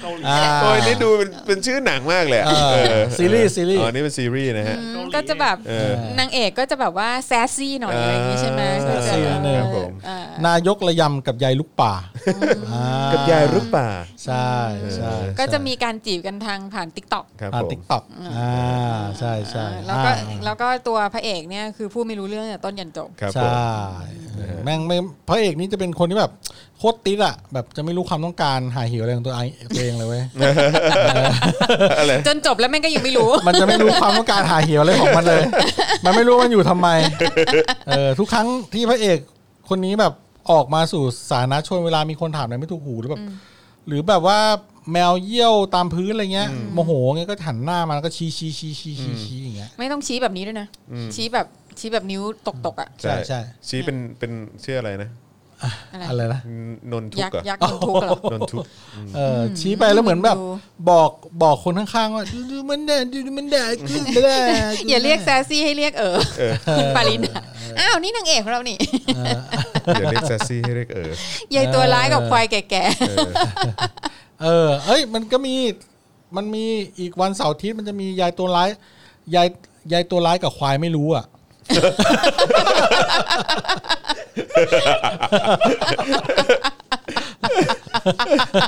[SPEAKER 7] เกาหลี
[SPEAKER 5] อ่า
[SPEAKER 2] โอ้ยนี่ดูเป็นเป็นชื่อหนังมากเลยะ
[SPEAKER 5] เออ
[SPEAKER 2] เออ
[SPEAKER 5] ซีรีส์ซีรีส์
[SPEAKER 2] อ๋อนี่เป็นซีรีส์นะฮะ
[SPEAKER 4] อืมก็จะแบบ
[SPEAKER 2] เออน
[SPEAKER 4] างเอกก็จะแบบว่าแซสซี่หน่อยอะไรอย่างงี้ใช่ไหม
[SPEAKER 2] เออ
[SPEAKER 4] ก็จะ
[SPEAKER 5] แซสซี่นิดนึง
[SPEAKER 2] ครับผม
[SPEAKER 4] เออน
[SPEAKER 5] ายกระยำกับยายลูกป่าอ่
[SPEAKER 2] กับยายรึเปล่า
[SPEAKER 5] ใช่ใช่
[SPEAKER 4] ก็จะมีการจีบกันทางผ่านติ๊กต็อก
[SPEAKER 2] ครับผม
[SPEAKER 5] ติ๊กต็อกอ่าใช่ใช่
[SPEAKER 4] แล้วก็
[SPEAKER 5] อ่า
[SPEAKER 4] แล้วก็ตัวพระเอกเนี่ยคือผู้ไม่รู้เรื่องเนี่ยต้นยันจบ
[SPEAKER 2] ครับผ
[SPEAKER 5] ใช่
[SPEAKER 2] ม
[SPEAKER 5] แม่งไม่พระเอกนี่จะเป็นคนที่แบบโคตรติดอ่ะแบบจะไม่รู้ความต้องการหาหิวอะไรของตัวเองตัวเองเลยเว้ย
[SPEAKER 2] อะไร
[SPEAKER 4] จนจบแล้วแม่งก็ยังไม่รู้
[SPEAKER 5] มันจะไม่รู้ความต้องการหาหิวอะไรของมันเลย มันไม่รู้ว่ามันอยู่ทำไมเออทุกครั้งที่พระเอกคนนี้แบบออกมาสู่สาธารณชนเวลามีคนถามอะไรไม่ถูกหูหรือแบบหรือแบบว่าแมวเยี่ยวตามพื้นอะไรเงี้ยโมโหเงี้ยก็หันหน้ามาแล้วก็ชี้ชี้ชี้ชี้ชี้ชี้อย่างเงี้ย
[SPEAKER 4] ไม่ต้องชี้แบบนี้ด้วยนะ ชี้แบบชี้แบบนิ้วตกตกๆอะ
[SPEAKER 5] ใช่ใช่
[SPEAKER 2] ชี้เป็นเป็นชื่ออะไรนะ
[SPEAKER 4] อะไร
[SPEAKER 5] อะไรนะ
[SPEAKER 2] นนทุก
[SPEAKER 4] ยัก
[SPEAKER 2] ข์เหร
[SPEAKER 4] ษ์ยั
[SPEAKER 2] อ่ะ
[SPEAKER 4] กษ์ค
[SPEAKER 2] น
[SPEAKER 4] นทุกข์เหรอ
[SPEAKER 2] นทุกข์
[SPEAKER 5] เออชี้ไปแล้วเหมือนแบบ
[SPEAKER 4] ดู
[SPEAKER 5] บอกบอกคนข้างๆว่าดูดูมันแดดดูดูมันแดดขึ้นไปแล้ว
[SPEAKER 4] อย่าเรียกแซสซี่ให้เรียกเออ
[SPEAKER 2] เออ
[SPEAKER 4] คุณปารินาอ้าวนี่นางเอกของเรานี่
[SPEAKER 2] อย่าเรียกแซสซี่ให้เรียกเออย
[SPEAKER 4] ายตัวร้ายกับควายแก่
[SPEAKER 2] เอ อ
[SPEAKER 5] เออ เอ้ยมันก็มีมันมีอีกวันเสาร์อาทิตย์มันจะมียายตัวร้ายยายยายตัวร้ายกับควายไม่รู้อ่ะ
[SPEAKER 4] ๆ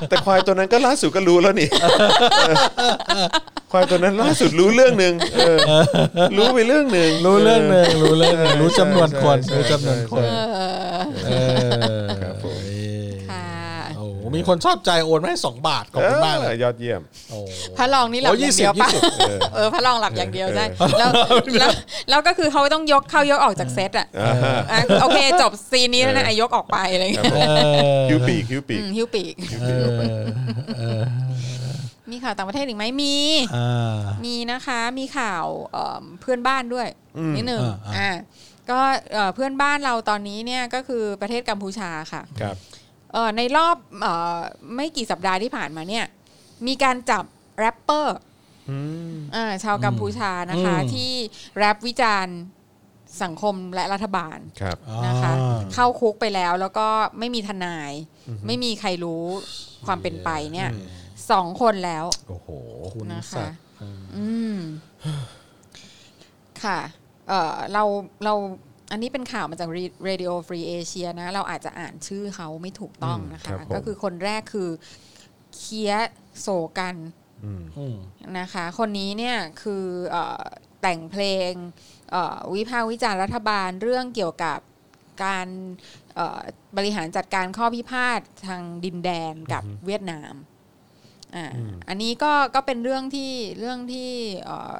[SPEAKER 2] แต่ควายตัวนั้นก็ล่าสุดก็รู้แล้ว นี่ ควายตัวนั้นล่าสุดรู้เรื่องหนึ่งเออ รู้ไปเรื่องหนึ่ง
[SPEAKER 5] รู้เรื่องหนึ่งรู้เรื่องหนึ่งรู้จำนวนคน
[SPEAKER 2] ใช่
[SPEAKER 5] รู้จำนวนคน
[SPEAKER 2] ใช่
[SPEAKER 4] เออ
[SPEAKER 5] เออ
[SPEAKER 2] ครับผม
[SPEAKER 5] เออ
[SPEAKER 4] ค่ะ
[SPEAKER 5] โอ้โหมีคนชอบใจโอนมาให้สองบาทขอบคุณมากเลย
[SPEAKER 2] ยอดเยี่ยม
[SPEAKER 5] โอ้โห
[SPEAKER 4] พระรองนี่หลับ
[SPEAKER 5] โอ้
[SPEAKER 4] อย่างเดียว
[SPEAKER 5] 20
[SPEAKER 4] ปะ
[SPEAKER 2] เออ
[SPEAKER 4] เออพระรองหลับอย่างเดียวใช่แล้วแล้วแล้วก็คือเขาต้องยกเข้ายกออกจากเซตอ่ะ
[SPEAKER 2] อ่าฮะ
[SPEAKER 4] อ่ะโอเคจบซีนนี้แล้วนะอ่ะยกออกไปอะไร
[SPEAKER 2] ครั
[SPEAKER 4] เงี้
[SPEAKER 2] บ
[SPEAKER 4] ย
[SPEAKER 2] ผม
[SPEAKER 5] เออ
[SPEAKER 2] คิวปีกคิวปี
[SPEAKER 4] อื
[SPEAKER 2] ก
[SPEAKER 4] มฮิวปีก
[SPEAKER 2] คิว
[SPEAKER 5] เอ
[SPEAKER 2] ปีก
[SPEAKER 5] อเออ
[SPEAKER 4] มีข่าวต่างประเทศอีกไหมมี
[SPEAKER 5] อ่า
[SPEAKER 4] มีนะคะมีข่าวเอิ่มเพื่อนบ้านด้วยนิดหนึ่ง
[SPEAKER 5] อ่าอ่า
[SPEAKER 4] อ่าก็เอ่อเพื่อนบ้านเราตอนนี้เนี่ยก็คือประเทศกัมพูชาค่ะ
[SPEAKER 2] ครับ
[SPEAKER 4] เอ่อในรอบเอ่อไม่กี่สัปดาห์ที่ผ่านมาเนี่ยมีการจับแรปเปอร์
[SPEAKER 2] อืม
[SPEAKER 4] อ่าชาวกัมพูชานะคะ
[SPEAKER 5] อืม
[SPEAKER 4] ที่แรปวิจารณ์สังคมและรัฐบาล
[SPEAKER 2] ครับ
[SPEAKER 4] นะคะ
[SPEAKER 5] อ่า
[SPEAKER 4] เข้าคุกไปแล้วแล้วก็ไม่มีทนาย ไม่มีใครรู้ความเป็นไปเนี่ยสองคนแล้ว
[SPEAKER 2] โอ้โห
[SPEAKER 5] คุณ
[SPEAKER 4] นะ
[SPEAKER 5] สั
[SPEAKER 4] คะ
[SPEAKER 5] ตว์
[SPEAKER 4] อืม ค่ะ เออเรา เรา อันนี้เป็นข่าวมาจาก Re- Radio Free Asia นะ เราอาจจะอ่านชื่อเขาไม่ถูกต้องนะ
[SPEAKER 2] อืมครั
[SPEAKER 4] คะ
[SPEAKER 2] บผม
[SPEAKER 4] ก็คือคนแรกคือ เคียโศกัน
[SPEAKER 2] อืม
[SPEAKER 5] อืม
[SPEAKER 4] นะคะ คนนี้เนี่ยคือเออแต่งเพลงเอ่อวิพากษ์วิจารณ์รัฐบาลเรื่องเกี่ยวกับการเอ่อบริหารจัดการข้อพิพาททางดินแดนกับเวียดนาม อ่า อันนี้ก็ ก็เป็นเรื่องที่ เรื่องที่เอ่อ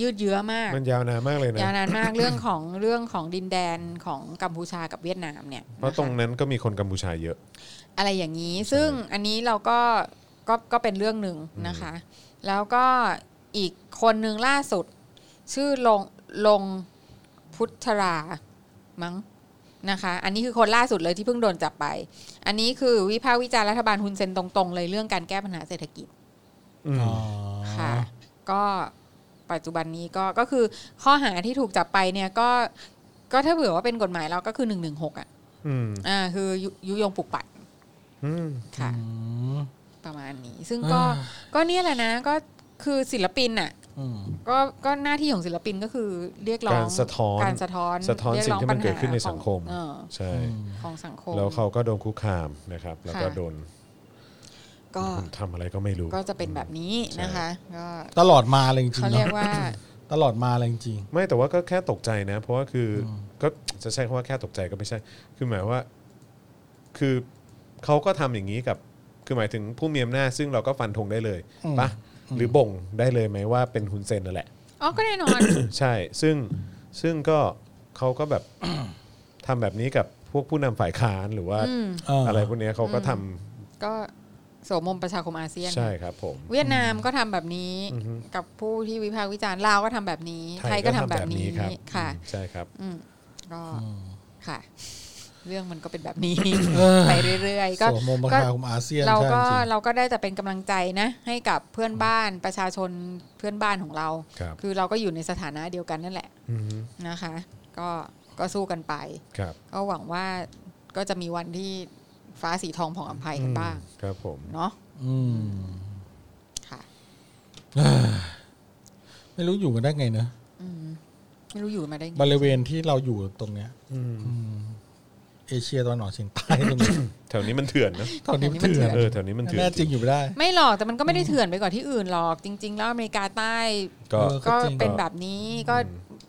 [SPEAKER 4] ยืดเยื้อมาก
[SPEAKER 2] มันยาวนานมากเลยนะ
[SPEAKER 4] ยาวนานมาก เรื่องของ เรื่องของดินแดนของกัมพูชากับเวียดนามเนี่ย
[SPEAKER 2] เพราะตรง
[SPEAKER 4] นค
[SPEAKER 2] นั้นก็มีคนกัมพูชาเยอะ
[SPEAKER 4] อะไรอย่างนี้ ซึ่งอันนี้เราก็ ก็ ก็เป็นเรื่องหนึ่งนะคะ แล้วก็อีกคนหนึ่งล่าสุด ชื่อลง ลงพุทธรา มั้ง นะคะ อันนี้คือคนล่าสุดเลยที่เพิ่งโดนจับไป อันนี้คือวิพากษ์วิจารณ์รัฐบาลฮุนเซนตรงๆ เลยเรื่องการแก้ปัญหาเศรษฐกิจ
[SPEAKER 2] อืม
[SPEAKER 5] อ๋อ
[SPEAKER 4] ค่ะก็ปัจจุบันนี้ก็ก็คือข้อหาที่ถูกจับไปเนี่ยก็ก็ถ้าเผื่อว่าเป็นกฎหมายเราก็คือหนึ่งหนึ่งหกอ่ะ
[SPEAKER 2] อืม
[SPEAKER 4] อ่าคือยุยุยงปลุกปั่น
[SPEAKER 2] อืม
[SPEAKER 4] ค่ะ
[SPEAKER 5] อืม
[SPEAKER 4] ประมาณนี้ ซึ่งก็
[SPEAKER 5] อ่า
[SPEAKER 4] ก็เนี่ยแหละนะก็คือศิลปินอ่ะ
[SPEAKER 5] อืม
[SPEAKER 4] ก็ก็หน้าที่ของศิลปินก็คือเรียกร้อง
[SPEAKER 2] การสะท้อน
[SPEAKER 4] การสะท้อน
[SPEAKER 2] สะท้อน
[SPEAKER 4] เรีย
[SPEAKER 2] สิ่ง
[SPEAKER 4] ร้
[SPEAKER 2] ที่มัน
[SPEAKER 4] ปัญหา
[SPEAKER 2] เกิดขึ้นในสังคม
[SPEAKER 4] ของเออ
[SPEAKER 2] ใช่
[SPEAKER 4] ของสังคม
[SPEAKER 2] แล้วเขาก็โดนคุกคามนะครับ แล้วก็
[SPEAKER 4] ค่ะ
[SPEAKER 2] โดน
[SPEAKER 4] ก็
[SPEAKER 2] ทำอะไรก็ไม่รู้
[SPEAKER 4] ก็จะเป็นแบบนี้นะคะก็
[SPEAKER 5] ตลอดมาเลยจริง
[SPEAKER 4] เขา
[SPEAKER 5] ๆ
[SPEAKER 4] เรีย
[SPEAKER 5] เนาะ
[SPEAKER 4] กว่า
[SPEAKER 5] ตลอดมาเลยจริง
[SPEAKER 2] ไม่แต่ว่าก็แค่ตกใจนะ เพราะว่าคืออก็จะใช้คำว่าแค่ตกใจก็ไม่ใช่ คือหมายว่า คือเขาก็ทำอย่างนี้กับ คือหมายถึงผู้มีอำนาจซึ่งเราก็ฟันธงได้เลย
[SPEAKER 5] อืม
[SPEAKER 2] ปะหรือบ่งได้เลยไหมว่าเป็นฮุนเซนนั่นแหละ
[SPEAKER 4] อ๋อก็แน่นอน
[SPEAKER 2] ใช่ ซึ่งซึ่งก็เขาก็แบบ ทำแบบนี้กับพวกผู้นำฝ่ายค้านหรือว่า
[SPEAKER 4] อืม
[SPEAKER 5] ๆเอออ
[SPEAKER 2] อะไรพวกเนี้ยเขาก็ทำ
[SPEAKER 4] ก็โสมมประชาคมอาเซียน
[SPEAKER 2] ใช่ครับผม
[SPEAKER 4] เวียดนามก็ทำแบบนี้กับผู้ที่วิพากษ์วิจารณ์ลาวก็ทำแบบนี้ ไทยก็ทำแบบนี้
[SPEAKER 2] ครับ
[SPEAKER 4] ค่ะ
[SPEAKER 2] อืมใช่ครับ
[SPEAKER 4] อืมก็ค่ะ เรื่องมันก็เป็นแบบนี้ ไปเรื่อยๆ ก็
[SPEAKER 5] สวมมงประ
[SPEAKER 4] ก็
[SPEAKER 5] ชาคมอาเซียน
[SPEAKER 4] เรา
[SPEAKER 5] ใช่
[SPEAKER 4] ก็
[SPEAKER 5] จริง
[SPEAKER 4] เราก็ได้แต่เป็นกำลังใจนะ ให้กับเพื่อนบ้านประชาชนเพื่อนบ้านของเรา
[SPEAKER 2] ครับ
[SPEAKER 4] อเราก็อยู่ในสถานะเดียวกันนั่นแหละ
[SPEAKER 2] อืม
[SPEAKER 4] นะคะ ก็ก็สู้กันไป
[SPEAKER 2] ครับ
[SPEAKER 4] ก็หวังว่าก็จะมีวันที่ฟ้าสีทองผ่องอภัยกันบ้าง
[SPEAKER 2] อืมครับผม
[SPEAKER 4] เนาะ
[SPEAKER 5] อืม
[SPEAKER 4] ค่ะ
[SPEAKER 5] ไม่รู้อยู่กันได้ไงเนอะ
[SPEAKER 4] อืมไม่รู้อยู่มาได้ไง
[SPEAKER 5] บริเวณที่เราอยู่ตรงเนี้ย
[SPEAKER 2] อืม
[SPEAKER 5] อืมเอเชียตะวันออกเฉียงใต้ตรงนี้
[SPEAKER 2] แถวนี้มันเถื่อนนะ
[SPEAKER 5] ตอนนี้เถื่อน
[SPEAKER 2] เออแถวนี้มันเถื่อน
[SPEAKER 5] แน่จริงอยู่ไม่ได้
[SPEAKER 4] ไม่หรอก แต่มันก็ไม่ได้เถื่อนไปกว่าที่อื่นหรอก จริง ๆ แล้วอเมริกาใต้
[SPEAKER 2] ก็
[SPEAKER 5] ออ
[SPEAKER 4] ก็
[SPEAKER 5] จริง
[SPEAKER 4] เป็นแบบนี้ก็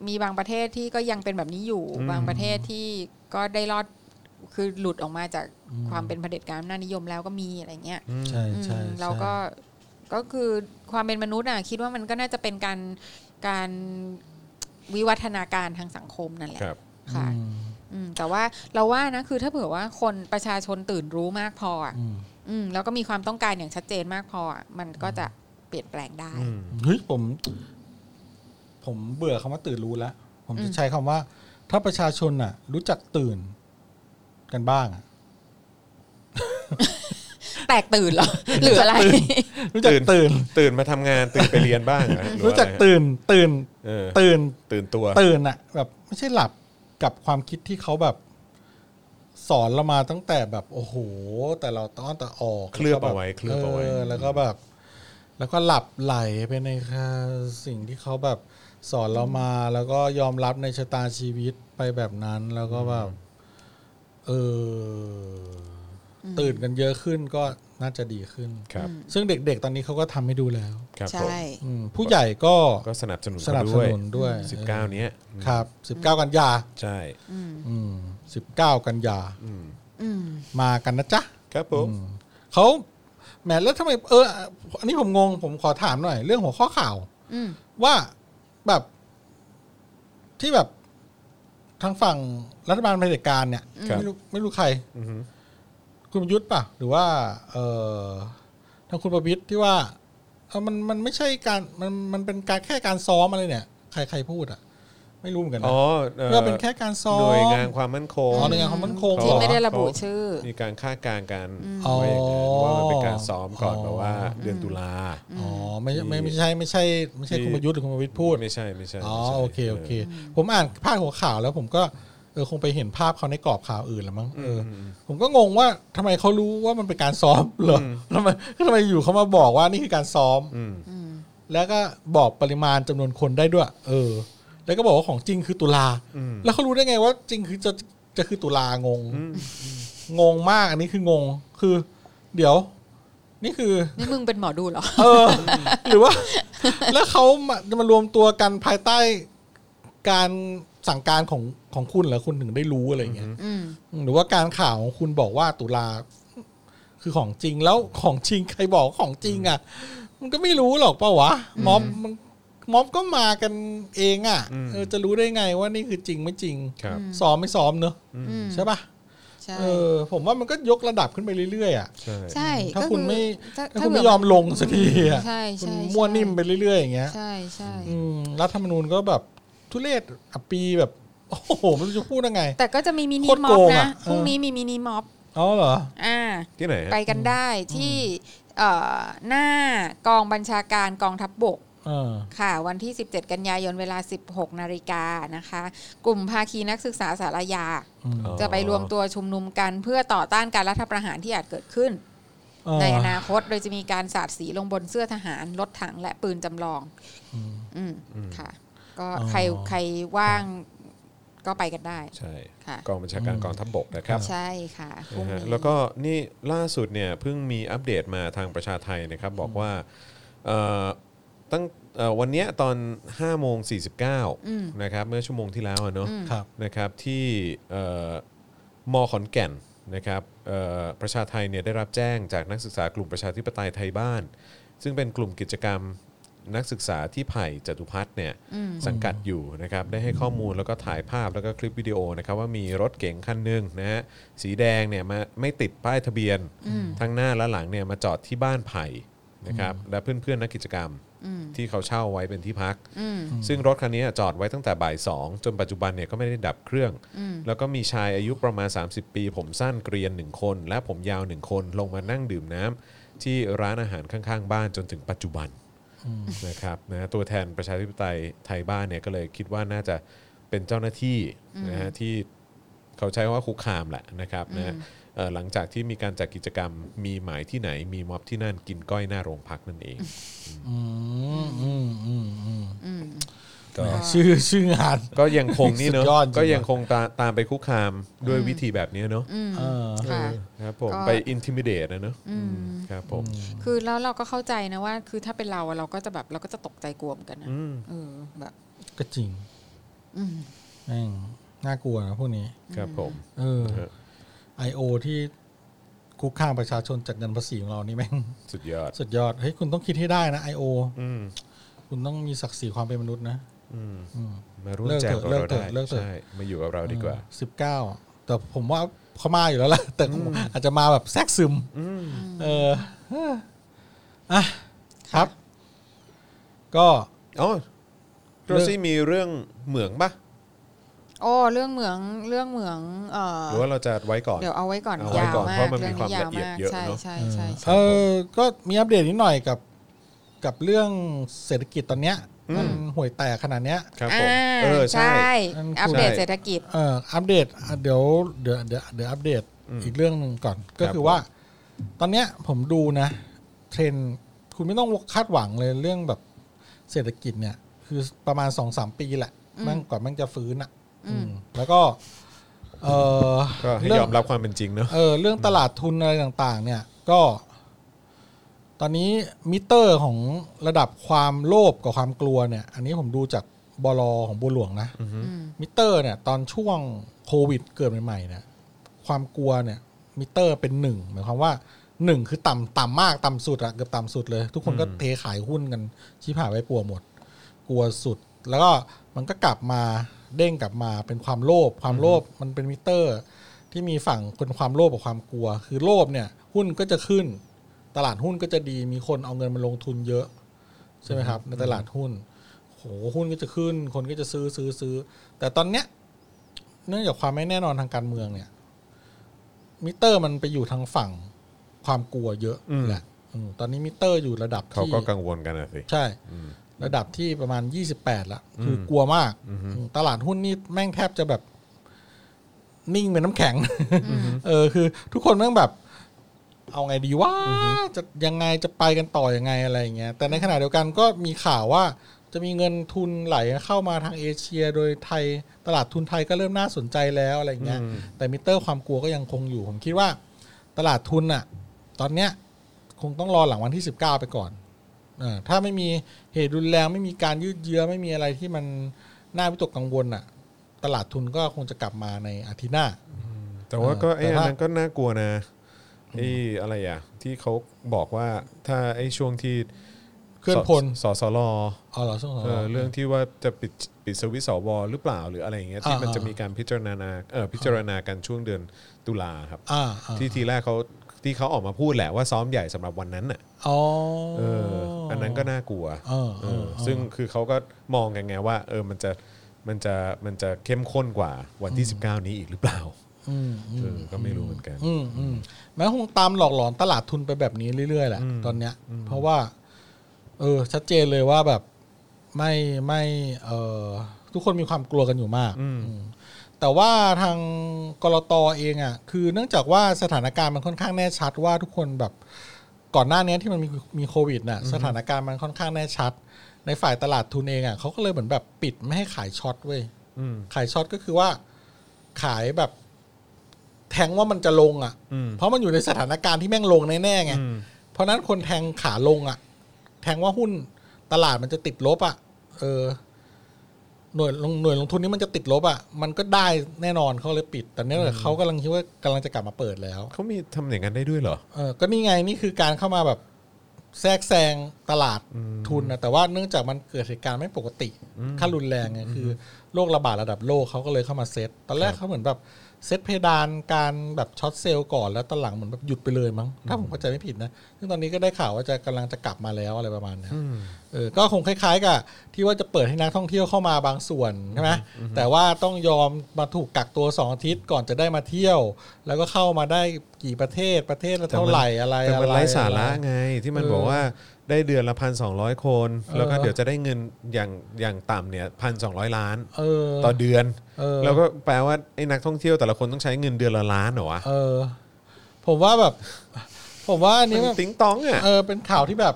[SPEAKER 4] มีบางประเทศที่ก็ยังเป็นแบบนี้อยู่
[SPEAKER 2] อืม
[SPEAKER 4] บางประเทศที่ก็ได้รอดคือหลุดออกมาจากความเป็นเผด็จการอำนาจนิยมแล้วก็มีอะไรเงี้ย
[SPEAKER 2] อืม
[SPEAKER 5] ใช่ใช่
[SPEAKER 4] อืม
[SPEAKER 5] ใช่
[SPEAKER 4] เราก็ก็คือความเป็นมนุษย์อ่ะคิดว่ามันก็น่าจะเป็นการการวิวัฒนาการทางสังคมนั่นแหละ
[SPEAKER 2] ครับ
[SPEAKER 4] ค่ะ
[SPEAKER 5] อืม
[SPEAKER 4] อืมแต่ว่าเราว่านะคือถ้าเผื่อว่าคนประชาชนตื่นรู้มากพออะ
[SPEAKER 5] อืม
[SPEAKER 4] อืมแล้วก็มีความต้องการอย่างชัดเจนมากพออะมันก็จะเปลี่ยนแปลงได้
[SPEAKER 2] อืม
[SPEAKER 5] เฮ้ยผม ผมเบื่อคำว่าตื่นรู้แล้ว ผมจะใช้คำว่า ถ้าประชาชนน่ะ รู้จักตื่นกันบ้างอะ
[SPEAKER 4] แตกตื่นเหรอ หรืออะไร
[SPEAKER 5] รู้จักตื่น
[SPEAKER 2] ตื่นมาทำงานตื่นไปเรียนบ้างนะหอ
[SPEAKER 5] รู้จัก
[SPEAKER 2] อะไร
[SPEAKER 5] ตื่น ตื่น
[SPEAKER 2] เออ
[SPEAKER 5] ตื่น
[SPEAKER 2] ตื่นตัว
[SPEAKER 5] ตื่นอะแบบไม่ใช่หลับกับความคิดที่เขาแบบ สอนเรามาตั้งแต่แบบ โอ้โห แต่เราต้อนแต่ออก
[SPEAKER 2] เคลือบเอาไว้เคลือบเอาไว้
[SPEAKER 5] แล้วก็แบบ แล้วก็หลับไหลไปในค่ะสิ่งที่เขาแบบสอนเรามา แล้วก็ยอมรับในชะตาชีวิตไปแบบนั้น แล้วก็แบบ เออ ตื่นกันเยอะขึ้นก็น่าจะดีขึ้น
[SPEAKER 2] ครับ
[SPEAKER 5] ซึ่งเด็กๆ ตอนนี้เขาก็ทำให้ดูแล้ว
[SPEAKER 2] ครับผม
[SPEAKER 4] ใช่
[SPEAKER 5] อืมผู้ใหญ่ก็
[SPEAKER 2] ก็สนับสนุน
[SPEAKER 5] ส
[SPEAKER 2] เขา
[SPEAKER 5] นับส
[SPEAKER 2] ด้วย
[SPEAKER 5] นุนด้วย
[SPEAKER 2] สิบเก้าเนี้ย
[SPEAKER 5] ครับสิบเก้ากันยา
[SPEAKER 2] ใช่
[SPEAKER 5] อืมสิบเก้ากันยา
[SPEAKER 4] อืม
[SPEAKER 5] มากันนะจ๊ะ
[SPEAKER 2] ครับผม
[SPEAKER 5] เขาแหมแล้วทำไมเออ อันนี้ผมงงผมขอถามหน่อย เรื่องหัวข้อข่าว
[SPEAKER 4] อืม
[SPEAKER 5] ว่าแบบที่แบบทางฝั่งรัฐบาลเผด็จการเนี่ยไม่รู้ไม่รู้ใคร
[SPEAKER 2] อือฮึ
[SPEAKER 5] คุณประยุทธ์ป่ะ หรือว่า เออทางคุณประวิทย์ที่ว่าเออมันมันไม่ใช่การมันมันเป็นการแค่การซ้อมอะไรเนี่ย ใครใครพูดอ่ะ ไม่รู้เหมือนกันนะ
[SPEAKER 2] อ๋อ
[SPEAKER 5] เพื่อเป็นแค่การซ้อม
[SPEAKER 2] หน่วยงานความมั่นคง
[SPEAKER 5] อ๋อหน่วยงานความมั่นคง
[SPEAKER 4] ที่ไม่ได้
[SPEAKER 5] เหอ
[SPEAKER 4] ระบุชื่อ
[SPEAKER 2] มีการคาดการณ์กัน
[SPEAKER 5] อ๋อ
[SPEAKER 2] ว่าอย่างนั้นว่ามันเป็นการซ้อมก่อน
[SPEAKER 5] อ๋อ
[SPEAKER 2] แบบว่าเดือนตุลา
[SPEAKER 5] อ๋อไม่ไม่ไม่ใช่ไม่ใช่ไม่ใช่
[SPEAKER 2] ที่
[SPEAKER 5] คุณประยุทธ์หรือคุณประวิทย์พูด
[SPEAKER 2] ไม่ใช่ไม่ใช่
[SPEAKER 5] อ๋อ
[SPEAKER 2] ไม่ใช่
[SPEAKER 5] โอเคโอเค ผมอ่านพาดหัวข่าวแล้วผมก็เออคงไปเห็นภาพเขาในกรอบข่าวอื่นละมั้งเอออผมก็งงว่าทำไมเขารู้ว่ามันเป็นการซ้อมเหรอทำไมทำไมอยู่เขามาบอกว่านี่คือการซ้อม
[SPEAKER 2] อืม
[SPEAKER 5] แล้วก็บอกปริมาณจำนวนคนได้ด้วย เออ แล้วก็บอกว่าของจริงคือตุลา
[SPEAKER 2] อืม
[SPEAKER 5] แล้วเขารู้ได้ไงว่าจริงคือจะจะคือตุลางง งงมากอันนี้คืองงคือ เดี๋ยว นี่คือ
[SPEAKER 4] นี่มึงเป็นหมอดูเหรอ
[SPEAKER 5] เออหรือว่า แล้วเขามาจะมารวมตัวกันภายใต้การสั่งการของของคุณเหรอคุณถึงได้รู้อะไรอย่างเงี้ย
[SPEAKER 4] อืม
[SPEAKER 5] หรือว่าการข่าวของคุณบอกว่าตุลาคือของจริงแล้วของจริงใครบอกว่าของจริงอ่ะ มันก็ไม่รู้หรอกเปล่าวะม็อบมันม็อบก็มากันเองอ่ะเออจะรู้ได้ไงว่านี่คือจริงไม่จริง
[SPEAKER 2] ครับ
[SPEAKER 5] ซ้อมไม่ซ้อมเนอะ
[SPEAKER 4] อืม
[SPEAKER 5] ใช่ปะ
[SPEAKER 4] ใช่
[SPEAKER 5] เออ ผมว่ามันก็ยกระดับขึ้นไปเรื่อยๆอ่ะ
[SPEAKER 2] ใช่
[SPEAKER 4] ใช่
[SPEAKER 5] ถ้า
[SPEAKER 4] ก็อ
[SPEAKER 5] คุณไม่
[SPEAKER 4] ถ้า
[SPEAKER 5] ถ้าคุณไม่ยอมลงสักทีอ่ะ
[SPEAKER 4] ใช่
[SPEAKER 5] คุณ
[SPEAKER 4] ใช่
[SPEAKER 5] มั่วนิ่มไปเรื่อยๆอย่างเงี้ย
[SPEAKER 4] ใช่ใช่
[SPEAKER 5] อืมรัฐธรรมนูญก็แบบทุเรศอับปีแบบ โอ้โหไม่รู้จะพูดยังไง
[SPEAKER 4] แต่ก็จะมีมินิ
[SPEAKER 5] โคตร
[SPEAKER 4] ม็
[SPEAKER 5] โก
[SPEAKER 4] อบ
[SPEAKER 5] ง
[SPEAKER 4] นะ
[SPEAKER 5] อะเออ
[SPEAKER 4] พรุ่งนี้มีมินิม็อบ
[SPEAKER 5] อ๋อเหรอ
[SPEAKER 4] อ่า
[SPEAKER 2] ที่ไหนฮะ
[SPEAKER 4] ไปกันได้ที่เอ่อหน้ากองบัญชาการกองทัพบบก
[SPEAKER 5] เออ
[SPEAKER 4] ค่ะวันที่ 17 กันยายนเวลา 16 นาฬิกานะคะ กลุ่มภาคีนักศึกษาสารยา
[SPEAKER 5] อืม
[SPEAKER 2] อ๋อ
[SPEAKER 4] จะไปรวมตัวชุมนุมกันเพื่อต่อต้านการรัฐประหารที่อาจเกิดขึ้น
[SPEAKER 5] เออ
[SPEAKER 4] ในอนาคตโดยจะมีการสาดสีลงบนเสื้อทหารรถถังและปืนจำลอง
[SPEAKER 5] อืม
[SPEAKER 4] อืมค่ะ ก็
[SPEAKER 5] อ๋อ
[SPEAKER 4] ใครใครว่างก็ไปกันได้
[SPEAKER 2] ใช่
[SPEAKER 4] ค่ะ
[SPEAKER 2] กองบัญชาการกองทัพบกนะครับ
[SPEAKER 4] ใช่ค่ะพรุ่ง
[SPEAKER 2] นะฮะ
[SPEAKER 4] นี้
[SPEAKER 2] แล้วก็นี่ล่าสุดเนี่ยเพิ่งมีอัปเดตมาทางประชาไทยนะครับ บอกว่าเอ่อตั้งเอ่อวันเนี้ยตอน5โมง49นะครับเมื่อชั่วโมงที่แล้วอะเนาะ
[SPEAKER 5] ครับ
[SPEAKER 2] นะครับที่เอ่อมขอนแก่นนะครับเอ่อประชาไทยเนี่ยได้รับแจ้งจากนักศึกษากลุ่มประชาธิปไตยไทยบ้าน ซึ่งเป็นกลุ่มกิจกรรมนักศึกษาที่ไผ่จตุพัฒน์เนี่ยสังกัดอยู่นะครับได้ให้ข้อมูลแล้วก็ถ่ายภาพแล้วก็คลิปวิดีโอนะครับว่ามีรถเก๋งคันหนึ่งนะฮะสีแดงเนี่ยมาไม่ติดป้ายทะเบียน ทั้งหน้าและหลังเนี่ยมาจอดที่บ้านไผ่นะครับและเพื่อนๆนักกิจกรรม ที่เขาเช่าไว้เป็นที่พัก ซึ่งรถคันนี้จอดไว้ตั้งแต่บ่ายสองจนปัจจุบันเนี่ยก็ไม่ได้ดับเครื่อง แล้วก็มีชายอายุประมาณ 30 ปี ผมสั้นเกรียนหนึ่งคน และผมยาวหนึ่งคนลงมานั่งดื่มน้ำที่ร้านอาหารข้างๆ บ้านจนถึงปัจจุบันนะครับนะตัวแทนประชาธิปไตยไทยบ้านเนี่ยก็เลยคิดว่าน่าจะเป็นเจ้าหน้าที่นะฮะที่ เขาใช้คำว่าคุกคามแหละนะครับนะเอ่อหลังจากที่มีการจัดกิจกรรมมีหมายที่ไหนมีม็อบที่นั่นกินก้อยหน้าโรงพักนั่นเอง
[SPEAKER 5] อืมอืมอืมอืม
[SPEAKER 4] อืม
[SPEAKER 2] ก็
[SPEAKER 5] ชื่อชื่องาน
[SPEAKER 2] ก็ยังคงนี่เนอะ
[SPEAKER 5] สุดยอดจริง
[SPEAKER 2] ก็ยังคงตาตามไปคุกคามด้วยวิธีแบบนี้เนอะ
[SPEAKER 5] เออ
[SPEAKER 4] ค่ะ
[SPEAKER 2] ครับผม
[SPEAKER 4] ก็
[SPEAKER 2] ไป intimidate นะเนอะครับผม
[SPEAKER 4] คือแล้วเราก็เข้าใจนะว่า คือถ้าเป็นเราอะเราก็จะแบบเราก็จะตกใจกลัวเหมือนกันนะ
[SPEAKER 2] อืม
[SPEAKER 4] เออแบบ
[SPEAKER 5] ก็จริง
[SPEAKER 4] อืม
[SPEAKER 5] แม่งน่ากลัวนะพวกนี้
[SPEAKER 2] ครับผม
[SPEAKER 5] เออไอโอที่คุกคามประชาชนจากเงินภาษีของเรานี่แม่ง
[SPEAKER 2] สุดยอด
[SPEAKER 5] สุดยอดเฮ้ยคุณต้องคิดให้ได้นะไอโอ
[SPEAKER 2] อืม
[SPEAKER 5] คุณต้องมีศักดิ์ศรีความเป็นมนุษย์นะ
[SPEAKER 2] อืม
[SPEAKER 5] อืม
[SPEAKER 2] มาร่วม
[SPEAKER 5] เลิก
[SPEAKER 2] แจ
[SPEAKER 5] เถ
[SPEAKER 2] ม
[SPEAKER 5] อะ
[SPEAKER 2] กับ
[SPEAKER 5] เลิก
[SPEAKER 2] เรา
[SPEAKER 5] เถ
[SPEAKER 2] ได้
[SPEAKER 5] อะเลิกเถอะ
[SPEAKER 2] ใช่มาอยู่กับเราดีกว่า
[SPEAKER 5] สิบเก้าแต่ผมว่าเขามาอยู่แล้วล่ะ แต่คงอาจจะมาแบบแทรกซึมเออเอออ่ะครับ ก็
[SPEAKER 2] อ๋อโรซี่มีเรื่องเหมืองปะ
[SPEAKER 4] โอ้เรื่องเหมืองเรื่องเหมืองเอ่อ
[SPEAKER 2] หรือว่าเราจะไว้ก่อน
[SPEAKER 4] เดี๋ยวเอาไว้ก่อน
[SPEAKER 2] เอาไว้
[SPEAKER 4] ยาว
[SPEAKER 2] ก่อน
[SPEAKER 4] มา
[SPEAKER 2] เพ
[SPEAKER 4] ก
[SPEAKER 2] ราะมันมี
[SPEAKER 4] เรื่อง
[SPEAKER 2] ความ
[SPEAKER 4] นี้ยาว
[SPEAKER 2] ละเอียด
[SPEAKER 4] มาก
[SPEAKER 2] เยอะ
[SPEAKER 4] ใช่
[SPEAKER 2] เนอะ
[SPEAKER 4] ใช่ใช่
[SPEAKER 5] เออก็มีอัปเดตนิดหน่อยกับ กับเรื่องเศรษฐกิจตอนเนี้ยมันห่วยแตกขนาดเนี้ย
[SPEAKER 2] ครับผ
[SPEAKER 4] อ่า
[SPEAKER 2] มเออใช่
[SPEAKER 4] ใช่
[SPEAKER 5] อันคุณ
[SPEAKER 4] อัปเดต
[SPEAKER 2] ใช่
[SPEAKER 4] เศรษฐกิจ
[SPEAKER 5] เอ่ออัปเดตอ่ะเดี๋ยวเดี๋ยวเดี๋ยวเดี๋ยวอัปเดตอีกเรื่องหนึ่งก่อน ก็คือ
[SPEAKER 2] ผม
[SPEAKER 5] ว่า ตอนเนี้ยผมดูนะ เทรนด์คุณไม่ต้องคาดหวังเลยเรื่องแบบเศรษฐกิจเนี่ย คือประมาณสองสามปีแหละแม่งกว่าแม่งจะฟื้นอะ่ะอืมแล้วก็ เออ
[SPEAKER 2] ก็ให้
[SPEAKER 5] เรื่
[SPEAKER 2] ย
[SPEAKER 5] อ
[SPEAKER 2] องมรับความเป็นจริงเนอะ
[SPEAKER 5] เออเรื่องตลาดทุนอะไรต่างๆ เนี่ยก็ ตอนนี้มิเตอร์ของระดับความโลภกับความกลัวเนี่ย อันนี้ผมดูจากบลของบัวหลวงนะ มิเตอร์เนี่ย ตอนช่วงโควิดเกิดใหม่ๆเนี่ยความกลัวเนี่ย มิเตอร์เป็นหนึ่งหมายความว่าหนึ่งคือต่ำต่ำมากต่ำสุดอะเกือบต่ำสุดเลย ทุกคนก็เทขายหุ้นกันชี้ผ่ายไว้ปัวหมด กลัวสุด แล้วก็มันก็กลับมาเด้งกลับมาเป็นความโลภความโลภมันเป็นมิเตอร์ ที่มีฝั่งคนความโลภกับความกลัว คือโลภเนี่ย หุ้นก็จะขึ้น ตลาดหุ้นก็จะดีมีคนเอาเงินมาลงทุนเยอะ ใช่ไหมครับ ในตลาดหุ้นโหหุ้นก็จะขึ้น คนก็จะซื้อซื้อซื้อ แต่ตอนเนี้ย เนื่องจากความไม่แน่นอนทางการเมืองเนี่ย มิเตอร์มันไปอยู่ทางฝั่งความกลัวเยอะแหละอืมตอนนี้มิเตอร์อยู่ระดับ
[SPEAKER 2] เขา
[SPEAKER 5] ที่
[SPEAKER 2] ก็กังวลกันนะสิ
[SPEAKER 5] ใช่ ระดับที่ประมาณ 28 ละ คือกลัวมาก ตลาดหุ้นนี่แม่งแทบจะแบบ นิ่งเป็นน้ำแข็ง เออ คือ ทุกคนแม่งแบบ เอาไงดีว่าจะยังไงจะไปกันต่อยังไงอะไรอย่างเงี้ย แต่ในขณะเดียวกันก็มีข่าวว่า จะมีเงินทุนไหลเข้ามาทางเอเชีย โดยไทยตลาดทุนไทยก็เริ่มน่าสนใจแล้วอะไรอย่างเงี้ย แต่มิเตอร์ความกลัวก็ยังคงอยู่ ผมคิดว่า ตลาดทุนอะตอนเนี้ย คงต้องรอหลังวันที่ 19 ไปก่อน เออถ้าไม่มีเหตุรุนแรงไม่มีการยืดเยื้อไม่มีอะไรที่มันน่าวิตกกังวลอ่ะ ตลาดทุนก็คงจะกลับมาในอาทิตย์หน้า
[SPEAKER 2] แต่ว่าก็
[SPEAKER 5] เออ
[SPEAKER 2] ไอ้อัน
[SPEAKER 5] แต่ว่า
[SPEAKER 2] นั้นก็น่ากลัวนะไอ้อะไรอ่ะ ที่เขาบอกว่าถ้าไอ้ช่วงที่
[SPEAKER 5] เคลื่อนพล
[SPEAKER 2] สสล
[SPEAKER 5] อ๋อเหรอช่วงสอง
[SPEAKER 2] เออเรื่องที่ว่าจะปิดปิดสวิตช์สวหรือเปล่าหรืออะไรอย่างเงี้ยที่
[SPEAKER 5] อ่า
[SPEAKER 2] มันจะ
[SPEAKER 5] อ่ามี
[SPEAKER 2] มีการพิจารณาเออพิจารณากันช่วงเดือนตุลาครับ
[SPEAKER 5] อ่าอ่า
[SPEAKER 2] ที่ทีแรกเขาที่เขาออกมาพูดแหละว่าซ้อมใหญ่สำหรับวันนั้นน่ะ
[SPEAKER 5] อ๋อ
[SPEAKER 2] เอออันนั้นก็น่ากลัว
[SPEAKER 5] เออเอ
[SPEAKER 2] เอ
[SPEAKER 5] อ
[SPEAKER 2] อซึ่งคือเขาก็มองกันไงว่า เออมันจะมันจะมันจะเข้มข้นกว่าวันที่ 19 นี้อีกหรือเปล่า
[SPEAKER 5] อืมอื
[SPEAKER 2] เอ
[SPEAKER 5] ม
[SPEAKER 2] อก็ไม่รู้เหมือนกัน
[SPEAKER 5] อืมอืมแม้คงตามหลอกหลอนตลาดทุนไปแบบนี้เรื่อยๆแหละตอนเนี้ย เพราะว่า เออ ชัดเจนเลยว่าแบบไม่ไม่เออทุกคนมีความกลัวกันอยู่มาก อืมแต่ว่าทางกรตเองอ่ะคือเนื่องจากว่าสถานการณ์มันค่อนข้างแน่ชัดว่าทุกคนแบบก่อนหน้านี้ที่มันมีมีโควิดน่ะสถานการณ์มันค่อนข้างแน่ชัด ในฝ่ายตลาดทุนเองอ่ะเขาก็เลยเหมือนแบบปิดไม่ให้ขายช็อตเว้ย
[SPEAKER 2] อืม
[SPEAKER 5] ขายช็อตก็คือว่าขายแบบ แทงว่ามันจะลงอ่ะ เพราะมันอยู่ในสถานการณ์ที่แม่งลงแน่ๆไง เพราะฉะนั้นคนแทงขาลงอ่ะ แทงว่าหุ้นตลาดมันจะติดลบอ่ะ เออ หน่วยลงหน่วยลงทุนนี้มันจะติดลบอ่ะ มันก็ได้แน่นอนเขาเลยปิด แต่เนี่ยเขากำลังคิดว่ากำลังจะกลับมาเปิดแล้ว
[SPEAKER 2] เขามีทำอย่างนั้นได้ด้วยเหรอ
[SPEAKER 5] เออก็นี่ไงนี่คือการเข้ามาแบบแทรกแซงตลาดทุนนะแต่ว่าเนื่องจากมันเกิดเหตุการณ์ไม่ปกติขั้นรุนแรงไงคือโรคระบาดระดับโลกเขาก็เลยเข้ามาเซตตอนแรกเขาเหมือนแบบเซตเพดานการแบบช็อตเซลล์ก่อนแล้วตอนหลังเหมือนแบบหยุดไปเลยมั้งถ้าผมเข้าใจไม่ผิดนะซึ่งตอนนี้ก็ได้ข่าวว่าจะกำลังจะกลับมาแล้วอะไรประมาณเนี้ยเออก็คงคล้าย ๆ กับที่ว่าจะเปิดให้นักท่องเที่ยวเข้ามาบางส่วนใช่ไหมแต่ว่าต้องยอมมาถูกกักตัวสองอาทิตย์ก่อนจะได้มาเที่ยว แล้วก็เข้ามาได้กี่ประเทศประเทศละเท่าไหร่อะไร
[SPEAKER 2] แต่
[SPEAKER 5] อะ
[SPEAKER 2] มัน
[SPEAKER 5] ไร
[SPEAKER 2] ไร้สาระไงที่มัน
[SPEAKER 5] เออ
[SPEAKER 2] บอกว่าได้เดือนละพันสองคน
[SPEAKER 5] เออ
[SPEAKER 2] แล้วก็เดี๋ยวจะได้เงินอย่างอย่างต่ำเนี่ยพันสองล้าน
[SPEAKER 5] เออ
[SPEAKER 2] ต่อเดือน
[SPEAKER 5] เออ
[SPEAKER 2] แล้วก็แปลว่าไอ้นักท่องเที่ยวแต่ละคนต้องใช้เงินเดือนละล้านเหรอวะ
[SPEAKER 5] เออ ผมว่าแบบ ผมว่าอัน
[SPEAKER 2] มั
[SPEAKER 5] นี้
[SPEAKER 2] น
[SPEAKER 5] แบบ
[SPEAKER 2] ติ๊งตองอ่ะ
[SPEAKER 5] เออเป็นข่าวที่แบบ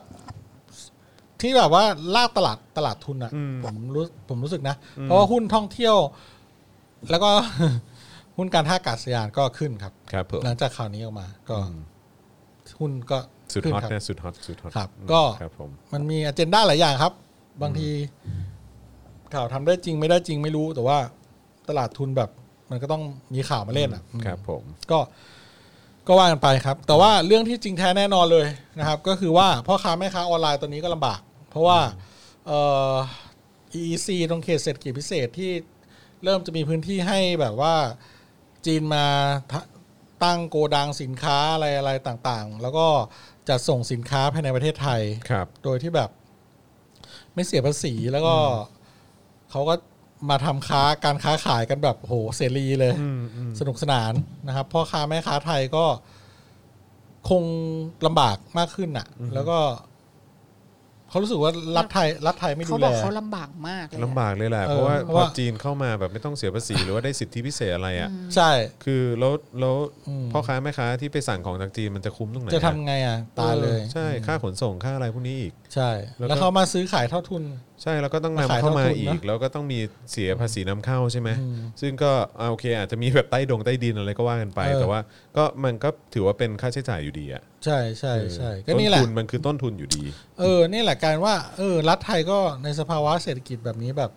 [SPEAKER 5] ที่แบบว่าลากตลาดตลาดทุนอะผมรู้ผมรู้สึกนะ เพราะว่าหุ้นท่องเที่ยว แล้วก็ หุ้นการท่าอากาศยานก็ขึ้นครับ
[SPEAKER 2] ครับผม
[SPEAKER 5] หลังจากข่าวนี้ออกมา ก็ หุ้นก็
[SPEAKER 2] สุด
[SPEAKER 5] ขึ้น
[SPEAKER 2] ฮอต
[SPEAKER 5] ครับ
[SPEAKER 2] นะสุดฮอตสุดฮอต
[SPEAKER 5] ครับ
[SPEAKER 2] อืม
[SPEAKER 5] ก็
[SPEAKER 2] ครับผม
[SPEAKER 5] มันมีอเจนดาหลายอย่างครับ บางทีข่าวทำได้จริงไม่ได้จริงไม่รู้ แต่ว่าตลาดทุนแบบ มันก็ต้องมีข่าวมาเล่นอ่ะอืม
[SPEAKER 2] ครับผม
[SPEAKER 5] ก็ก็ว่ากันไปครับ แต่ว่าเรื่องที่จริงแท้แน่นอนเลยนะครับ ก็คือว่าพ่อค้าแม่ค้าออนไลน์ตอนนี้ก็ลำบาก เพราะว่าเอ่อ EEC ตรงเขตเศรษฐกิจพิเศษที่เริ่มจะมีพื้นที่ให้แบบว่าจีนมาทะตั้งโกดังสินค้าอะไรอะไรต่างๆ แล้วก็จัดส่งสินค้าภายในประเทศไทย
[SPEAKER 2] ครับ
[SPEAKER 5] โดยที่แบบไม่เสียภาษีแล้วก็เขาก็มาทำค้าการค้าขายกันแบบโหเสรีเลย สนุกสนานนะครับพ่อค้าแม่ค้าไทยก็คงลำบากมากขึ้นอ่ะ แล้วก็ เขารู้สึกว่ารัฐไทยรัฐไทยไม่ดู
[SPEAKER 4] เขาบ
[SPEAKER 5] แล
[SPEAKER 4] อกเขาลำบากมากเลยอะ
[SPEAKER 2] ลำบากเลยแหละ
[SPEAKER 5] เออ
[SPEAKER 2] เพราะว่า
[SPEAKER 5] เพราะ
[SPEAKER 2] พอ
[SPEAKER 5] ว่า
[SPEAKER 2] จีนเข้ามาแบบไม่ต้องเสียภาษีหรือว่าได้สิทธิพิเศษอะไรอ่ะ
[SPEAKER 5] ใช่
[SPEAKER 2] คือแล้วแล้ว
[SPEAKER 5] อืม
[SPEAKER 2] พ่อค้าแม่ค้าที่ไปสั่งของจากจีนมันจะคุ้มตรงไหน
[SPEAKER 5] จะทำไงอ่ะ ตายเลย
[SPEAKER 2] ใช่ค่าขนส่งค่าอะไรพวกนี้อีก
[SPEAKER 5] ใช่
[SPEAKER 2] แล้วก็
[SPEAKER 5] แล้วเขามาซื้อขายเท่าทุน
[SPEAKER 2] ใช่แล้วก็ต้องนำ
[SPEAKER 5] มาขาย
[SPEAKER 2] เข้ามา
[SPEAKER 5] เท่าทุน
[SPEAKER 2] อีก
[SPEAKER 5] นะ
[SPEAKER 2] แล้วก็ต้องมีเสียภาษีนำเข้าใช่ไหม
[SPEAKER 5] อืม
[SPEAKER 2] ซึ่งก็เอาโอเค อาจจะมีแบบใต้ดงใต้ดินอะไรก็ว่ากันไป
[SPEAKER 5] เออ
[SPEAKER 2] แต่ว่าก็มันก็ถือว่าเป็นค่าใช้จ่ายอยู่ดีอ่ะ
[SPEAKER 5] ใช่ใช่ใช่
[SPEAKER 2] เออ
[SPEAKER 5] ก็นี่แหละ
[SPEAKER 2] ต้ทุนมันคือต้นทุนอยู่ดี
[SPEAKER 5] เออ นี่แหละการว่า เออ รัฐไทยก็ในสภาวะเศรษฐกิจแบบนี้แบบ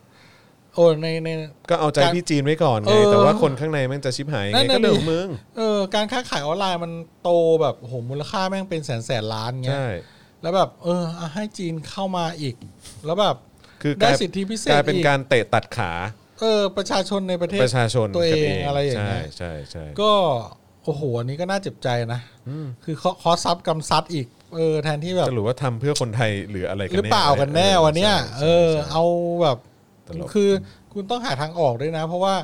[SPEAKER 5] โอ้ในใน
[SPEAKER 2] ก็เอาใจพี่จีนไว้ก่อน
[SPEAKER 5] เอ
[SPEAKER 2] ไง
[SPEAKER 5] อ
[SPEAKER 2] แต่ว่าคนข้างในแมันจะชิบหายยัง
[SPEAKER 5] นั่
[SPEAKER 2] ไง
[SPEAKER 5] นน่ะ
[SPEAKER 2] ก็เดือ
[SPEAKER 5] ดิ
[SPEAKER 2] งมึง
[SPEAKER 5] เออ การค้าขายออนไลน์มันโตแบบโอ้โหมูลค่าแม่งเป็นแสนแสนล้านเงี้ย
[SPEAKER 2] ใช่
[SPEAKER 5] แล้วแบบ เออเอาให้จีนเข้ามาอีก แล้วแบบ
[SPEAKER 2] คือก
[SPEAKER 5] ได้
[SPEAKER 2] ลาย
[SPEAKER 5] สิทธิพิเศษ
[SPEAKER 2] กลายเป็น
[SPEAKER 5] อีก
[SPEAKER 2] การเตะตัดขา
[SPEAKER 5] เออ ประชาชนในประเทศ
[SPEAKER 2] ประชาชน
[SPEAKER 5] ตัวเอง
[SPEAKER 2] กัน
[SPEAKER 5] อะไรอย่างเงี้ย
[SPEAKER 2] ใช่ใช่ใช่
[SPEAKER 5] ก็ โอ้โหอันนี้ก็น่าเจ็บใจนะคือเขาขอซับกำซัดอีก เออ แทนที่แบบ
[SPEAKER 2] สรุปว่าทำเพื่อคนไทยหรืออะไรกัน
[SPEAKER 5] ห
[SPEAKER 2] แน่
[SPEAKER 5] รือเปล่ากันแน่วันเนี้ยเอ
[SPEAKER 2] ใช่
[SPEAKER 5] อ
[SPEAKER 2] ใช่ใช่
[SPEAKER 5] เอาแบบ
[SPEAKER 2] ตลก
[SPEAKER 5] คือคุณต้องหาทางออกด้วยนะ เพราะว่า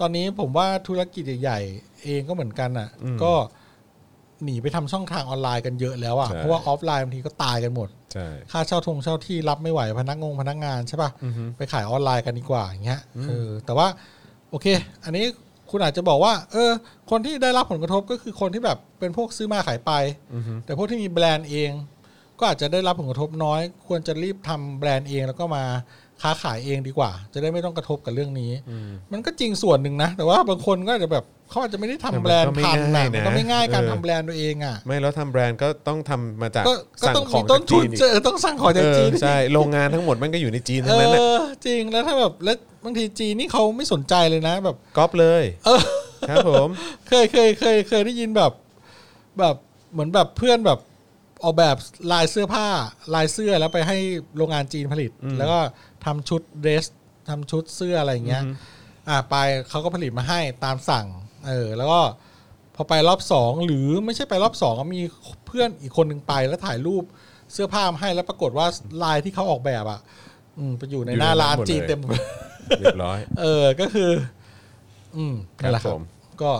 [SPEAKER 5] ตอนนี้ผมว่าธุรกิจใหญ่ๆเองก็เหมือนกันอ่ะ ก็หนีไปทำช่องทางออนไลน์กันเยอะแล้วอ่ะเพราะว่าออฟไลน์บางทีก็ตายกันหมด
[SPEAKER 2] ใช่
[SPEAKER 5] ค่าเช่าทงเช่าที่รับไม่ไหวพนักงงพนักงานใช่ป่ะไปขายออนไลน์กันดีกว่าอย่างเงี้ยเออแต่ว่าโอเค อันนี้คุณอาจจะบอกว่า เออ คนที่ได้รับผลกระทบก็คือคนที่แบบเป็นพวกซื้อมาขายไป แต่พวกที่มีแบรนด์เอง ก็อาจจะได้รับผลกระทบน้อย ควรจะรีบทำแบรนด์เองแล้วก็มาค้าขายเองดีกว่า จะได้ไม่ต้องกระทบกับเรื่องนี้ มันก็จริงส่วนหนึ่งนะ แต่ว่าบางคนก็อาจจะแบบเขาอาจจะไม่ได้ทำแบรนด์ทันนะมันก็ไม่ง่ายการทำแบรนด์ตัวเองอ่ะ
[SPEAKER 2] ไม่แล้วทำแบรนด์ก็ต้องทำมาจาก
[SPEAKER 5] ก็ก็
[SPEAKER 2] สั่ง
[SPEAKER 5] ต้อง
[SPEAKER 2] ขอ
[SPEAKER 5] มี
[SPEAKER 2] ง
[SPEAKER 5] ต้นทุน
[SPEAKER 2] จาก
[SPEAKER 5] เจอต้องสั่งของจาก
[SPEAKER 2] จี
[SPEAKER 5] จีน
[SPEAKER 2] นอีกเออใช่โรงงานทั้งหมดมันก็อยู่ในจีน
[SPEAKER 5] เอ
[SPEAKER 2] ทั้งนั้นแหละ
[SPEAKER 5] อจริงแล้วถ้าแบบแล้วบางทีจีนนี่เขาไม่สนใจเลยนะ แบบ
[SPEAKER 2] ก๊อปเลย
[SPEAKER 5] เออ
[SPEAKER 2] ครับผม
[SPEAKER 5] เคยเคยเคยเคยได้ยินแบบ แบบเหมือนแบบเพื่อนแบบออกแบบลายเสื้อผ้าลายเสื้อแล้วไปให้โรงงานจีนผลิต แล้วก็ทำชุดเดรสทำชุดเสื้ออะไรอย่างเงี้ย อ่าไปเขาก็ผลิตมาให้ตามสั่ง เออ แล้วก็พอไปรอบสองหรือไม่ใช่ไปรอบสองก็มีเพื่อนอีกคนหนึ่งไปแล้วถ่ายรูปเสื้อผ้ามาให้แล้วปรากฏว่าลายที่เขาออกแบบอ่ะ อืมไปอยู่ใน
[SPEAKER 2] อยู่ใน
[SPEAKER 5] หน้าร้า
[SPEAKER 2] ร้าน นหมด
[SPEAKER 5] จีน
[SPEAKER 2] เลย
[SPEAKER 5] เต็มหมด
[SPEAKER 2] เรียบร้อย
[SPEAKER 5] เออ ก็คือ อืม
[SPEAKER 2] ครับ
[SPEAKER 5] นั่นแหละครั
[SPEAKER 2] ผ
[SPEAKER 5] บ
[SPEAKER 2] ม
[SPEAKER 5] ก็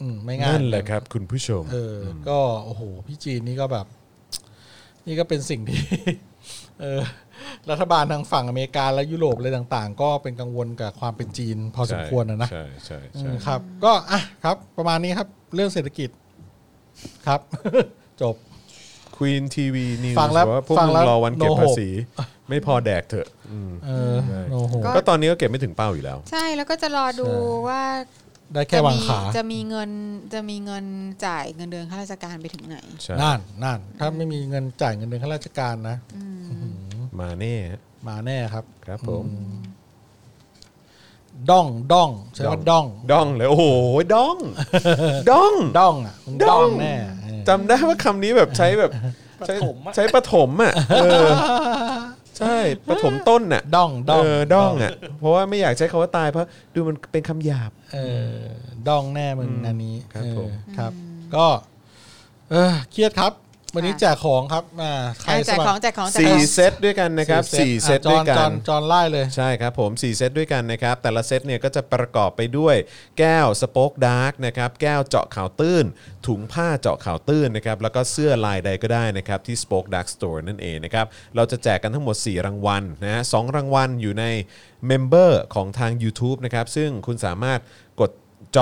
[SPEAKER 5] อืม ไม่ง่าย
[SPEAKER 2] นั่นแหละครับ คุณผู้ชม
[SPEAKER 5] เออ ก็ โอ้โห พี่จีนนี่ก็แบบ นี่ก็เป็นสิ่งที่ เออ รัฐบาลทางฝั่งอเมริกาและยุโรปอะไรต่าง ๆ ก็เป็นกังวลกับความเป็นจีน พอสมควรนะนะ
[SPEAKER 2] ใช่ใช่
[SPEAKER 5] อื
[SPEAKER 2] ใช่
[SPEAKER 5] มครับ ก็ อ่ะ ครับ ประมาณนี้ครับ เรื่องเศรษฐกิจ ครับ จบ
[SPEAKER 2] ควีนทีวีนิว
[SPEAKER 5] ฟังแล้ว
[SPEAKER 2] ว่าพวก
[SPEAKER 5] ฟัง
[SPEAKER 2] มึง
[SPEAKER 5] แล้ว
[SPEAKER 2] รอวันเก็บ
[SPEAKER 5] โนโห
[SPEAKER 2] ภาษี ไม่พอแดกเถอะอืม
[SPEAKER 5] เออโอ้โห
[SPEAKER 2] ก็ตอนนี้ก็เก็บไม่ถึงเป้าอยู่แล้ว
[SPEAKER 4] ใช่แล้วก็จะรอดู
[SPEAKER 5] ใช่
[SPEAKER 4] ว่า
[SPEAKER 5] ได้แค่วางขา
[SPEAKER 4] จะมีเงินจะมีเงินจ่ายเงินเดือนข้าราชการไปถึงไหน
[SPEAKER 2] ใช่
[SPEAKER 5] นั่นนั่นถ้าไม่มีเงินจ่ายเงินเดือนข้าราชการนะ
[SPEAKER 2] มาแน่
[SPEAKER 5] มาแน่ครับ
[SPEAKER 2] ครับผม
[SPEAKER 5] ด้องด้องใช้ว่าด้อง
[SPEAKER 2] ดองเลยโอ้โหด องดอง
[SPEAKER 5] ด้องอ่ะมึง
[SPEAKER 2] ด้
[SPEAKER 5] ด้อ
[SPEAKER 2] อง
[SPEAKER 5] งแน่เออ
[SPEAKER 2] จำได้ว่าคำนี้แบบใช้แบบใช้
[SPEAKER 7] ปฐมอะ
[SPEAKER 2] ใช้ปฐมอ่ะเออใช่ปฐมต้นน่ะ
[SPEAKER 5] ด้องด้อง
[SPEAKER 2] เออดองอ่ะ เพราะว่าไม่อยากใช้คำว่าตายเพราะดูมันเป็นคำหยาบ
[SPEAKER 5] เออด้องแน่มึงอันนี้
[SPEAKER 2] ครับ
[SPEAKER 5] เออ
[SPEAKER 2] ผม
[SPEAKER 5] ครับ ก็ เออเครียดครับ วันนี้
[SPEAKER 4] ค่ะ
[SPEAKER 5] แจกของครับมาใคร
[SPEAKER 4] อ่ะแจก
[SPEAKER 5] สมัคร
[SPEAKER 4] ของแจกของแจก
[SPEAKER 2] สี่
[SPEAKER 4] ของ
[SPEAKER 2] เซตด้วยกันนะครับสี่เซต
[SPEAKER 5] อ่ะจ
[SPEAKER 2] ด้ว
[SPEAKER 5] อน
[SPEAKER 2] ยกั
[SPEAKER 5] จอน นจอนไล่เลย
[SPEAKER 2] ใช่ครับผม 4 เซตด้วยกันนะครับ แต่ละเซตเนี่ยก็จะประกอบไปด้วยแก้วสป็อกดาร์กนะครับแก้วเจาะข่าวตื้น ถุงผ้าเจาะข่าวตื้นนะครับแล้วก็เสื้อลายใดก็ได้นะครับที่ Spoke Dark Store นั่นเองนะครับเราจะแจกกันทั้งหมด 4 รางวัลนะฮะสองรางวัลอยู่ในเมมเบอร์ของทาง YouTube นะครับซึ่งคุณสามารถกด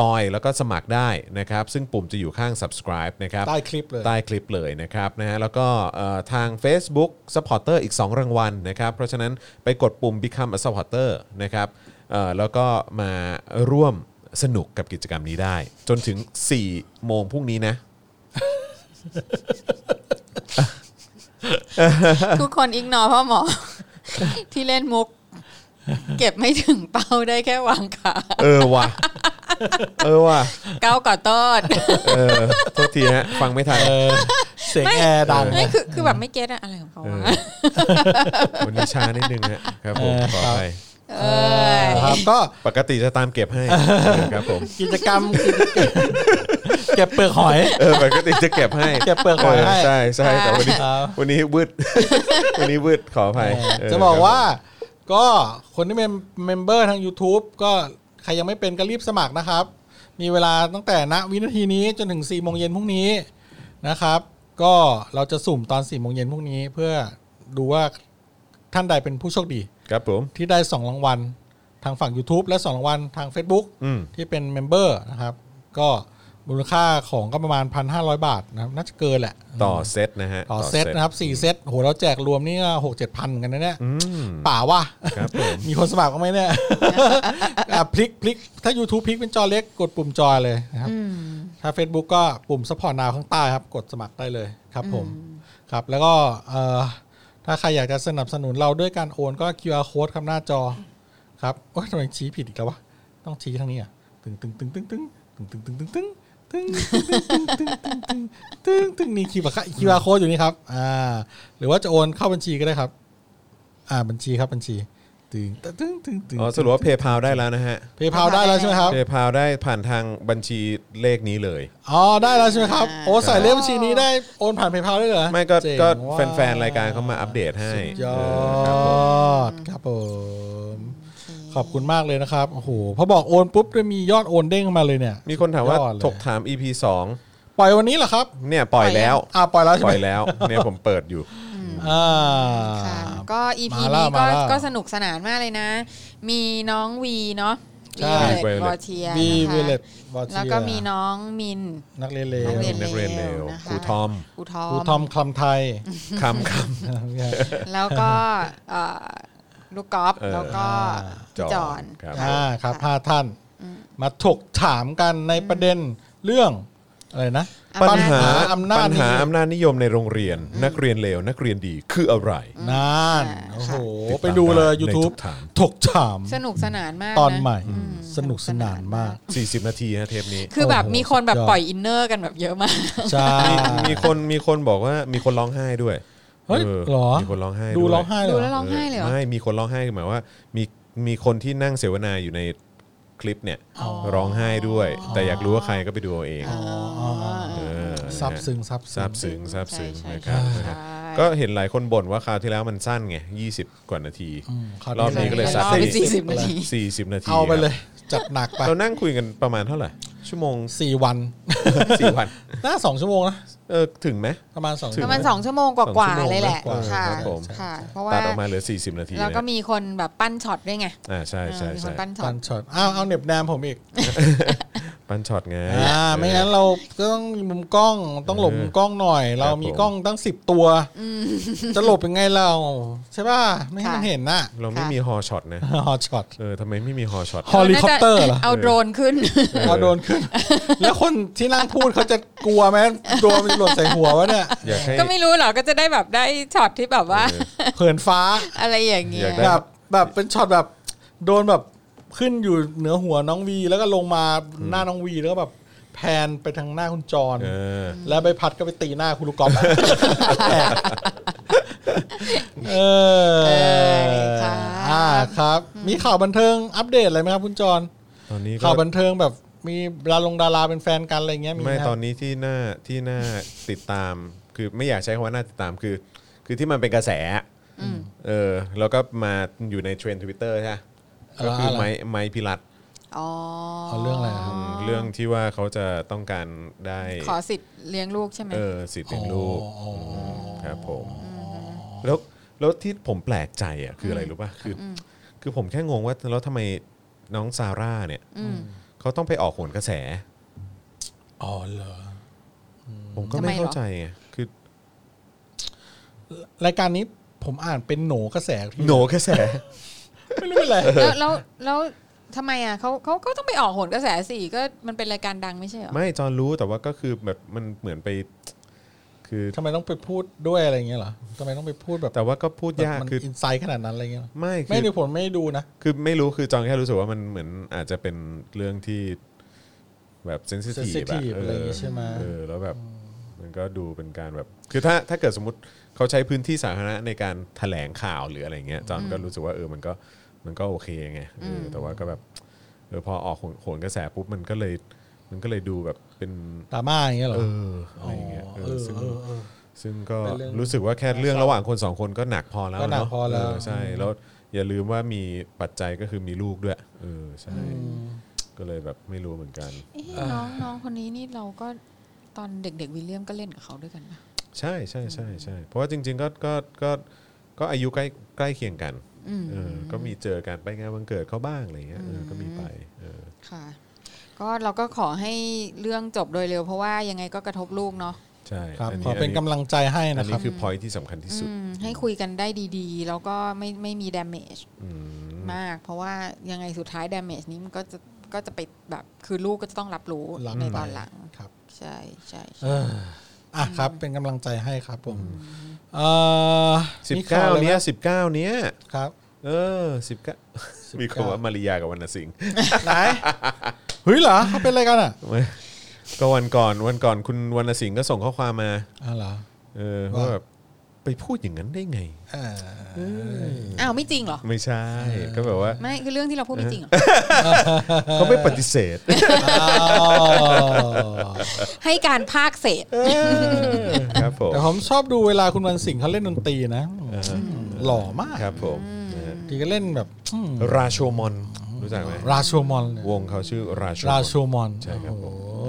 [SPEAKER 2] จอยแล้วก็สมัครได้นะครับซึ่งปุ่มจะอยู่ข้าง subscribe นะครับ
[SPEAKER 5] ใต้คลิปเลย
[SPEAKER 2] ใต้คลิปเลยนะครับนะฮะแล้วก็เอ่อทาง Facebook Supporter อีก 2 รางวัลนะครับ เพราะฉะนั้นไปกดปุ่ม Become a Supporter นะครับเอ่อแล้วก็มาร่วมสนุกกับกิจกรรมนี้ได้ จนถึง 4 โมงพรุ่งนี้นะ
[SPEAKER 4] ทุกคนอิกนอพ่อห มอ ที่เล่นมุก เก็บไม่ถึงเป้าได้แค่วางขา
[SPEAKER 2] เออว่ะ เออว่ะ
[SPEAKER 4] เก้าก่อต้น
[SPEAKER 2] เออโทษทีฮะฟังไม่ทัน
[SPEAKER 5] เออ เสียงแอร์ดัง
[SPEAKER 4] ไม่คือคือแบบไม่เก็ตอะอะไรของเขา
[SPEAKER 2] เอ
[SPEAKER 4] วะ
[SPEAKER 2] อวันนี้ช้านิดนึงฮะครับผมขออภัย
[SPEAKER 4] เอ้ย
[SPEAKER 5] ครับ ก็
[SPEAKER 2] ปกติจะตามเก็บให้ครับผม
[SPEAKER 5] กิจกร รมกิจกรรมเก็บเปลือกหอย
[SPEAKER 2] เออปกติจะเก็บให้
[SPEAKER 5] เก็บเปลือกหอยให้
[SPEAKER 2] ใช่ใช่แต่วันนี้
[SPEAKER 5] ครับ
[SPEAKER 2] วันนี้วืด วันนี้วืดขออภัยเ
[SPEAKER 5] จะบอกว่าก็คนที่เป็นเมมเบอร์ทาง YouTube ก็ใครยังไม่เป็นก็รีบสมัครนะครับ มีเวลาตั้งแต่ณวินาทีนี้จนถึง4ี่โมงเย็นพรุ่งนี้นะครับ ก็เราจะสุ่มตอน4ี่โมงเย็นพรุ่งนี้เพื่อ ดูว่าท่านใดเป็นผู้โชคดี
[SPEAKER 2] ครับผม
[SPEAKER 5] ที่ได้ 2 รางวัลทางฝั่ง YouTube และ 2 รางวัลทาง Facebook
[SPEAKER 2] อืม
[SPEAKER 5] ที่เป็นเมมเบอร์นะครับ ก็มูลค่าของก็ประมาณ 1,500 บาทนะครับน่าจะเกินแหละ
[SPEAKER 2] ต่อเซตนะฮะ
[SPEAKER 5] ต่อเซตนะครับ4เซตโหเราแจกรวมนี่ก็หกเจ็ดพันกันนะเนี่ย
[SPEAKER 2] อืม
[SPEAKER 5] ป่าว่า
[SPEAKER 2] ครับผม
[SPEAKER 5] มีคนสมัครก็ไหม เนี่ย อ่ะพลิกพลิกถ้า YouTube พลิกเป็นจอเล็กกดปุ่มจอยเลยนะครับ
[SPEAKER 4] อืม
[SPEAKER 5] ถ้า Facebook ก็ปุ่ม support now ข้างใต้ครับ กดสมัครได้เลยครับผมครับแล้วก็เอ่อถ้าใครอยากจะสนับสนุนเราด้วยการโอนก็ QR code ครับหน้าจอครับโอ้ยทำไมชี้ผิดอีกแล้ววะ ต้องชี้ทางนี้อ่ะตึงตึงตึงตึงตึงตึงตึงตึงตึงตึงตึงตึงตึงตึงตึงตึงนี่คีย์บัคคีย์บาร์โค้ดอยู่นี่ครับอ่าหรือว่าจะโอนเข้าบัญชีก็ได้ครับ อ่าบัญชีครับบัญชีตึงตึงตึงตึง
[SPEAKER 2] อ๋อสรุปว่าเพย์พาได้แล้วนะฮะ
[SPEAKER 5] เพย์พาได้แล้วใช่ไหมครับ
[SPEAKER 2] เพย์พาได้ผ่านทางบัญชีเลขนี้เลย
[SPEAKER 5] อ๋อได้แล้วใช่ไหมครับ
[SPEAKER 4] อ่า
[SPEAKER 5] โอ้ใส่เลขบัญชีนี้ได้โอนผ่านเพย์พาได้เหรอ
[SPEAKER 2] ไม่ก็
[SPEAKER 5] เจ๋ง
[SPEAKER 2] ก็
[SPEAKER 5] ว่ะ
[SPEAKER 2] แฟนๆรายการเขามาอัปเดตให้
[SPEAKER 5] ยอ
[SPEAKER 2] เออครับผม
[SPEAKER 5] ดครับผมขอบคุณมากเลยนะครับโอ้โหพอบอกโอนปุ๊บจะมียอดโอนเด้งมาเลยเนี่ย
[SPEAKER 2] มีคนถามว่าย
[SPEAKER 5] อดเลย
[SPEAKER 2] ถกถาม EP 2
[SPEAKER 5] ปล่อยวันนี้เหรอครับ
[SPEAKER 2] เนี่ยปล่อยแล้ว
[SPEAKER 5] อ่าปล่อยแล้วใช่
[SPEAKER 2] ป
[SPEAKER 5] ไห
[SPEAKER 2] ล่
[SPEAKER 5] ม
[SPEAKER 2] อยแล้วเนี่ยผมเปิดอยู่
[SPEAKER 5] อ่า
[SPEAKER 4] ค่ะก็อีพี
[SPEAKER 5] มาแล้ว
[SPEAKER 4] นี้ก็
[SPEAKER 5] มาแล้ว
[SPEAKER 4] ก็สนุกสนานมากเลยนะ มีน้องวีเนาะ
[SPEAKER 5] ใช่
[SPEAKER 4] วี
[SPEAKER 2] Violet
[SPEAKER 4] เลตวอเทีย
[SPEAKER 5] วี
[SPEAKER 4] นะ
[SPEAKER 5] เวเล
[SPEAKER 4] คะ
[SPEAKER 5] ตบอเทีย
[SPEAKER 4] แล้วก็มีน้องมิน
[SPEAKER 5] นักเรียนเลว
[SPEAKER 4] นักรีย
[SPEAKER 2] นักเรียนเลว
[SPEAKER 4] นะคะ
[SPEAKER 2] ครูทอม
[SPEAKER 4] อุทอ
[SPEAKER 5] ครู
[SPEAKER 4] ม
[SPEAKER 5] ทอมคลำไทย
[SPEAKER 2] คำค
[SPEAKER 4] แล้วก็เอ่อลูกกอล์ฟ
[SPEAKER 2] เออ
[SPEAKER 4] แล้วก็พี่
[SPEAKER 2] จ
[SPEAKER 4] จ
[SPEAKER 2] อ
[SPEAKER 4] อน น
[SPEAKER 2] ครับ
[SPEAKER 5] อ่าครับห้าท่านมาถกถามกันในประเด็นเรื่องอะไรนะ
[SPEAKER 2] ำปัญหา
[SPEAKER 5] อำนาจ
[SPEAKER 2] ปัญหาอำนาจนิยมในโรงเรียน นักเรียนเลวนักเรียนดีคืออะไร
[SPEAKER 5] นาน
[SPEAKER 4] ค่ะ
[SPEAKER 5] โอ้โห
[SPEAKER 2] ติดตาม
[SPEAKER 5] ไปดูเลย
[SPEAKER 2] ได้ใน
[SPEAKER 5] YouTube
[SPEAKER 2] ทุกทาง
[SPEAKER 5] ถกถาม
[SPEAKER 4] สนุกสนานมาก
[SPEAKER 5] ตอนะ ใหม่
[SPEAKER 4] อืม
[SPEAKER 5] สนุกสนานมาก
[SPEAKER 2] 40 นาทีฮะเทปนี้
[SPEAKER 4] คือแบบ
[SPEAKER 5] โอ้โห
[SPEAKER 4] มีคนแบบ
[SPEAKER 5] สุดยอด
[SPEAKER 4] ปล่อยอินเนอร์กันแบบเยอะมาก
[SPEAKER 5] ใช่
[SPEAKER 2] มีคนมีคนบอกว่ามีคนร้องไห้ด้วย
[SPEAKER 5] เฮ้ยเหรอ
[SPEAKER 2] มีคนร้องไห้วย
[SPEAKER 5] ดูร้องไห้เล
[SPEAKER 4] ดู
[SPEAKER 5] ย
[SPEAKER 4] แล้วร้องไห้เลยเหรอ
[SPEAKER 2] ไม่มีคนร้องไห้หมายว่ามีมีคนที่นั่งเสวนาอยู่ในคลิปเนี่ย
[SPEAKER 4] อ๋อ
[SPEAKER 2] ร้องไห้ด้วย แต่อยากรู้ว่าใครก็ไปดูเอาเอง
[SPEAKER 4] อ๋อ
[SPEAKER 2] เออนะฮะ
[SPEAKER 5] ซับซึ้งซับ
[SPEAKER 2] ซา
[SPEAKER 5] ซึ้
[SPEAKER 2] บ
[SPEAKER 5] ง
[SPEAKER 2] ซึ้งซาบซึ้ง
[SPEAKER 4] ใช่
[SPEAKER 2] นะครับ
[SPEAKER 4] ใช่
[SPEAKER 2] นะฮะ
[SPEAKER 4] ใช่
[SPEAKER 2] ก็เห็นหลายคนบ่นว่าคราวที่แล้วมันสั้นไง20 กว่านาที
[SPEAKER 5] อืมคาว
[SPEAKER 2] รอบนี้ก็เลยซัด
[SPEAKER 4] รอบนี้
[SPEAKER 2] ไปอีก
[SPEAKER 4] สี่สิบนาที
[SPEAKER 2] 40 นาที
[SPEAKER 5] เอาไปเลย
[SPEAKER 2] ค
[SPEAKER 5] จัดหนักไป
[SPEAKER 2] รับเรานั่งคุยกันประมาณเท่าไหร่ ชั่วโมง
[SPEAKER 5] สี่วัน
[SPEAKER 2] 4 วัน
[SPEAKER 5] น่าสองชั่วโมงนะ
[SPEAKER 2] เออถึงไหม
[SPEAKER 5] ประมาณสอง
[SPEAKER 2] ถึง
[SPEAKER 5] ชั่
[SPEAKER 4] ป
[SPEAKER 5] ว
[SPEAKER 4] ระมา
[SPEAKER 5] โมง
[SPEAKER 4] ณสองชั่วโมง
[SPEAKER 2] ส
[SPEAKER 4] ก
[SPEAKER 2] องชั่
[SPEAKER 4] ว่าว
[SPEAKER 2] โมง
[SPEAKER 4] ๆเลยแหละ
[SPEAKER 5] กว่าๆ
[SPEAKER 4] ค่ะ
[SPEAKER 5] ครับผม
[SPEAKER 4] ค่ะเพราะ
[SPEAKER 2] ตั
[SPEAKER 4] ว่า
[SPEAKER 2] ดออกมาเหลือ 40 นาที
[SPEAKER 4] แล้วก็
[SPEAKER 2] นะ
[SPEAKER 4] มีคนแบบปั้นช็อตด้วยไง
[SPEAKER 2] อ่าใช่ใช่
[SPEAKER 4] เออมีค
[SPEAKER 2] ใช่
[SPEAKER 4] นปั้นช็อ
[SPEAKER 5] ปั
[SPEAKER 4] ต
[SPEAKER 5] นช็อตอ้าวเอาเน็บแนมผมอีก
[SPEAKER 2] ปั้นช็อตไง
[SPEAKER 5] อ่าไม่งั้นเราก็ต้องมีมุมกล้องต้องหลบมุมกล้องหน่อย เรามีกล้องตั้งสิบตัวจะหลบยังไงเรา ใช่ป่ะไม่ให้มัน
[SPEAKER 4] ค่ะ
[SPEAKER 5] เห็นน่ะ
[SPEAKER 2] เราไม่มีฮอช็อตนะ
[SPEAKER 5] ฮอตช็อต
[SPEAKER 2] เออทำไมไม่มีฮอช็อต
[SPEAKER 5] ฮอลิคอปเตอร์เหรอ
[SPEAKER 4] เอาโดรนขึ้ น
[SPEAKER 5] พอโดนขึ้น แล้วคนที่นั่งพูดเขาจะกลัวไหมโดนมันหล่นใส่หัววะเนี่ย
[SPEAKER 2] อยากให้
[SPEAKER 4] ก็ไม่รู้หรอกก็จะได้แบบได้ช็อตที่แบบว่า
[SPEAKER 5] เขินฟ้า
[SPEAKER 4] อะไรอย่างเงี้
[SPEAKER 2] อย ยากได้
[SPEAKER 5] แบบแบบเป็นช็อตแบบ โดนแบบขึ้นอยู่เหนือหัวน้องวีแล้วก็ลงมาหน้าน้องวีแล้วก็แบบแพนไปทางหน้าคุณจร
[SPEAKER 2] เออ
[SPEAKER 5] แล้วใบพัดก็ไปตีหน้าคุณลูกกอล์ฟเออ
[SPEAKER 4] เออค่ะ
[SPEAKER 5] อ่าครับ มีข่าวบันเทิงอัปเดตอะไรไหมครับคุณจร
[SPEAKER 2] ตอนนี้ก็
[SPEAKER 5] ข่าวบันเทิงแบบมีดาลงดาราเป็นแฟนกันอะไรเงี้ยมีห
[SPEAKER 2] ไม่
[SPEAKER 5] ครับ
[SPEAKER 2] ตอนนี้ที่น่าที่น่าติดตาม คือไม่อยากใช้คำว่าน่าติดตามคือ คือที่มันเป็นกระแสอะเออแล้วก็มาอยู่ในเทรนด์ทวิตเตอร์ใช่ปะ
[SPEAKER 5] เออ
[SPEAKER 2] ก็คืออะไร ไม้ไม้พิรัตน์
[SPEAKER 4] อ๋อ
[SPEAKER 5] เอาเรื่องอะไรครับ
[SPEAKER 2] มเรื่องที่ว่าเขาจะต้องการได้
[SPEAKER 4] ขอสิทธิ์เลี้ยงลูกใช่ไหม
[SPEAKER 2] เออสิทธิ์เลี้ยงลูก
[SPEAKER 5] อ๋ออ๋ออื
[SPEAKER 2] มครับผมแล้วแล้วที่ผมแปลกใจอ่ะคืออะไรรู้ป่ะคืออคือผมแค่งงว่าแล้วทำไมน้องซาร่าเนี่ย
[SPEAKER 4] ม
[SPEAKER 2] เขาต้องไปออกโหนกระแส
[SPEAKER 5] อ๋อเหรอ
[SPEAKER 2] ผมก็
[SPEAKER 4] ทำไม
[SPEAKER 2] ไม่เข้า
[SPEAKER 4] เหรอ
[SPEAKER 2] ใจไงคือ
[SPEAKER 5] รายการนี้ผมอ่านเป็นโหนกระแสพี่
[SPEAKER 2] โหนกระแส
[SPEAKER 5] ไม่รู้เป็นไร
[SPEAKER 4] แล้วแล้วแล้วทำไมอ่ะเขาเขาก็ต้องไปออกโหนกระแสสี่ก็มันเป็นรายการดังไม่ใช่เหรอ
[SPEAKER 2] ไม่จอนรู้แต่ว่าก็คือแบบมันเหมือนไป คือ
[SPEAKER 5] ทำไมต้องไปพูดด้วยอะไรเงี้ยเหรอทำไมต้องไปพูดแบบ
[SPEAKER 2] แต่ว่าก็พูดยาก
[SPEAKER 5] มัน
[SPEAKER 2] คือ
[SPEAKER 5] อินไซต์ขนาดนั้นอะไรเงี้ยเหรอ
[SPEAKER 2] ไม่คื
[SPEAKER 5] ไม่
[SPEAKER 2] อ
[SPEAKER 5] ดูผมไม่ดูนะ
[SPEAKER 2] คือไม่รู้คือจอนแค่รู้สึกว่ามันเหมือนอาจจะเป็นเรื่องที่แบบเซนซิทีฟ
[SPEAKER 5] sensitive อะไรอย่างงี้ใช่ไหม
[SPEAKER 2] เออแล้วแบบมันก็ดูเป็นการแบบ คือถ้าถ้าเกิดสมมติเขาใช้พื้นที่สาธารณะในการแถลงข่าวหรืออะไรเงี้ยจอนก็รู้สึกว่าเออมันก็มันก็โอเคไงเออแต่ว่าก็แบบเออพอออกโหนโหนกระแสปุ๊บมันก็เลยมันก็เลยดูแบบเป็น
[SPEAKER 5] ดราม่าอย่างเงี้ยเหรอ
[SPEAKER 2] เอออะไรอย่างเงี้ยเอ
[SPEAKER 5] เอ
[SPEAKER 2] อ
[SPEAKER 5] อ
[SPEAKER 2] ซึ่ง
[SPEAKER 5] เออเออ
[SPEAKER 2] ซึ่งก็
[SPEAKER 5] เป็นเรื่อง
[SPEAKER 2] รู้สึกว่าแค่เรื่องระหว่างคนสองคนก็หนักพอแล้ว
[SPEAKER 5] ก็หนัก
[SPEAKER 2] เะ
[SPEAKER 5] พอแล้ว
[SPEAKER 2] เใช่แล้วอย่าลืมว่ามีปัจจัยก็คือมีลูกด้วยเออใช่ก็เลยแบบไม่รู้เหมือนกัน
[SPEAKER 4] เอ๊ะน้องน้องคนนี้นี่เราก็ตอนเด็กๆวิลเลียมก็เล่นกับเขาด้วยกันปะ
[SPEAKER 2] ใช่ใช่ใช่ใช่เพราะว่าจริง ๆ ก็ก็ก็ ก็อายุใกล้ใกล้เคียงกัน
[SPEAKER 4] อืม
[SPEAKER 2] เออก็มีเจอกันไปงานวันเกิดเขาบ้างอะไรเงี้ยเออก็มีไปเออ
[SPEAKER 4] ค่ะ ก็เราก็ขอให้เรื่องจบโดยเร็ว เพราะว่ายังไงก็กระทบลูกเนาะ
[SPEAKER 2] ใช่
[SPEAKER 5] ครับ
[SPEAKER 2] นนี้
[SPEAKER 5] ขอเป็นกำลังใจให้
[SPEAKER 2] อั
[SPEAKER 5] นะ
[SPEAKER 2] น
[SPEAKER 5] ค
[SPEAKER 2] นี้
[SPEAKER 5] รับ
[SPEAKER 2] คือ point ที่สำคัญที่สุด
[SPEAKER 4] อืมให้คุยกันได้ดีๆ แล้วก็ไม่ไม่มี damage
[SPEAKER 2] อืม
[SPEAKER 4] มาก เพราะว่ายังไงสุดท้าย damage นี้มันก็จะก็จะไปแบบคือลูกก็จะต้องรับรู้
[SPEAKER 5] รับ
[SPEAKER 4] ใน
[SPEAKER 5] ไป
[SPEAKER 4] ตอนหลัง
[SPEAKER 5] ครับ
[SPEAKER 4] ใช่ใช่
[SPEAKER 5] เอ
[SPEAKER 4] ใช่
[SPEAKER 5] ออ่ะครับ เป็นกำลังใจให้ครับผมเออ
[SPEAKER 2] สิบ
[SPEAKER 5] มีข่ว
[SPEAKER 2] เก้า
[SPEAKER 5] อะไรไหม
[SPEAKER 2] เนี้ยสิบเก้าเนี้ย
[SPEAKER 5] ครับ
[SPEAKER 2] เออสิบเก้ามีคนว่ามาริยากับวรรณสิงห์
[SPEAKER 5] ไหนเฮ้ยเหรอเขาเป็นอะไรกันอ่ะ
[SPEAKER 2] ไม่ก็วันก่อนวันก่อนคุณวรรณสิงห์ก็ส่งข้อความมา
[SPEAKER 5] อ๋อเหรอ
[SPEAKER 2] เออ
[SPEAKER 5] ว่า
[SPEAKER 2] ว่าแบบไปพูดอย่างนั้นได้ไง
[SPEAKER 5] เออ
[SPEAKER 4] อ้าวไม่จริงเหรอ
[SPEAKER 2] ไม่ใช่ก็แบบว่า
[SPEAKER 4] ไม่คือเรื่องที่เราพูดไม่จริงเหรอ
[SPEAKER 2] เขาไม่ปฏิเสธ
[SPEAKER 5] อ๋อ
[SPEAKER 4] ให้การภาคเศษ
[SPEAKER 2] ครับผม
[SPEAKER 5] แต่ผมชอบดูเวลาคุณวันสิงห์เขาเล่นดนตรีนะหล่อมาก
[SPEAKER 2] ครับผมนะฮะ
[SPEAKER 5] ทีก็เล่นแบบอืม
[SPEAKER 2] ราโชมอนรู้จักไหม
[SPEAKER 5] ราชวมอนเลยว
[SPEAKER 2] งเขาชื่อราโช
[SPEAKER 5] ราช
[SPEAKER 2] มอน
[SPEAKER 5] วมอน
[SPEAKER 2] ใช่ครับผม
[SPEAKER 5] โอ้โห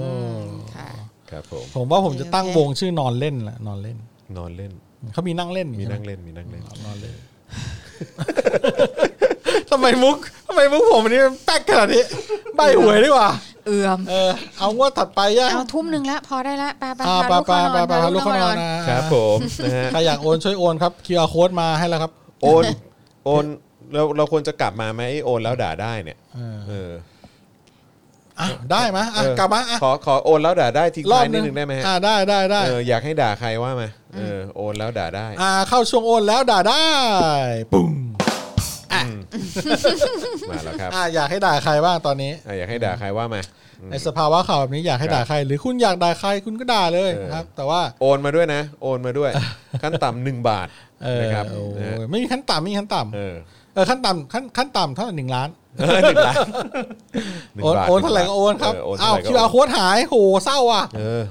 [SPEAKER 4] ค่ะ
[SPEAKER 2] ครับผม
[SPEAKER 5] ผมว่าผมจะตั้ง
[SPEAKER 4] โอเค
[SPEAKER 5] วงชื่อนอนเล่นแหละนอนเล่น
[SPEAKER 2] นอนเล่น
[SPEAKER 5] เขามีนั่งเล่น
[SPEAKER 2] มี
[SPEAKER 5] ใช่ไห
[SPEAKER 2] นั่งเล่นมีนั่งเล่น
[SPEAKER 5] นอนเล่ นทำไมมุกทำไมมุกผมอันนี้มันแป๊กขนาดนี้ใบหวยดีกว่า
[SPEAKER 4] เอือม
[SPEAKER 5] เออเอางวดถัดไปย่ง
[SPEAKER 4] เอาทุ่มหนึ่งแล้วพอได้ละไปไป
[SPEAKER 5] อ่า
[SPEAKER 4] พา
[SPEAKER 5] ป
[SPEAKER 4] ลู
[SPEAKER 5] ลาก ปลา
[SPEAKER 4] เข้าน
[SPEAKER 5] ปลาน ปลาลู
[SPEAKER 4] อพาลู
[SPEAKER 5] ก
[SPEAKER 4] ก
[SPEAKER 5] เขา
[SPEAKER 4] เข้า
[SPEAKER 5] นอ
[SPEAKER 4] นอ
[SPEAKER 5] น
[SPEAKER 4] น
[SPEAKER 5] นะ
[SPEAKER 2] ค
[SPEAKER 5] ค
[SPEAKER 2] รั
[SPEAKER 5] รั
[SPEAKER 2] บบ ผมนะฮะ
[SPEAKER 5] ใครอยากโอนช่วยโอนครับ QR code มาให้แล้วครับ
[SPEAKER 2] โอนโอนเราเราควรจะกลับมาไหมไอ้โอนแล้วด่าได้เนี่ย
[SPEAKER 5] เออ
[SPEAKER 2] เออ
[SPEAKER 5] อ่ะได้ไหมยอ่ะ
[SPEAKER 2] เออก
[SPEAKER 5] ลับมาอ่ะ
[SPEAKER 2] ขอขอโอนแล้วด่าได้ทิ้ง
[SPEAKER 5] รอ
[SPEAKER 2] ท้า
[SPEAKER 5] บ
[SPEAKER 2] ยนิดนึงได้ไหมฮะ
[SPEAKER 5] อ่ะได้ได้ได้
[SPEAKER 2] เอออยากให้ด่าใครว่ามาเออโอนแล้วด่าได้
[SPEAKER 5] อ่าเข้าช่วงโอนแล้วด่าได้ปุ้ม
[SPEAKER 2] มาแล้วครับ
[SPEAKER 5] อ่ะอยากให้ด่าใครบ้างตอนนี้
[SPEAKER 2] อ่ะอยากให้ด่าใครว่ามาอืม
[SPEAKER 5] ในสภาวะข่าวแบบนี้อยากให้
[SPEAKER 2] ครับ
[SPEAKER 5] ด่าใคร หรือคุณอยากด่าใครคุณก็ด่าเลย
[SPEAKER 2] เออ
[SPEAKER 5] ครับ แต่ว่า
[SPEAKER 2] โอนมาด้วยนะ โอนมาด้วย ขั้นต่ำหนึ่งบาท
[SPEAKER 5] เออ
[SPEAKER 2] นะครับ
[SPEAKER 5] โอ้
[SPEAKER 2] นะฮะ
[SPEAKER 5] ยไม่มีขั้นต่ำไม่มีขั้นต่ำ
[SPEAKER 2] เออ
[SPEAKER 5] เออขั้นต่ำขั้นขั้นต่ำเท่าหนึ่งล้าน
[SPEAKER 2] หนึ่งล้านหนึ่ง
[SPEAKER 5] โอน
[SPEAKER 2] บาท
[SPEAKER 5] โอนเท่าไหร่ก็โอนครับ
[SPEAKER 2] เโอน
[SPEAKER 5] อ้า
[SPEAKER 2] เท่าว ไหร่ก็โอน
[SPEAKER 5] QR code หายโหเศร้าอ่ะ
[SPEAKER 2] เออ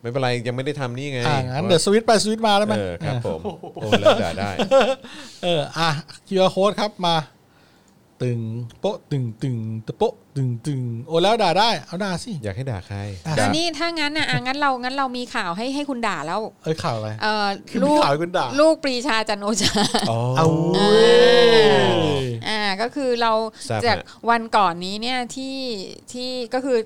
[SPEAKER 2] ไม่เป็นไรยังไม่ได้ทำนี่ไง
[SPEAKER 5] อ่างั้นเดี๋ยวสวิตช์ไปสวิตช์มาได้ไหม
[SPEAKER 2] เออครับผมโอนแล้วด่าได้
[SPEAKER 5] เออ อ่ะ QR code ครับมา ตึงโปะตึงตึงตะโปะตึงตึงโอ้แล้วด่าได้ เอาด่าสิ
[SPEAKER 2] อยากให้ด่าใคร
[SPEAKER 5] อ่ะ
[SPEAKER 2] ด่า
[SPEAKER 4] อันนี้ถ้างั้นนะอ่ะงั้นเรางั้นเรามีข่าวให้ให้คุณด่าแล้ว
[SPEAKER 5] เอ้ยข่าวอะไร
[SPEAKER 4] เอ่อ
[SPEAKER 5] คือมี
[SPEAKER 4] ลูก
[SPEAKER 5] ข่าวให้คุณด่า
[SPEAKER 4] ลูกปรีชาจันโอชา
[SPEAKER 2] อ๋อ
[SPEAKER 5] เอาเว้ย
[SPEAKER 4] อ่าก็คือเรา
[SPEAKER 2] ทราบฮะ
[SPEAKER 4] จากวันก่อนนี้เนี่ยที่ที่ก็คือ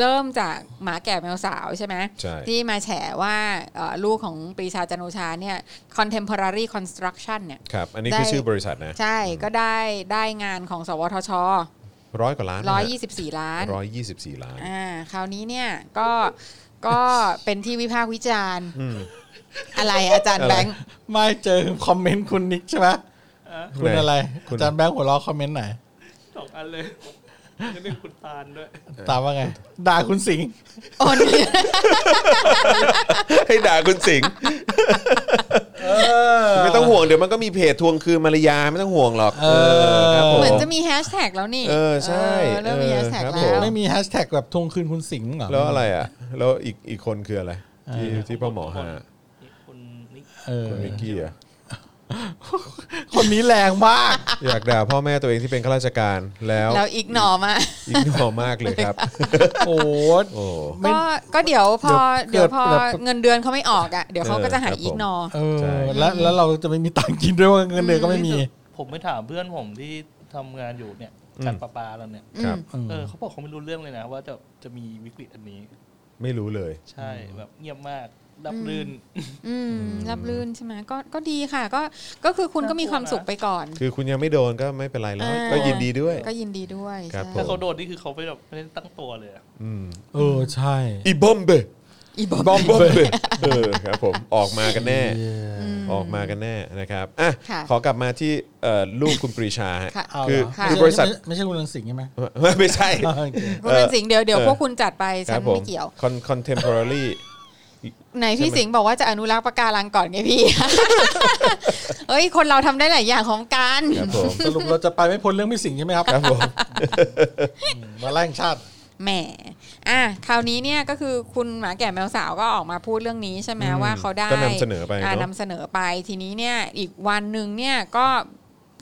[SPEAKER 4] เริ่มจากหมาแก่แมวสาวใช่ไหม
[SPEAKER 2] ใช่
[SPEAKER 4] ที่มาแฉว่าเอ่อลูกของปรีชาจันโอชาเนี่ย contemporary construction เนี่ย
[SPEAKER 2] ครับ อันนี้คือ
[SPEAKER 4] ได้
[SPEAKER 2] ชื่อบริษัทนะ
[SPEAKER 4] ใช่ก็ได้ได้งานของ สวทช
[SPEAKER 2] ร้อยกว่าล้าน
[SPEAKER 4] 124 ล้าน
[SPEAKER 2] ร้อยยี่สิบสี่ล้าน
[SPEAKER 4] อ่าคราวนี้เนี่ยก็ก็เป็นที่วิพากษ์วิจารณ์
[SPEAKER 2] อืม
[SPEAKER 4] อะไรอาจารย์
[SPEAKER 2] อะไร
[SPEAKER 4] แบงค์
[SPEAKER 5] ไม่เจอคอมเมนต์คุณนิกใช่ไหมคุณอะไร
[SPEAKER 2] คุ
[SPEAKER 5] อา
[SPEAKER 2] ณ
[SPEAKER 5] จารย์แบงค์หัวเราะคอมเมนต์ไหน
[SPEAKER 7] สองอันเลยแล้วเรื่องคุณตาลด้วย
[SPEAKER 5] ตามว่าไง ด่าคุณสิงห์
[SPEAKER 4] โอน
[SPEAKER 2] ให้ด่าคุณสิงห์ไม่ต้องห่วงเดี๋ยวมันก็มีเพจทวงคืนมารยาไม่ต้องห่วงหรอกเออครับผ
[SPEAKER 4] เหมือนจะมีแฮชแท็กแล้วนี่
[SPEAKER 2] เออใช่
[SPEAKER 4] เออเริ่มมี
[SPEAKER 2] เออ
[SPEAKER 4] แฮชแท็ก
[SPEAKER 2] ครับ
[SPEAKER 4] แล้
[SPEAKER 2] ผ
[SPEAKER 4] ว
[SPEAKER 5] ไม่มีแฮชแท็กแบบทวงคืนคุณสิงห์เหรอ
[SPEAKER 2] แล้วอะไรอ่ะ แล้วอีกอีกคนคืออะไร ที่ที่พ่อหมอหา
[SPEAKER 7] นี่คุณนิก
[SPEAKER 5] เออ
[SPEAKER 2] คุณมิกกี้อ่ะ
[SPEAKER 5] คนนี้แรงมาก
[SPEAKER 2] อยากด่าพ่อแม่ตัวเองที่เป็นข้าราชการแล้ว
[SPEAKER 4] แล้วอีกหน่อมา
[SPEAKER 2] อีกหนอมากเลยครับ
[SPEAKER 5] โอ้โห
[SPEAKER 2] โอ้
[SPEAKER 5] ไม่
[SPEAKER 4] ก็ก็เดี๋ยวพอ
[SPEAKER 5] เดี๋
[SPEAKER 4] เดี๋ย
[SPEAKER 5] ยว ว
[SPEAKER 4] พอ
[SPEAKER 5] เดี๋ยว
[SPEAKER 4] เงินเดือนเขาไม่ออกอ่ะ เดี๋ยวเขาก็จะหาย
[SPEAKER 2] เออครับผม
[SPEAKER 4] อีกหนอ
[SPEAKER 5] เออ
[SPEAKER 2] ใช่
[SPEAKER 5] แล้วแล้วเราจะไม่มีตังค์กินด้วยว่าเงินเดือนก็ไม่มี
[SPEAKER 7] ผมไปถามเพื่อนผมที่ทำงานอยู่เนี่ย
[SPEAKER 2] อืม
[SPEAKER 7] การประปาเราเนี่ย
[SPEAKER 2] ครับ
[SPEAKER 7] เออเขาบอกเขาไม่รู้เรื่องเลยนะ ว่าจะจะมีวิกฤตอันนี้
[SPEAKER 2] ไม่รู้เลย
[SPEAKER 7] ใช่แบบเงียบมากรับรื่น
[SPEAKER 4] อืมรับรื่นใช่ไหมก็ก็ดีค่ะ ก็ก็คือคุณก็มีความสุขไปก่อน
[SPEAKER 2] คือคุณยังไม่โดนก็ไม่เป็นไรแล้ว
[SPEAKER 4] อ่า
[SPEAKER 2] ก็ยินดีด้วย
[SPEAKER 4] ก็ยินดีด้วย
[SPEAKER 2] ครับผ
[SPEAKER 4] ใช่
[SPEAKER 7] ถ้าม เขาโดนนี่คือเขาไม่แบบไม่ได้ตั้งตัวเลยอะ
[SPEAKER 2] อืม
[SPEAKER 5] เออใช่
[SPEAKER 2] อีบอมเบย์
[SPEAKER 4] อีบอม
[SPEAKER 2] บอมเบย์เออครับผมออกมากันแน่ ออกมากันแน่นะครับอ่ะ
[SPEAKER 4] ค่ะ
[SPEAKER 2] ขอกลับมาที่เอ่อลูกคุณปรีชาฮะ
[SPEAKER 4] ค่ะ
[SPEAKER 5] เอา
[SPEAKER 2] คือ
[SPEAKER 5] เหรอ
[SPEAKER 4] ค่ะ
[SPEAKER 2] คือบริษัท
[SPEAKER 5] ไม่ไม่ใช่คุณรังสิงห์ใช่ไหม
[SPEAKER 2] ไม่ใช่
[SPEAKER 4] คุณเป็นสิงห์เดี๋ยวเดี๋ยว
[SPEAKER 2] เออ
[SPEAKER 4] พวกคุณจัดไป
[SPEAKER 2] ค
[SPEAKER 4] ฉั
[SPEAKER 2] รั
[SPEAKER 4] น
[SPEAKER 2] บผม
[SPEAKER 4] ไม่เกี่ยว
[SPEAKER 2] Con- contemporary
[SPEAKER 4] ไหนพี่สิงห์บอกว่าจะอนุรักษ์ปะการังก่อนไงพี่ เอ้ย คนเราทำได้หลายอย่างของกัน
[SPEAKER 2] ครับผม
[SPEAKER 5] สรุปเราจะไปไม่พ้นเรื่องพี่สิงห์ใช่ไหมครับ
[SPEAKER 2] ครับผม
[SPEAKER 5] มาแล่งชาติ
[SPEAKER 4] แหม อ่ะ คราวนี้เนี่ยก็คือคุณหมาแก่แมวสาวก็ออกมาพูดเรื่องนี้ใช่ไหมว่าเขาได้
[SPEAKER 2] ก็นำเสนอไป
[SPEAKER 4] อ่านำ
[SPEAKER 2] เนาะ
[SPEAKER 4] เสนอไปทีนี้เนี่ยอีกวันหนึ่งเนี่ยก็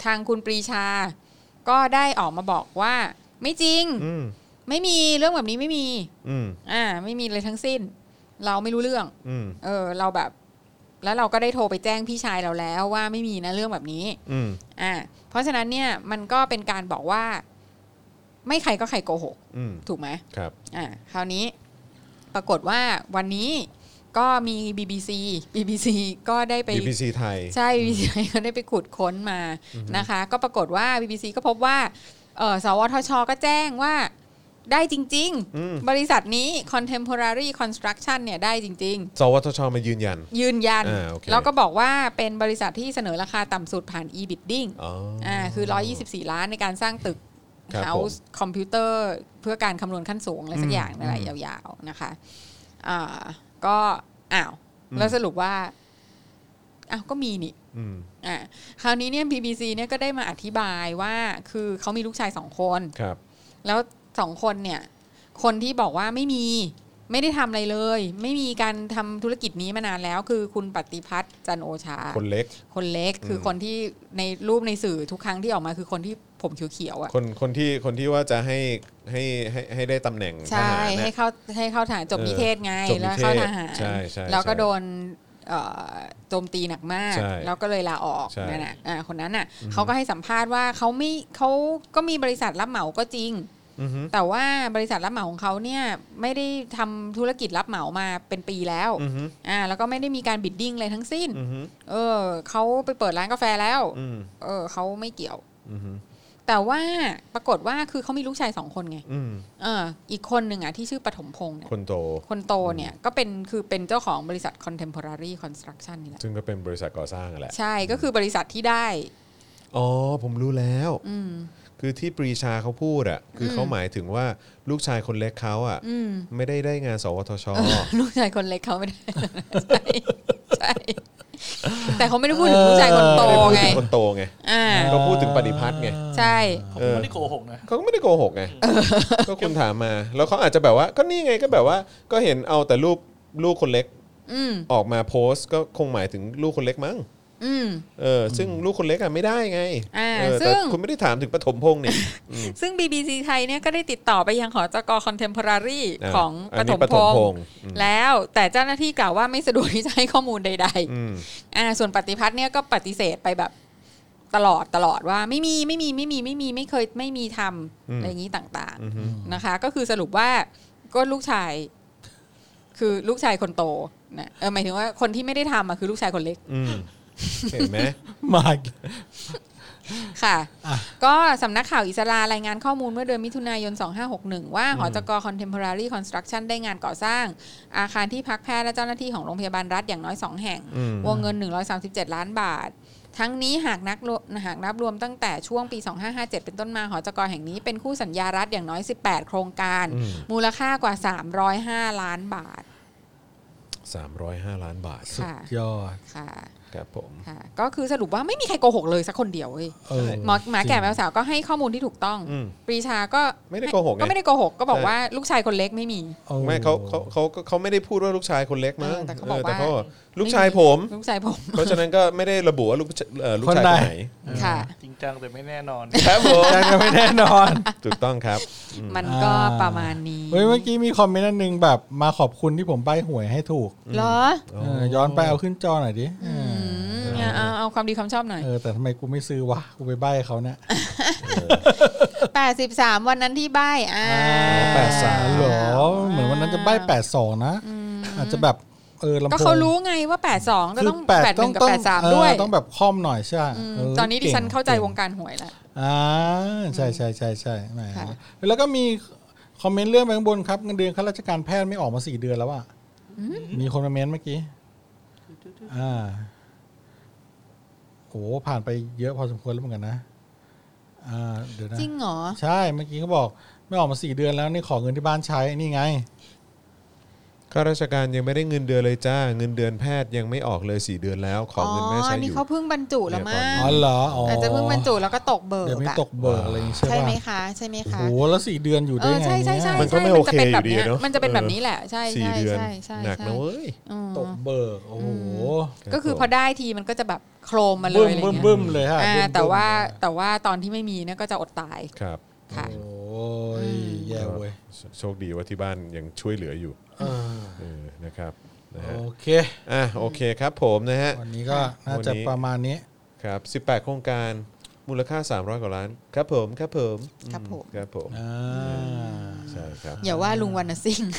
[SPEAKER 4] ทางคุณปรีชา ก็ได้ออกมาบอกว่า ไม่จริง
[SPEAKER 2] อืม
[SPEAKER 4] ไม่มีเรื่องแบบนี้ไม่มี
[SPEAKER 2] อืม
[SPEAKER 4] อ่าไม่มีเลยทั้งสิ้น เราไม่รู้เรื่อง
[SPEAKER 2] อืม
[SPEAKER 4] เออเราแบบ แล้วเราก็ได้โทรไปแจ้งพี่ชายเราแล้วว่าไม่มีนะเรื่องแบบนี้
[SPEAKER 2] อืม
[SPEAKER 4] อ่า เพราะฉะนั้นเนี่ยมันก็เป็นการบอกว่า ไม่ใครก็ใครโกหก
[SPEAKER 2] อืม
[SPEAKER 4] ถูกไหม
[SPEAKER 2] ครับ
[SPEAKER 4] อ่าคราวนี้ปรากฏว่าวันนี้ก็มี BBC BBC ก็ได้ไป
[SPEAKER 2] BBC ไทย
[SPEAKER 4] ใช่ BBC ก็ได้ไปขุดค้นมานะคะ ก็ปรากฏว่า BBC ก็พบว่าเอ่อสวทช ก็แจ้งว่าได้จริง
[SPEAKER 2] อืม
[SPEAKER 4] ๆ บริษัทนี้ Contemporary Construction เนี่ยได้จริง ๆ
[SPEAKER 2] สวทชมายืนยัน
[SPEAKER 4] ยืนยัน
[SPEAKER 2] อ่าโอเค
[SPEAKER 4] แล้วก็บอกว่าเป็นบริษัทที่เสนอราคาต่ำสุดผ่าน e-bidding
[SPEAKER 2] อ๋ออ
[SPEAKER 4] อ่าคือ 124 ล้านในการสร้างตึก
[SPEAKER 2] ครับผม
[SPEAKER 4] House คอมพิวเตอร์เพื่อการคำนวณขั้นสูง อะไรสักอย่างนั่นแหละยาวๆ นะคะอ่าก็อ้าว แล้วสรุปว่าอ้าวก็มีนี่
[SPEAKER 2] อืม
[SPEAKER 4] อ่าคราวนี้เนี่ย BBC เนี่ยก็ได้มาอธิบายว่าคือเขามีลูกชายสองคน
[SPEAKER 2] ครับ
[SPEAKER 4] แล้วสองคนเนี่ย คนที่บอกว่าไม่มีไม่ได้ทำอะไรเลย ไม่มีการทำธุรกิจนี้มานานแล้ว คือคุณปฏิพัฒน์จันทร์โอชา
[SPEAKER 2] คนเล็ก
[SPEAKER 4] คนเล็กคืออ
[SPEAKER 2] ม
[SPEAKER 4] คนที่ในรูปในสื่อทุกครั้งที่ออกมาคือคนที่ผมเขียวๆอ่ะ
[SPEAKER 2] คนคนที่คนที่ว่าจะให้ให้ให้ให้ได้ตำแหน่งท
[SPEAKER 4] ใช่
[SPEAKER 2] หาร
[SPEAKER 4] ให้
[SPEAKER 2] นะ
[SPEAKER 4] เข้าให้เข้าทหารจบ
[SPEAKER 2] เออ
[SPEAKER 4] นิเทศไง
[SPEAKER 2] จบนิ
[SPEAKER 4] แล้ว
[SPEAKER 2] เทศ
[SPEAKER 4] เข้าทหาร
[SPEAKER 2] ใช่ใช่
[SPEAKER 4] แล้วก็
[SPEAKER 2] ใช่
[SPEAKER 4] โดนเอ่อโจมตีหนักมาก
[SPEAKER 2] ใช่
[SPEAKER 4] แล้วก็เลยลาออก
[SPEAKER 2] ใช่
[SPEAKER 4] นั่นน่ะอ่าคนนั้นน่ะเขาก็ให้สัมภาษณ์ว่าเขาไม่เขาก็มีบริษัทรับเหมาก็จริง
[SPEAKER 2] อือฮึ
[SPEAKER 4] แต่ว่าบริษัทรับเหมาของเขาเนี่ยไม่ได้ทำธุรกิจรับเหมามาเป็นปีแล้ว
[SPEAKER 2] อือฮึ
[SPEAKER 4] อ่าแล้วก็ไม่ได้มีการบิดดิ้งอะไรทั้งสิ้น
[SPEAKER 2] อือฮึ
[SPEAKER 4] เออเขาไปเปิดร้านกาแฟแล้ว
[SPEAKER 2] อืม
[SPEAKER 4] เออเขาไม่เกี่ยว
[SPEAKER 2] อือฮึ
[SPEAKER 4] แต่ว่าปรากฏว่าคือเขามีลูกชายสองคนไง
[SPEAKER 2] อืม
[SPEAKER 4] เออ อีกคนหนึ่งอ่ะที่ชื่อปฐมพงษ์เนี่ย
[SPEAKER 2] คนโต
[SPEAKER 4] คนโตเนี่ย ก็เป็นคือเป็นเจ้าของบริษัท Contemporary Construction นี่แหละ
[SPEAKER 2] ซึ่งก็เป็นบริษัทก่อสร้างอะแหละ
[SPEAKER 4] ใช่ก็คือบริษัทที่ได้
[SPEAKER 2] อ๋อ ผมรู้แล้ว
[SPEAKER 4] อืม
[SPEAKER 2] คือที่ปรีชาเขาพูดอ่ะ คือเขาหมายถึงว่าลูกชายคนเล็กเขาอ่ะ
[SPEAKER 4] อืม
[SPEAKER 2] ไม่ได้ได้งาน สวทช
[SPEAKER 4] ลูกชายคนเล็กเขาไม่ได้ ใช่ใช่ แต่เขาไม่ได้พูดถึงลูกชายคนโต
[SPEAKER 2] ไม่ได้พูด
[SPEAKER 4] ไง
[SPEAKER 2] ถึงคนโตไง
[SPEAKER 4] อ่า
[SPEAKER 2] ก็พูดถึงปฏิพัฒน์ไง
[SPEAKER 4] ใช่
[SPEAKER 7] ผม
[SPEAKER 2] เออ
[SPEAKER 7] ไม่ได้โกหกนะ
[SPEAKER 2] เขาก็ไม่ได้โกหกไง ก็คุณถามมา แล้วเขาอาจจะแบบว่า ก็นี่ไงก็แบบว่า ก็เห็นเอาแต่รูปลูกคนเล็ก
[SPEAKER 4] อืม
[SPEAKER 2] ออกมาโพสต์ ก็คงหมายถึงลูกคนเล็กมั้ง
[SPEAKER 4] อืม
[SPEAKER 2] เออ ซึ่งลูกคนเล็กอ่ะไม่ได้ไง
[SPEAKER 4] อ่า
[SPEAKER 2] เออ
[SPEAKER 4] ซึ่
[SPEAKER 2] แต่
[SPEAKER 4] ง
[SPEAKER 2] คุณไม่ได้ถามถึงปฐมพงษ์เนี่ย
[SPEAKER 4] ซึ่ง BBC ไทยเนี่ยก็ได้ติดต่อไปยังหอจก Contemporary
[SPEAKER 2] อ่า
[SPEAKER 4] ของ
[SPEAKER 2] อั
[SPEAKER 4] ป
[SPEAKER 2] นนี้
[SPEAKER 4] ฐม
[SPEAKER 2] ปฐ
[SPEAKER 4] พ
[SPEAKER 2] ม
[SPEAKER 4] ง
[SPEAKER 2] พงษ์
[SPEAKER 4] ษ์
[SPEAKER 2] อืม
[SPEAKER 4] แล้วแต่เจ้าหน้าที่กล่าวว่าไม่สะดวกที่จะให้ข้อมูลใด ๆ
[SPEAKER 2] อืม
[SPEAKER 4] อ่าส่วนปฏิพัฒน์เนี่ยก็ปฏิเสธไปแบบตลอดตลอดว่าไม่มีไม่มีไม่มีไม่มีไม่เคยไม่มีทำ
[SPEAKER 2] อืม
[SPEAKER 4] อะไรอย่างนี้ต่าง
[SPEAKER 2] อือฮึ
[SPEAKER 4] ๆนะคะ ก็คือสรุปว่าก็ลูกชาย คือลูกชายคนโตนะเออหมายถึงว่าคนที่ไม่ได้ทำอะคือลูกชายคนเล็ก
[SPEAKER 2] อืมเห็นไหม
[SPEAKER 5] มา
[SPEAKER 4] ค่ะ
[SPEAKER 5] อ่ะ
[SPEAKER 4] ก็สำนักข่าวอิสรารายงานข้อมูลเมื่อเดือนมิถุนายน 2561 ว่าหอจก Contemporary Construction ได้งานก่อสร้าง อาคารที่พักแพทย์และเจ้าหน้าที่ของโรงพยาบาลรัฐอย่างน้อย 2 แห่ง
[SPEAKER 2] อืม
[SPEAKER 4] วงเงิน 137 ล้านบาท ทั้งนี้หากนักรวหากนับรวมตั้งแต่ช่วงปี 2557 เป็นต้นมาหอจกแห่งนี้เป็นคู่สัญญารัฐอย่างน้อย 18 โครงการ
[SPEAKER 2] อืม
[SPEAKER 4] มูลค่ากว่า 305 ล้านบาท
[SPEAKER 2] สามร้อยห้าล้านบาท
[SPEAKER 4] ค่ะ
[SPEAKER 5] ยอด
[SPEAKER 4] ค่ะ
[SPEAKER 2] ครับผม
[SPEAKER 4] ค่ะ ก็คือสรุปว่าไม่มีใครโกหกเลยสักคนเดียวเว้ย
[SPEAKER 5] เออ
[SPEAKER 4] หมอหมาแก่แม
[SPEAKER 5] จ
[SPEAKER 4] ว
[SPEAKER 5] ริง
[SPEAKER 4] สาวก็ให้ข้อมูลที่ถูกต้อง
[SPEAKER 2] อืม
[SPEAKER 4] ปรีชาก็
[SPEAKER 2] ไม่ได้โกหกไง
[SPEAKER 4] ก็ไม่ได้โกหกก็บอก
[SPEAKER 2] ใช่
[SPEAKER 4] ว่าลูกชายคนเล็กไม่มี
[SPEAKER 5] โอ้
[SPEAKER 2] ไม่เขาเขาเขาก็เขาไม่ได้พูดว่าลูกชายคนเล็กมั้ง
[SPEAKER 4] เออแต่เขาบอกว่า
[SPEAKER 2] แต่ลูกชายผม
[SPEAKER 4] ลูกชายผม
[SPEAKER 2] เพราะฉะนั้นก็ไม่ได้ระบุว่าลูกเอ่อลูกชายคนไหน
[SPEAKER 4] ค่ะ
[SPEAKER 7] จริงจังแต่ไม่แน่น อน
[SPEAKER 2] ครับผม
[SPEAKER 5] ยังกันไม่แน่นอน
[SPEAKER 2] ถูกต้องครับอืม
[SPEAKER 4] มันก็ประมาณนี้
[SPEAKER 5] เฮ้ยเมื่อกี้มีคอมเมนต์อันหนึงแบบมาขอบคุณที่ผมใบหวยให้ถูก
[SPEAKER 4] เหรอ
[SPEAKER 5] เออย้อนไปเอาขึ้นจอหน่อยดิเออ
[SPEAKER 4] อืมเอาเอาความดีความชอบหน่อย
[SPEAKER 5] เออแต่ทำไมกูไม่ซื้อวะกูไปใบเขาเนี่ย
[SPEAKER 4] 83 วันนั้นที่ใบอ่า
[SPEAKER 5] แปดสามหรอเหมือนวันนั้นจะใบแปดสองนะ อาจจะแบบเออลำโพง
[SPEAKER 4] ก็เขารู้ไงว่า 82 ก็ต้อง
[SPEAKER 5] คือ
[SPEAKER 4] 81 กับ
[SPEAKER 5] เออ
[SPEAKER 4] 83 ด้วย
[SPEAKER 5] ต้องแบบคล่อมหน่อยใช่ไหม
[SPEAKER 4] อืม
[SPEAKER 5] เ
[SPEAKER 4] ตอนนี้ดิฉัน
[SPEAKER 5] ก่ง
[SPEAKER 4] เข้าใจวง
[SPEAKER 5] ก่
[SPEAKER 4] การหวยแล้ว
[SPEAKER 5] อ่าใช่ใช่ใช่ใช่แหม
[SPEAKER 4] ค่ะ
[SPEAKER 5] แล้วก็มีคอมเมนต์เรื่องไปข้างบนครับเงินเดือนข้าราชการแพทย์ไม่ออกมาสี่เดือนแล้วอ่ะมีคนมาเมนต์เมื่อกี้อ่าโอ้ผ่านไปเยอะพอสมควรแล้วเหมือนกันนะอ่าเดี๋ยวนะ
[SPEAKER 4] จริงเหรอ
[SPEAKER 5] ใช่เมื่อกี้เขาบอกไม่ออกมาสี่เดือนแล้วนี่ขอเงินที่บ้านใช้นี่ไง
[SPEAKER 2] ข้าราชการยังไม่ได้เงินเดือนเลยจ้า เงินเดือนแพทย์ยังไม่ออกเลยสี่เดือนแล้ว ขอเงินแม่ใช้อ
[SPEAKER 4] นี่
[SPEAKER 2] ยู่
[SPEAKER 4] เขาเพิ่งบรรจุแล้วมั้ง
[SPEAKER 5] อ๋อเหรออ๋อ
[SPEAKER 4] อาจจะเพิ่งบรรจุแล้วก็ตกเบิก
[SPEAKER 5] เดี๋ยวไม่
[SPEAKER 4] อะ
[SPEAKER 5] ตกเบิกอะไรอย่างงี้ใช่
[SPEAKER 4] ใช่ไหม
[SPEAKER 5] ป่ะ
[SPEAKER 4] คะ ใช่ไหม
[SPEAKER 5] โอ้
[SPEAKER 4] คะ
[SPEAKER 5] โหแล้วสี่เดือนอยู่
[SPEAKER 4] เอ
[SPEAKER 5] ได้
[SPEAKER 4] อ
[SPEAKER 5] ไง
[SPEAKER 4] ใช่ใช่ใช่
[SPEAKER 5] เนี่ย
[SPEAKER 2] มันก็ไม่โอเค
[SPEAKER 4] จะป็นแบบ
[SPEAKER 2] อยู่ดีเนอะ
[SPEAKER 4] มันจะเป็นแบบนี้แหละ ใช่
[SPEAKER 2] สี่
[SPEAKER 4] ใช่
[SPEAKER 2] เดือน
[SPEAKER 4] ใช่ใช่
[SPEAKER 2] หนัก
[SPEAKER 4] ใช่
[SPEAKER 2] นะเว้ย
[SPEAKER 4] อืม
[SPEAKER 5] ตกเบิกโอ้โห
[SPEAKER 4] ก็คือพอได้ทีมันก็จะแบบโครมมาเล
[SPEAKER 5] บึ้
[SPEAKER 4] ย
[SPEAKER 5] ม
[SPEAKER 4] อะไร
[SPEAKER 5] บึ้ม
[SPEAKER 4] เงี้ย
[SPEAKER 5] บึ้มเลยฮะ
[SPEAKER 4] อ่า
[SPEAKER 5] บึ้ม
[SPEAKER 4] แต่ว่า
[SPEAKER 5] บึ้ม
[SPEAKER 4] แต่ว่าตอนที่ไม่มีเนี่ยก็จะอดตาย
[SPEAKER 2] ครับ
[SPEAKER 4] ค่ะ
[SPEAKER 5] โอ้ยแย่เว้ย
[SPEAKER 2] โชคดีว่าที่บ้านยังช่วยเหลืออยู่เออนะครับ นะฮะ
[SPEAKER 5] โอเค
[SPEAKER 2] อ่ะโอเคครับผมนะฮะ
[SPEAKER 5] วันนี้ก็น่าจะ
[SPEAKER 2] วันนี้
[SPEAKER 5] ประมาณนี้
[SPEAKER 2] ครับ 18 โครงการมูลค่า 300 กว่าล้าน ครับผม ครับผม
[SPEAKER 4] ครับผม
[SPEAKER 2] ครับผม
[SPEAKER 5] อ่า
[SPEAKER 2] ใช่ครับ
[SPEAKER 4] อย่าว่าลุงวรรณสิ งห์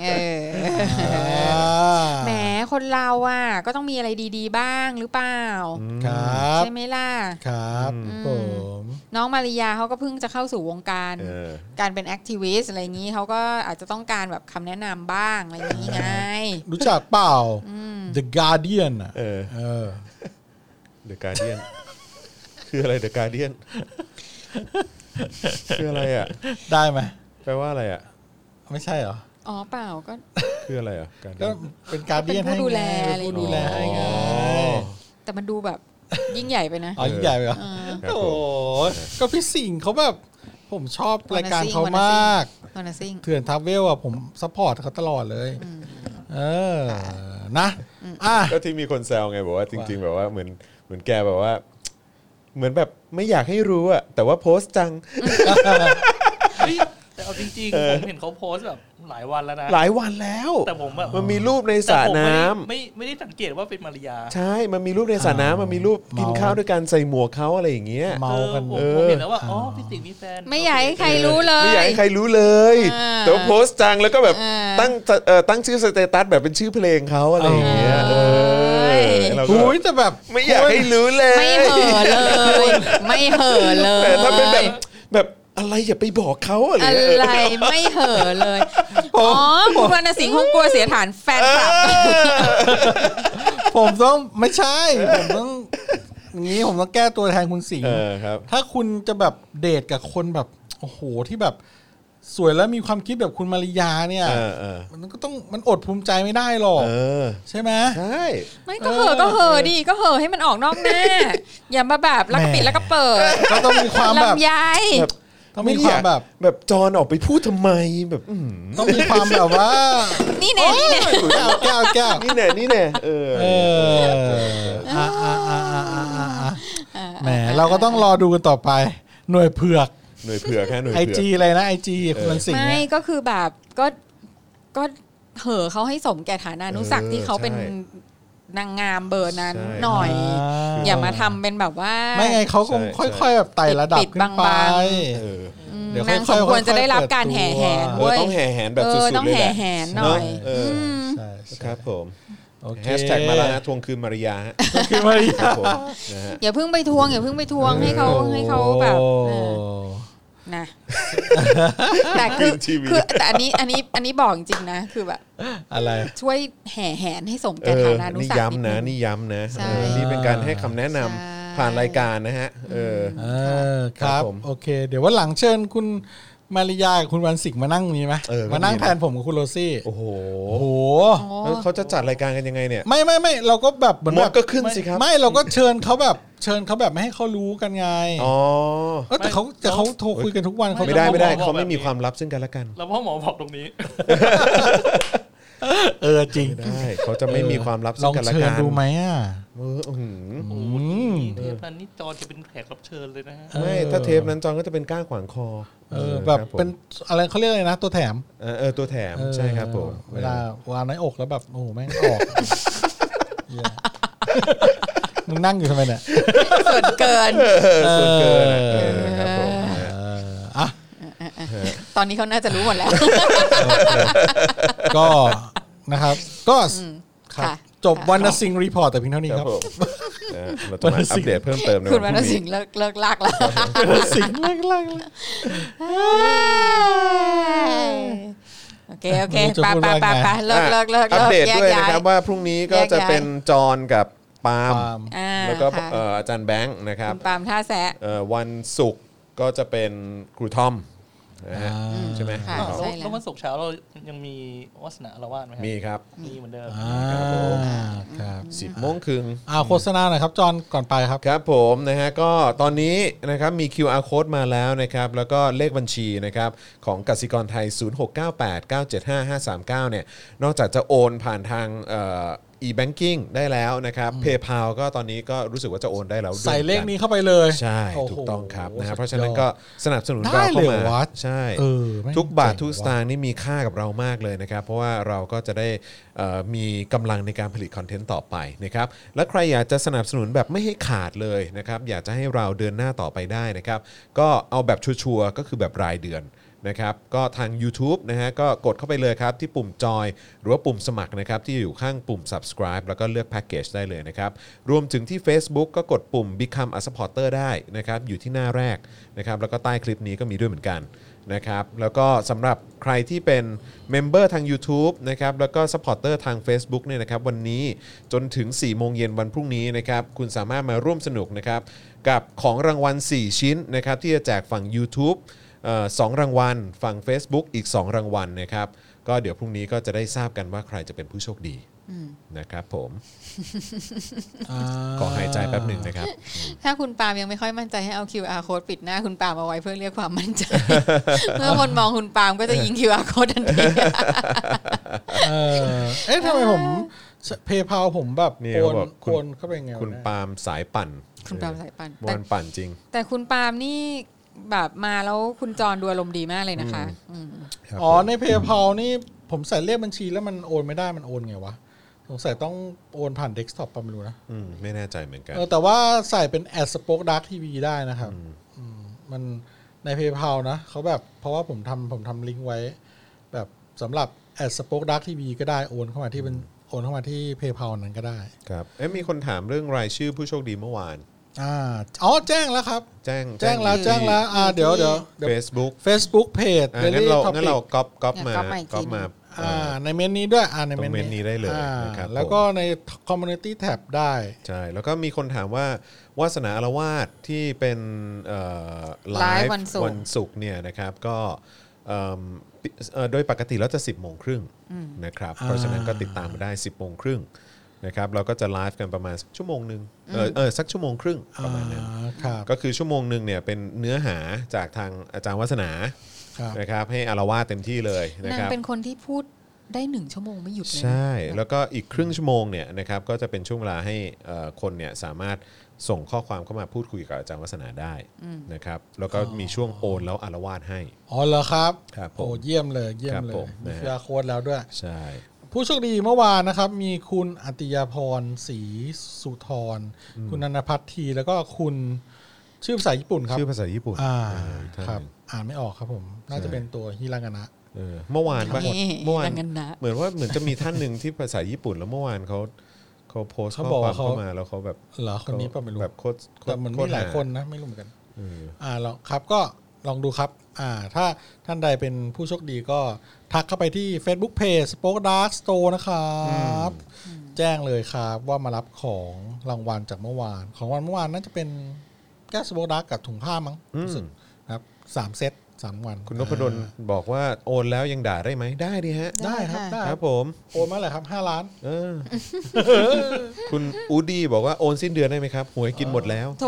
[SPEAKER 4] เออแหมคนเราอ่ะก็ต้องมีอะไรดีๆ บ้างหรือเปล่า
[SPEAKER 5] ครับ
[SPEAKER 4] ใช่ไหมล่ะ
[SPEAKER 5] ครับผม
[SPEAKER 4] น้องมาริยาเขาก็เพิ่งจะเข้าสู่วงการ
[SPEAKER 2] เออ
[SPEAKER 4] การเป็นแอคทีวิสต์อะไรอย่างนี้เขาก็อาจจะต้องการแบบคำแนะนำบ้างอะไรอย่างนี้ไง
[SPEAKER 5] รู้จักเปล่า The Guardian อ่ะ
[SPEAKER 2] เออ
[SPEAKER 5] เออ
[SPEAKER 2] The Guardian คืออะไร The Guardian คืออะไรอ่ะ
[SPEAKER 5] ได้ไหม
[SPEAKER 2] แปลว่าอะไรอ่ะ
[SPEAKER 5] ไม่ใช่เหรอ
[SPEAKER 4] อ๋อเปล่าก็
[SPEAKER 2] คืออะไรอ่ะ Guardian
[SPEAKER 5] ก็เป็น Guardian
[SPEAKER 4] เป็นผู้
[SPEAKER 5] ให้ไง
[SPEAKER 4] ดูแลอะไรอย่างเงี้ย
[SPEAKER 5] ผู้ดูแลให้
[SPEAKER 2] อ๋
[SPEAKER 5] ไง
[SPEAKER 2] อ
[SPEAKER 4] แต่มันดูแบบยิ่งใหญ่ไป นะ
[SPEAKER 5] อ๋อยิ่งใหญ่ไปเหรอ
[SPEAKER 2] ค
[SPEAKER 4] เออ
[SPEAKER 2] รับ
[SPEAKER 5] โอ้
[SPEAKER 2] ผ
[SPEAKER 5] โห
[SPEAKER 2] ม
[SPEAKER 5] ก็พี่สิงห์เขาแบบ ผมชอบรายการเขามาก
[SPEAKER 4] วรรณสิงห์
[SPEAKER 5] เถื่อนทราเวลอ่ะผมซัพพอร์ตเขาตลอดเลย เออ นะ อ่ะ
[SPEAKER 2] ก็ที่มีคนแซวไงบอกว่าจริง ๆ แบบว่าเหมือนเหมือนแกแบบว่า เหมือนแบบไม่อยากให้รู้อ่ะ แต่ว่าโพสต์จัง
[SPEAKER 7] เฮ้ยแต่เอาจริงๆ ผมเห็นเขาโพสต์แบบหลายวันแล้วนะ
[SPEAKER 2] หลายวันแล้ว
[SPEAKER 7] แต่ผมแบบ
[SPEAKER 2] มันมีรูปในสระ
[SPEAKER 7] แต่ผมไม่
[SPEAKER 2] น้ำ
[SPEAKER 7] ไม่ไม่ได้สังเกตว่าเป็นมาริยา
[SPEAKER 2] ใช่ มันมีรูปในสระ
[SPEAKER 5] อ้าว
[SPEAKER 2] น้ำมันมีรูปกิน
[SPEAKER 5] เมา
[SPEAKER 2] ข้าวด้วยกันใส่หมวกเขาอะไรอย่างเงี้ย
[SPEAKER 5] เมากัน
[SPEAKER 7] อ
[SPEAKER 2] เออ
[SPEAKER 7] อผมผมเห็นแล้วว่า อ๋อพี่ติ๋งมีแฟน
[SPEAKER 4] ไม่อยากให้ใครรู้เล
[SPEAKER 2] ไม่อยาก
[SPEAKER 4] ย
[SPEAKER 2] ให้ใครรู้เลย
[SPEAKER 4] อ่า
[SPEAKER 2] แต่ว่าโพสต์จังแล้วก็แบบ
[SPEAKER 4] อ่า
[SPEAKER 2] ตั้งเอ่อตั้งชื่อสเตตัสแบบเป็นชื่อเพลงเขาอะไรอย่างเงี้ย
[SPEAKER 4] อ๋
[SPEAKER 2] เอ
[SPEAKER 4] อ
[SPEAKER 2] อเราก็
[SPEAKER 5] หูยแต่แบบ
[SPEAKER 2] ไม่อยากให้รู้เลย
[SPEAKER 4] ไม่เห่อเลย ไม่เห่อเลย
[SPEAKER 2] แต่ถ้าเป็นแบบแบบอะไรอย่าไปบอกเขาอะไร
[SPEAKER 4] อะ
[SPEAKER 2] เงี้ย
[SPEAKER 4] ไรไม่เห่อเลย อ๋อคุณวรรณสิงห์คงกลัวเสียฐานแฟนคลับ
[SPEAKER 5] ผมต้องไม่ใช่ ผมต้องอย่างนี้ผมต้องแก้ตัวแทนคุณสิงห์
[SPEAKER 2] เออครับ
[SPEAKER 5] ถ้าคุณจะแบบเดทกับคนแบบโอ้โหที่แบบสวยแล้วมีความคิดแบบคุณมาริยาเนี่ย
[SPEAKER 2] เออเออ
[SPEAKER 5] มันก็ต้องมันอดภูมิใจไม่ได้หรอก
[SPEAKER 2] เออ
[SPEAKER 5] ใช่ไหม
[SPEAKER 2] ใช่
[SPEAKER 4] ไม่ก็เห่อก็เห่อดิก็เห่อให้มันออกนอกหน้า อย่ามาแบบแล้วก็ปิด
[SPEAKER 5] แหม
[SPEAKER 4] แล้วก็เปิด
[SPEAKER 5] ก็ต้องมีความแบบ
[SPEAKER 4] ลำไย
[SPEAKER 2] แบบ
[SPEAKER 5] ต้องมีความแบบ
[SPEAKER 2] แบบจอนออกไปพูดทำไมแบบอื้อหือ
[SPEAKER 5] ต้องมีความแบบว่า
[SPEAKER 4] นี่แน่นี่แน่
[SPEAKER 5] แก้วแก้วแก้ว
[SPEAKER 2] นี่แน่นี่แน่เออ
[SPEAKER 5] เอออ่ะอ่ะอ่ะอ่ะอ่ะอ่ะอ่ะแหมเราก็ต้องรอดูกันต่อไป หน่วยเผือก
[SPEAKER 2] หน่วยเผือกฮะหน่วย
[SPEAKER 5] ไอ
[SPEAKER 2] เผือก
[SPEAKER 5] จีอะไรนะไอจีคุณสิงห์
[SPEAKER 4] ไม่
[SPEAKER 5] เนี่ย
[SPEAKER 4] ก็คือแบบก็ก็เห่อเขาให้สมแก่ฐานานุสัก
[SPEAKER 2] เอ
[SPEAKER 4] ดิ์
[SPEAKER 2] อ
[SPEAKER 4] ที่เขาเป็น
[SPEAKER 2] ใช่
[SPEAKER 4] นางงามเบอร์นั้น
[SPEAKER 2] ใช่
[SPEAKER 4] หน่อย
[SPEAKER 5] า
[SPEAKER 4] อย่ามาทำเป็นแบบว่า
[SPEAKER 5] ไม่ไงเขาคง
[SPEAKER 2] ใช่
[SPEAKER 5] ค่อย ๆ แบบไต่ระดับขึ้นไป
[SPEAKER 2] เออ
[SPEAKER 5] เดี๋ยว
[SPEAKER 4] นา
[SPEAKER 5] ค่อยๆ
[SPEAKER 4] งสมควรจะได้รับ
[SPEAKER 5] ค่อยๆ
[SPEAKER 4] การแห่แหน
[SPEAKER 5] เปิด
[SPEAKER 2] เออ
[SPEAKER 5] ตัว
[SPEAKER 4] เว้ย
[SPEAKER 2] ต้องแห่แหนแบบ
[SPEAKER 4] เอ
[SPEAKER 2] สุ
[SPEAKER 4] อ
[SPEAKER 2] ดๆเลย
[SPEAKER 4] ต้องแห่
[SPEAKER 2] หละ
[SPEAKER 4] แหนหน่อย
[SPEAKER 2] เนอะเออ
[SPEAKER 4] อืม
[SPEAKER 5] ใช่
[SPEAKER 2] ค
[SPEAKER 5] ใช่
[SPEAKER 2] รับผม
[SPEAKER 5] โอเค
[SPEAKER 2] แฮชแท็กมาแล้วนะทวงคืนมาริยาฮะ
[SPEAKER 5] คือมาริ
[SPEAKER 2] ค
[SPEAKER 5] ยา
[SPEAKER 2] รับผมนะฮะ
[SPEAKER 4] อย่าเพิ่งไปทวงอย่าเพิ่งไปทวงให้เขาให้เขาแบบ
[SPEAKER 5] โอ้
[SPEAKER 4] เออนะ แต่คือ
[SPEAKER 2] Green TV
[SPEAKER 4] คือแต่อันนี้อันนี้อันนี้บอกจริงๆนะ คือแบบ
[SPEAKER 5] อะไร
[SPEAKER 4] ช่วยแห่แหนให้สม
[SPEAKER 2] เอ
[SPEAKER 4] แก่ฐา
[SPEAKER 2] อ
[SPEAKER 4] นานุ
[SPEAKER 2] นี่
[SPEAKER 4] สักดิ์ด
[SPEAKER 2] ย้ำนะ
[SPEAKER 4] ง
[SPEAKER 2] นี่ย้ำนะ
[SPEAKER 4] ใช่
[SPEAKER 2] เออนี่เป็นการให้คำแนะนำ
[SPEAKER 4] ใช่
[SPEAKER 2] ผ่านรายการนะฮะ เออ
[SPEAKER 5] เออครั
[SPEAKER 2] ครับ
[SPEAKER 5] บ
[SPEAKER 2] ผม
[SPEAKER 5] โอเค เดี๋ยววันหลังเชิญคุณมาริยากับคุณวันสิงห์มานั่งนี้ไหม
[SPEAKER 2] เออก็ดีนะ
[SPEAKER 5] มานั่งแทนผมกับคุณโรซี่
[SPEAKER 2] โอ้โห
[SPEAKER 5] โอ้โห
[SPEAKER 4] โอ้
[SPEAKER 2] แล้วเขาจะจัดรายการกันยังไงเนี่ย
[SPEAKER 5] ไม่ไม่ไม่เราก็แบบเหมือน
[SPEAKER 2] ม
[SPEAKER 5] แบ
[SPEAKER 2] ด
[SPEAKER 5] บ
[SPEAKER 2] ก็ขึ้นสิครับ
[SPEAKER 5] ไม่เราก็เชิญเขาแบบเชิญเขาแบบไม่ให้เขารู้กันไง
[SPEAKER 2] อ๋อ
[SPEAKER 5] เออแต่เขาแต่เขาโทรคุยกันทุกวันเขา
[SPEAKER 2] ไม่ได้ไม่ได้
[SPEAKER 7] เขาบอก
[SPEAKER 2] เขาไม่
[SPEAKER 7] แบบนี้
[SPEAKER 2] มีความลับซึ่งกันและกัน
[SPEAKER 7] แล้วพ่อหมอบอกตรงนี้
[SPEAKER 5] เออจริง
[SPEAKER 2] ไม่ได้เขาจะไม่มีความลับ
[SPEAKER 5] ล
[SPEAKER 2] ซึ่
[SPEAKER 5] อง ง
[SPEAKER 2] กันและ
[SPEAKER 5] เชิญ
[SPEAKER 2] กัน
[SPEAKER 5] ดูไหมอ่ะ
[SPEAKER 2] เอออื้อหือ
[SPEAKER 7] โอ้โหเทปนั้นนี่จอจะเป็นแขกรับเชิญเลยนะฮะ
[SPEAKER 2] ไม่ถ้าเทปนั้นจองก็จะเป็นก้างขวางคอ
[SPEAKER 5] เออแบบ
[SPEAKER 2] ครัผม
[SPEAKER 5] เป็นอะไรเขาเรียกอะไรนะ ตัวแถม
[SPEAKER 2] เออเออตัวแถม
[SPEAKER 5] เออ
[SPEAKER 2] ใช่ครับผม
[SPEAKER 5] เวลาวางในอกแล้วแบบโอ้โหแม่งออก เหี้ยมึงนั่งอยู่ทำไมเนี่ย
[SPEAKER 4] ส่วนเกิน
[SPEAKER 2] เออส่วนเกินอะเออครับผม
[SPEAKER 5] เอออ่ะ
[SPEAKER 4] ตอนนี้เขาน่าจะรู้หมดแล้ว
[SPEAKER 5] ก็นะครับ ก็ครับ
[SPEAKER 4] ค่ะ
[SPEAKER 5] จบวันสิงห์รีพอร์ตแต่เพียงเท่านี้
[SPEAKER 2] ค
[SPEAKER 5] ค
[SPEAKER 2] รับ
[SPEAKER 5] รั
[SPEAKER 2] บ ผมเออเราจะมาอัปเดตเพิ่มเติมใน
[SPEAKER 4] คุณว
[SPEAKER 2] วั
[SPEAKER 4] ร
[SPEAKER 2] น
[SPEAKER 4] ร
[SPEAKER 2] พรุ่ง
[SPEAKER 4] ณสิ
[SPEAKER 2] นี้
[SPEAKER 4] งห์เลิกเลิกลากแล้ว
[SPEAKER 5] สิงห์ล่างล่าง
[SPEAKER 4] โอเคโอเค
[SPEAKER 5] ไม่รู้จะพู
[SPEAKER 4] ไป
[SPEAKER 5] ด
[SPEAKER 4] ไป
[SPEAKER 5] ว่า
[SPEAKER 4] ไป
[SPEAKER 5] ไง
[SPEAKER 4] ไปเลิกเลิกเลิก
[SPEAKER 2] อั
[SPEAKER 4] เลิ
[SPEAKER 2] ป
[SPEAKER 4] ก
[SPEAKER 2] เดต
[SPEAKER 4] แยก
[SPEAKER 2] ด้วย
[SPEAKER 4] ย้า
[SPEAKER 2] นะ
[SPEAKER 4] ย
[SPEAKER 2] ครับว่าพรุ่งนี้ก็
[SPEAKER 4] แยกย้าย
[SPEAKER 2] จะเป็นจอนกับปาล์ม
[SPEAKER 5] ปาล์ม
[SPEAKER 4] อ่า
[SPEAKER 2] แล้วก็
[SPEAKER 4] ค่ะ
[SPEAKER 2] เอ่ออาจารย์แบงค์นะครับ
[SPEAKER 4] คุณปาล์มท่าแซะ
[SPEAKER 2] เอ่อวันศุกร์ก็จะเป็นครูทอมนะฮะใช่ไหม
[SPEAKER 4] ค่ะ
[SPEAKER 2] ครูท
[SPEAKER 7] แล้
[SPEAKER 2] อ
[SPEAKER 7] ว
[SPEAKER 2] ม
[SPEAKER 4] ใช่แล้ว
[SPEAKER 7] แล้ววันศุกร์เช้าเรายังมีวาสนาละวาดไหมฮะ
[SPEAKER 2] มีครับ
[SPEAKER 7] มีเหมือนเดิม
[SPEAKER 5] อ่าครับ
[SPEAKER 2] สิบโมงครึ่ง
[SPEAKER 5] อ่าโฆษณาหน่อยครับ จอห์นก่อนไปครับ
[SPEAKER 2] ครับผมนะฮะก็ตอนนี้นะครับมี QR code มาแล้วนะครับแล้วก็เลขบัญชีนะครับของกสิกรไทย 0698975539เนี่ยนอกจากจะโอนผ่านทางเอ่อ e-banking ได้แล้วนะครับ PayPal ก็ตอนนี้ก็รู้สึกว่าจะโอนได้แล้วด้วย
[SPEAKER 5] ใส่เลข
[SPEAKER 2] หมือกั
[SPEAKER 5] นี้เข้าไปเลย
[SPEAKER 2] ใช่
[SPEAKER 5] โโห
[SPEAKER 2] ถูกต้องครับนะฮะ
[SPEAKER 5] สุดยอด
[SPEAKER 2] เพราะฉะนั้นก็สนับสนุน
[SPEAKER 5] ได้
[SPEAKER 2] เราเข้า
[SPEAKER 5] เล
[SPEAKER 2] มา
[SPEAKER 5] ยเหรอวะ
[SPEAKER 2] ใช่
[SPEAKER 5] เออแม่ง
[SPEAKER 2] ทุกบาท
[SPEAKER 5] เจ๋ง
[SPEAKER 2] ทุก
[SPEAKER 5] ว่ะ
[SPEAKER 2] สตางค์นี่มีค่ากับเรามากเลยนะครับ เพราะว่าเราก็จะได้เอ่อมีกำลังในการผลิตคอนเทนต์ต่อไปนะครับ และใครอยากจะสนับสนุนแบบไม่ให้ขาดเลยนะครับ อยากจะให้เราเดินหน้าต่อไปได้นะครับ ก็เอาแบบชัวร์ๆก็คือแบบรายเดือน นะครับก็ทาง u t u b e นะฮะก็กดเข้าไปเลยครับ ที่ปุ่มจอยหรือว่าปุ่มสมัครนะครับ ที่อยู่ข้างปุ่ม subscribe แล้วก็เลือกแพ็กเกจได้เลยนะครับ รวมถึงที่ Facebook ก็กดปุ่ม become a supporter ได้นะครับ อยู่ที่หน้าแรกนะครับ แล้วก็ใต้คลิปนี้ก็มีด้วยเหมือนกันนะครับ แล้วก็สำหรับใครที่เป็นเมมเบอร์ทาง YouTube นะครับ แล้วก็สปอร์เตอร์ทาง Facebook เนี่ยนะครับ วันนี้จนถึง 4 โมงเย็นวันพรุ่งนี้นะครับ คุณสามารถมาร่วมสนุกนะครับ กับของรางวัล 4 ชิ้นนะครับ ที่จะแจกฝั่ง YouTube เอ่อสองรางวัลฝั่ง Facebook อีก 2 รางวัลนะครับ ก็เดี๋ยวพรุ่งนี้ก็จะได้ทราบกันว่าใครจะเป็นผู้โชคดีนะครับผมขอหายใจแป๊บหนึ่งนะครับ
[SPEAKER 4] ถ้าคุณปาล์มยังไม่ค่อยมั่นใจให้เอา QR code ปิดหน้าคุณปาล์มเอาไว้เพื่อเรียกความมั่นใจ เมื่อคนมองคุณปาล์มก็จะยิง QR code ทัน ที
[SPEAKER 5] เออเอ๊ะทำไมผมเพย์พาผมแบบ
[SPEAKER 2] นี่
[SPEAKER 5] โอ
[SPEAKER 2] เขา
[SPEAKER 5] น
[SPEAKER 2] บอกคุ
[SPEAKER 5] โอ
[SPEAKER 2] ณ
[SPEAKER 5] นเข้าไปไงวะ
[SPEAKER 2] คุณ
[SPEAKER 5] เนี่ย
[SPEAKER 2] ปาล์มสายปั่น
[SPEAKER 4] คุณปาล์มสายปั่นแต่
[SPEAKER 2] วันปั่นจริง
[SPEAKER 4] แต่คุณปาล์มนี่แบบมาแล้วคุณจรดูอารมณ์ดีมากเลยนะคะอืม
[SPEAKER 2] ครับ
[SPEAKER 5] อ๋อในเพย์พานี่ผมใส่เลขบัญชีแล้วมันโอนไม่ได้มันโอนไงวะสงสัยต้องโอนผ่านเดสก์ท็อปปะไม่รู้นะ
[SPEAKER 2] อืมไม่แน่ใจเหมือนกัน
[SPEAKER 5] เออแต่ว่าใส่เป็นแอดสป็อคดักทีวีได้นะครับอืมมันในเพย์พานะเขาแบบเพราะว่าผมทำผมทำลิงก์ไว้ แบบสำหรับแอดสป็อคดักทีวีก็ได้โอนเข้ามาที่เป็นโอนเข้ามาที่เพย์พานั้นก็ได้
[SPEAKER 2] ครับ เอ๊ะมีคนถามเรื่องรายชื่อผู้โชคดีเมื่อวาน
[SPEAKER 5] อ่าอ๋อแจ้งแล้วครับ
[SPEAKER 2] แจ้ง
[SPEAKER 5] แจ้งแล้วแจ้งแล้วอ่าเดี๋ยวเดี๋ยวเดี๋ยว
[SPEAKER 2] เฟซบุ๊ก
[SPEAKER 5] Facebook Page
[SPEAKER 2] อ่ะ
[SPEAKER 5] Daily
[SPEAKER 2] งั้นเรางั้นเรา
[SPEAKER 5] Topic
[SPEAKER 2] ก๊อปก๊อปมาก๊อปมาเอ่
[SPEAKER 5] อ่า
[SPEAKER 2] อ
[SPEAKER 5] ในเมนนี้ด้วยอ่าในเม
[SPEAKER 2] ต
[SPEAKER 5] น
[SPEAKER 2] รงเมนนี้ได้เลย
[SPEAKER 5] อ่า
[SPEAKER 2] นะครับ
[SPEAKER 5] แล้วก็ใน Community Tab ได้
[SPEAKER 2] ใช่ แล้วก็มีคนถามว่าวาสนาอารวาสที่เป็นเอ่อไลฟ์วันศุกร์เนี่ยนะครับก็เอิ่มปิเอ่อโดยปกติแล้วจะ 10โมงครึ่งนะครับเพราะฉะนั้นก็ติดตามมาได้ 10โมงครึ่งนะครับเราก็จะไลฟ์กันประมาณสักชั่วโมงหนึ่งเออเออสักชั่วโมงครึ่งประมาณนั้น
[SPEAKER 5] อ่าครับ
[SPEAKER 2] ก็คือชั่วโมงหนึ่งเนี่ยเป็นเนื้อหาจากทางอาจารย์วัสนา
[SPEAKER 5] ครับ
[SPEAKER 2] นะครับให้อารวาสเต็มที่เลยนะ
[SPEAKER 4] นา
[SPEAKER 2] ค
[SPEAKER 4] ง
[SPEAKER 2] รับ
[SPEAKER 4] เป็นคนที่พูดได้หนึ่งชั่วโมงไม่หยุดเลยนะ
[SPEAKER 2] ใช่ แล้วก็อีกครึ่งชั่วโมงเนี่ยนะครับก็จะเป็นช่วงเวลาให้เอ่อคนเนี่ยสามารถส่งข้อความเข้ามาพูดคุยกับอาจารย์วัฒนาได้นะครับแล้วก็มีช่วงโอนแล้วอารวาสให้
[SPEAKER 5] อ๋อเหรอครับ
[SPEAKER 2] ครับผม
[SPEAKER 5] โอ้เยี่ยมเลยเยี่ยม
[SPEAKER 2] ครับ
[SPEAKER 5] เล
[SPEAKER 2] ผ
[SPEAKER 5] ย
[SPEAKER 2] ม
[SPEAKER 5] มี
[SPEAKER 2] นะฮะ
[SPEAKER 5] เวลาโค้ดแล้วด้วย
[SPEAKER 2] ใช่
[SPEAKER 5] ผู้โชคดีเมื่อวานนะครับ มีคุณอติยาพรศรีสุธร คุณนันพัฒน์ที แล้วก็คุณชื่อภาษาญี่ปุ่นครับ
[SPEAKER 2] ชื่อภาษาญี่ปุ่น
[SPEAKER 5] อ่า
[SPEAKER 2] เอออีกท่าน
[SPEAKER 5] ครั
[SPEAKER 2] ห
[SPEAKER 5] บ
[SPEAKER 2] นึ่ง
[SPEAKER 5] อ่านไม่ออกครับผม น่าจะเป็นตัวฮิรังกนะ
[SPEAKER 2] เออเมื่อวานปะ
[SPEAKER 4] นี่
[SPEAKER 2] เมื่อวาน
[SPEAKER 4] ดังนั้นนะ
[SPEAKER 2] เหมือนว่าเหมือนจะมีท่านหนึ่งที่ภาษาญี่ปุ่นแล้วเมื่อวานเขาเขาโพสต์ข้อ
[SPEAKER 5] เขาบอก
[SPEAKER 2] ความ
[SPEAKER 5] ว่าเขา
[SPEAKER 2] เข้ามาแล้วเขาแบบ
[SPEAKER 5] เหรอคนนี้ป่ะไม่รู้
[SPEAKER 2] แบบโคตรโคต
[SPEAKER 5] แต่
[SPEAKER 2] ร
[SPEAKER 5] มัน
[SPEAKER 2] โค
[SPEAKER 5] มี
[SPEAKER 2] ตร
[SPEAKER 5] หลายคนนะ ไม่รู้เหมือนกันอ่าลองครับก็ลองดูครับ อ่า ถ้าท่านใดเป็นผู้โชคดีก็ทักเข้าไปที่ Facebook Page Spoke Dark Store นะครับ แจ้งเลยครับว่ามารับของรางวัลจากเมื่อวาน ของวันเมื่อวานน่าจะเป็นแก้วสโปกดาร์กกับถุงผ้ามั้งรู้สึกนะครับสามเซตสามวัน
[SPEAKER 2] คุณนพดลบอกว่าโอนแล้วยังด่าได้ไหมได้ดิฮะ
[SPEAKER 5] ได้ครับได้
[SPEAKER 2] ค
[SPEAKER 5] ค
[SPEAKER 2] รั
[SPEAKER 5] รั
[SPEAKER 2] บบ ผม
[SPEAKER 5] โอนมาเลยครับห้าล้าน
[SPEAKER 2] เออ คุณอูดี้บอกว่าโอนสิ้นเดือนได้ไหมครับหวยกินหมดแล้ว
[SPEAKER 4] โถ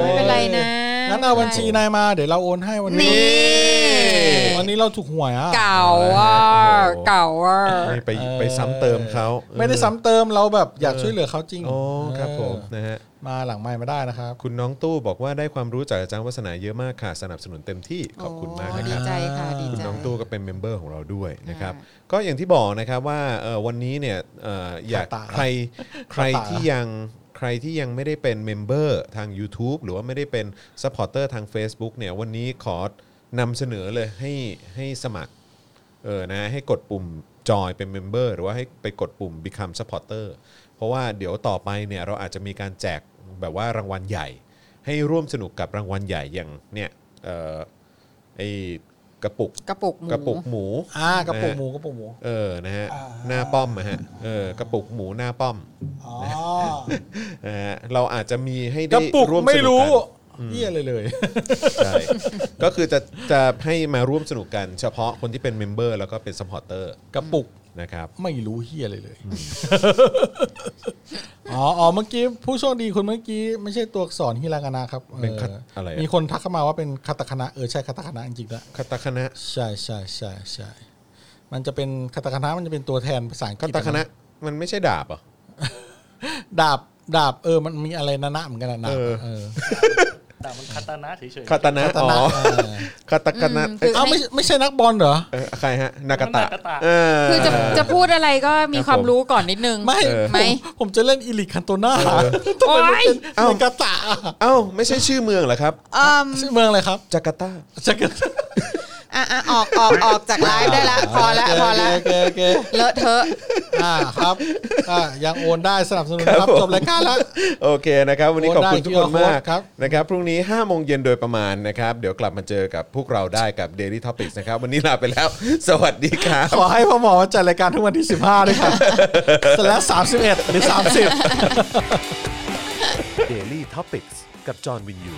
[SPEAKER 4] ไม่เป็นไรนะ
[SPEAKER 5] งั้นเอาบัญชีนายมาเดี๋ยวเราโอนให้วันนี้
[SPEAKER 4] นี่
[SPEAKER 5] วันนี้เราถูกหวยอ่ะ
[SPEAKER 4] เก่าอ่ะ
[SPEAKER 2] โอ้โห
[SPEAKER 4] เก่าอ่ะ
[SPEAKER 2] ไม่ไป
[SPEAKER 5] เออ
[SPEAKER 2] ไปซ้ำเติมเขา
[SPEAKER 5] ไม่ได้ซ้ำเติมเราแบบอยากช่วยเหลือเขาจริง
[SPEAKER 2] โอ้ครับผม
[SPEAKER 5] เออ
[SPEAKER 2] นะฮะ
[SPEAKER 5] มาหลังไมค์มาได้นะครับ
[SPEAKER 2] คุณน้องตู้บอกว่าได้ความรู้จากอาจารย์วัฒนาเยอะมากค่ะ สนับสนุนเต็มที่ขอบคุณมากนะค
[SPEAKER 4] ดี
[SPEAKER 2] รับ
[SPEAKER 4] ใจค่ะดี
[SPEAKER 2] คุณ
[SPEAKER 4] ใจ
[SPEAKER 2] น้องตู้ก็เป็นเมมเบอร์ของเราด้วยนะครับ
[SPEAKER 4] อ่
[SPEAKER 2] ก็อย่างที่บอกนะครับว่าเอ่อวันนี้เนี่ยเอ่ออยาก
[SPEAKER 5] ขาตา
[SPEAKER 2] ใครใคร
[SPEAKER 5] ขาตา
[SPEAKER 2] ที่ยังใครที่ยังไม่ได้เป็นเมมเบอร์ทาง YouTube หรือว่าไม่ได้เป็นซัพพอร์เตอร์ทาง Facebook เนี่ยวันนี้ขอนำเสนอเลยให้ให้สมัครเออนะให้กดปุ่มจอยเป็นเมมเบอร์หรือว่าให้ไปกดปุ่ม Become Supporter เพราะว่าเดี๋ยวต่อไปเนี่ยเราอาจจะมีการแจกแบบว่ารางวัลใหญ่ ให้ร่วมสนุกกับรางวัลใหญ่อย่างเนี่ยเอ่อไอกระปุก
[SPEAKER 4] กระปุกห
[SPEAKER 2] ก
[SPEAKER 4] มู
[SPEAKER 2] ระปุกหมู
[SPEAKER 5] อ่ากระปุกหมูกระปุกหมู
[SPEAKER 2] เออ นะฮะ
[SPEAKER 5] อ่า
[SPEAKER 2] หน้าป้อมอะฮะ เออ กระปุกหมูหน้าป้อม
[SPEAKER 5] อ๋อ
[SPEAKER 2] นะฮะเราอาจจะมีให้
[SPEAKER 5] ก
[SPEAKER 2] ได้
[SPEAKER 5] ระปุก
[SPEAKER 2] ร่วมสนุ
[SPEAKER 5] ไม่
[SPEAKER 2] ก
[SPEAKER 5] รู้
[SPEAKER 2] กัน
[SPEAKER 5] เยี่ยเลยเลย
[SPEAKER 2] ใช่ ก็คือจะจะให้มาร่วมสนุกกันเฉพาะคนที่เป็นเมมเบอร์แล้วก็เป็นสปอร์เตอร์
[SPEAKER 5] กระปุก
[SPEAKER 2] นะครับ
[SPEAKER 5] ไม่รู้เฮียเลยเลยอ๋ออ๋อเมื่อกี้ผู้โชคดีคนเมื่อกี้ไม่ใช่ตัวอักษรฮิรังกานะครับออ
[SPEAKER 2] เป็นคัตอะไรอะ
[SPEAKER 5] มีคนทักเข้ามาว่าเป็นคาตาคานะเออใช่คาตาคานะจริงๆด้วย
[SPEAKER 2] คาตาคณะ
[SPEAKER 5] ใช่ใช่ใช่ใช่มันจะเป็นคาตาคานะมันจะเป็นตัวแทนภาษาอังกฤ
[SPEAKER 2] คา
[SPEAKER 5] ษ
[SPEAKER 2] ตาคณะ มันไม่ใช่ดาบเหรอ่ะ
[SPEAKER 5] ดาบดาบเออมันมีอะไรนะนะเหมือนกันนะดา
[SPEAKER 2] เอ
[SPEAKER 5] บ
[SPEAKER 2] อ
[SPEAKER 5] เออ
[SPEAKER 7] แต่มันคาตานะเฉยๆ
[SPEAKER 2] คาตานะอ๋อคาตาคานะ
[SPEAKER 4] คือ
[SPEAKER 5] เอ้าไม่ไม่ใช่นักบอลเหรอ
[SPEAKER 2] เอ่อใครฮะ นากาตะเ
[SPEAKER 4] คือจะจะพูดอะไรก็มีความรู้ก่อนนิดนึง
[SPEAKER 5] ไม่
[SPEAKER 4] ไหม
[SPEAKER 5] ผมผมจะเล่นอิลิคันโตนา
[SPEAKER 4] โอ๊ย
[SPEAKER 5] เอ้ากาตา
[SPEAKER 2] เอ้าไม่ใช่ชื่อเมืองเหรอครับ
[SPEAKER 4] เอิ่ม
[SPEAKER 5] ชื่อเมืองอะไรครับ
[SPEAKER 2] จาการ์ตา
[SPEAKER 5] จาการ์ตา
[SPEAKER 4] อ่ะอ่ะออกออกออกจากไลฟ์ได้ละพอละพอละ
[SPEAKER 5] โอเคโอเคโอเค
[SPEAKER 4] เลอะเทอะ
[SPEAKER 5] อ่าครับอ่ายังโอนได้สนับสนุน
[SPEAKER 2] ค
[SPEAKER 5] ค
[SPEAKER 2] รั
[SPEAKER 5] รั
[SPEAKER 2] บบ ผม
[SPEAKER 5] จบรายการแล้ว
[SPEAKER 2] โอเคนะครับวันนี้ขอบคุณทุกคนมาก
[SPEAKER 5] โอ้ได้ QR code ครับ
[SPEAKER 2] นะครับพรุ่งนี้5โมงเย็นโดยประมาณนะครับ เดี๋ยวกลับมาเจอกับพวกเราได้กับ Daily Topics นะครับ วันนี้ลาไปแล้ว สวัสดีครับ
[SPEAKER 5] ขอให้พ่อหมอจัดรายการทุกวันที่ 15ด้วยครับ แล้ว31 หรือ 30
[SPEAKER 1] เดลี่ท็อปิกกับจอห์นวินยู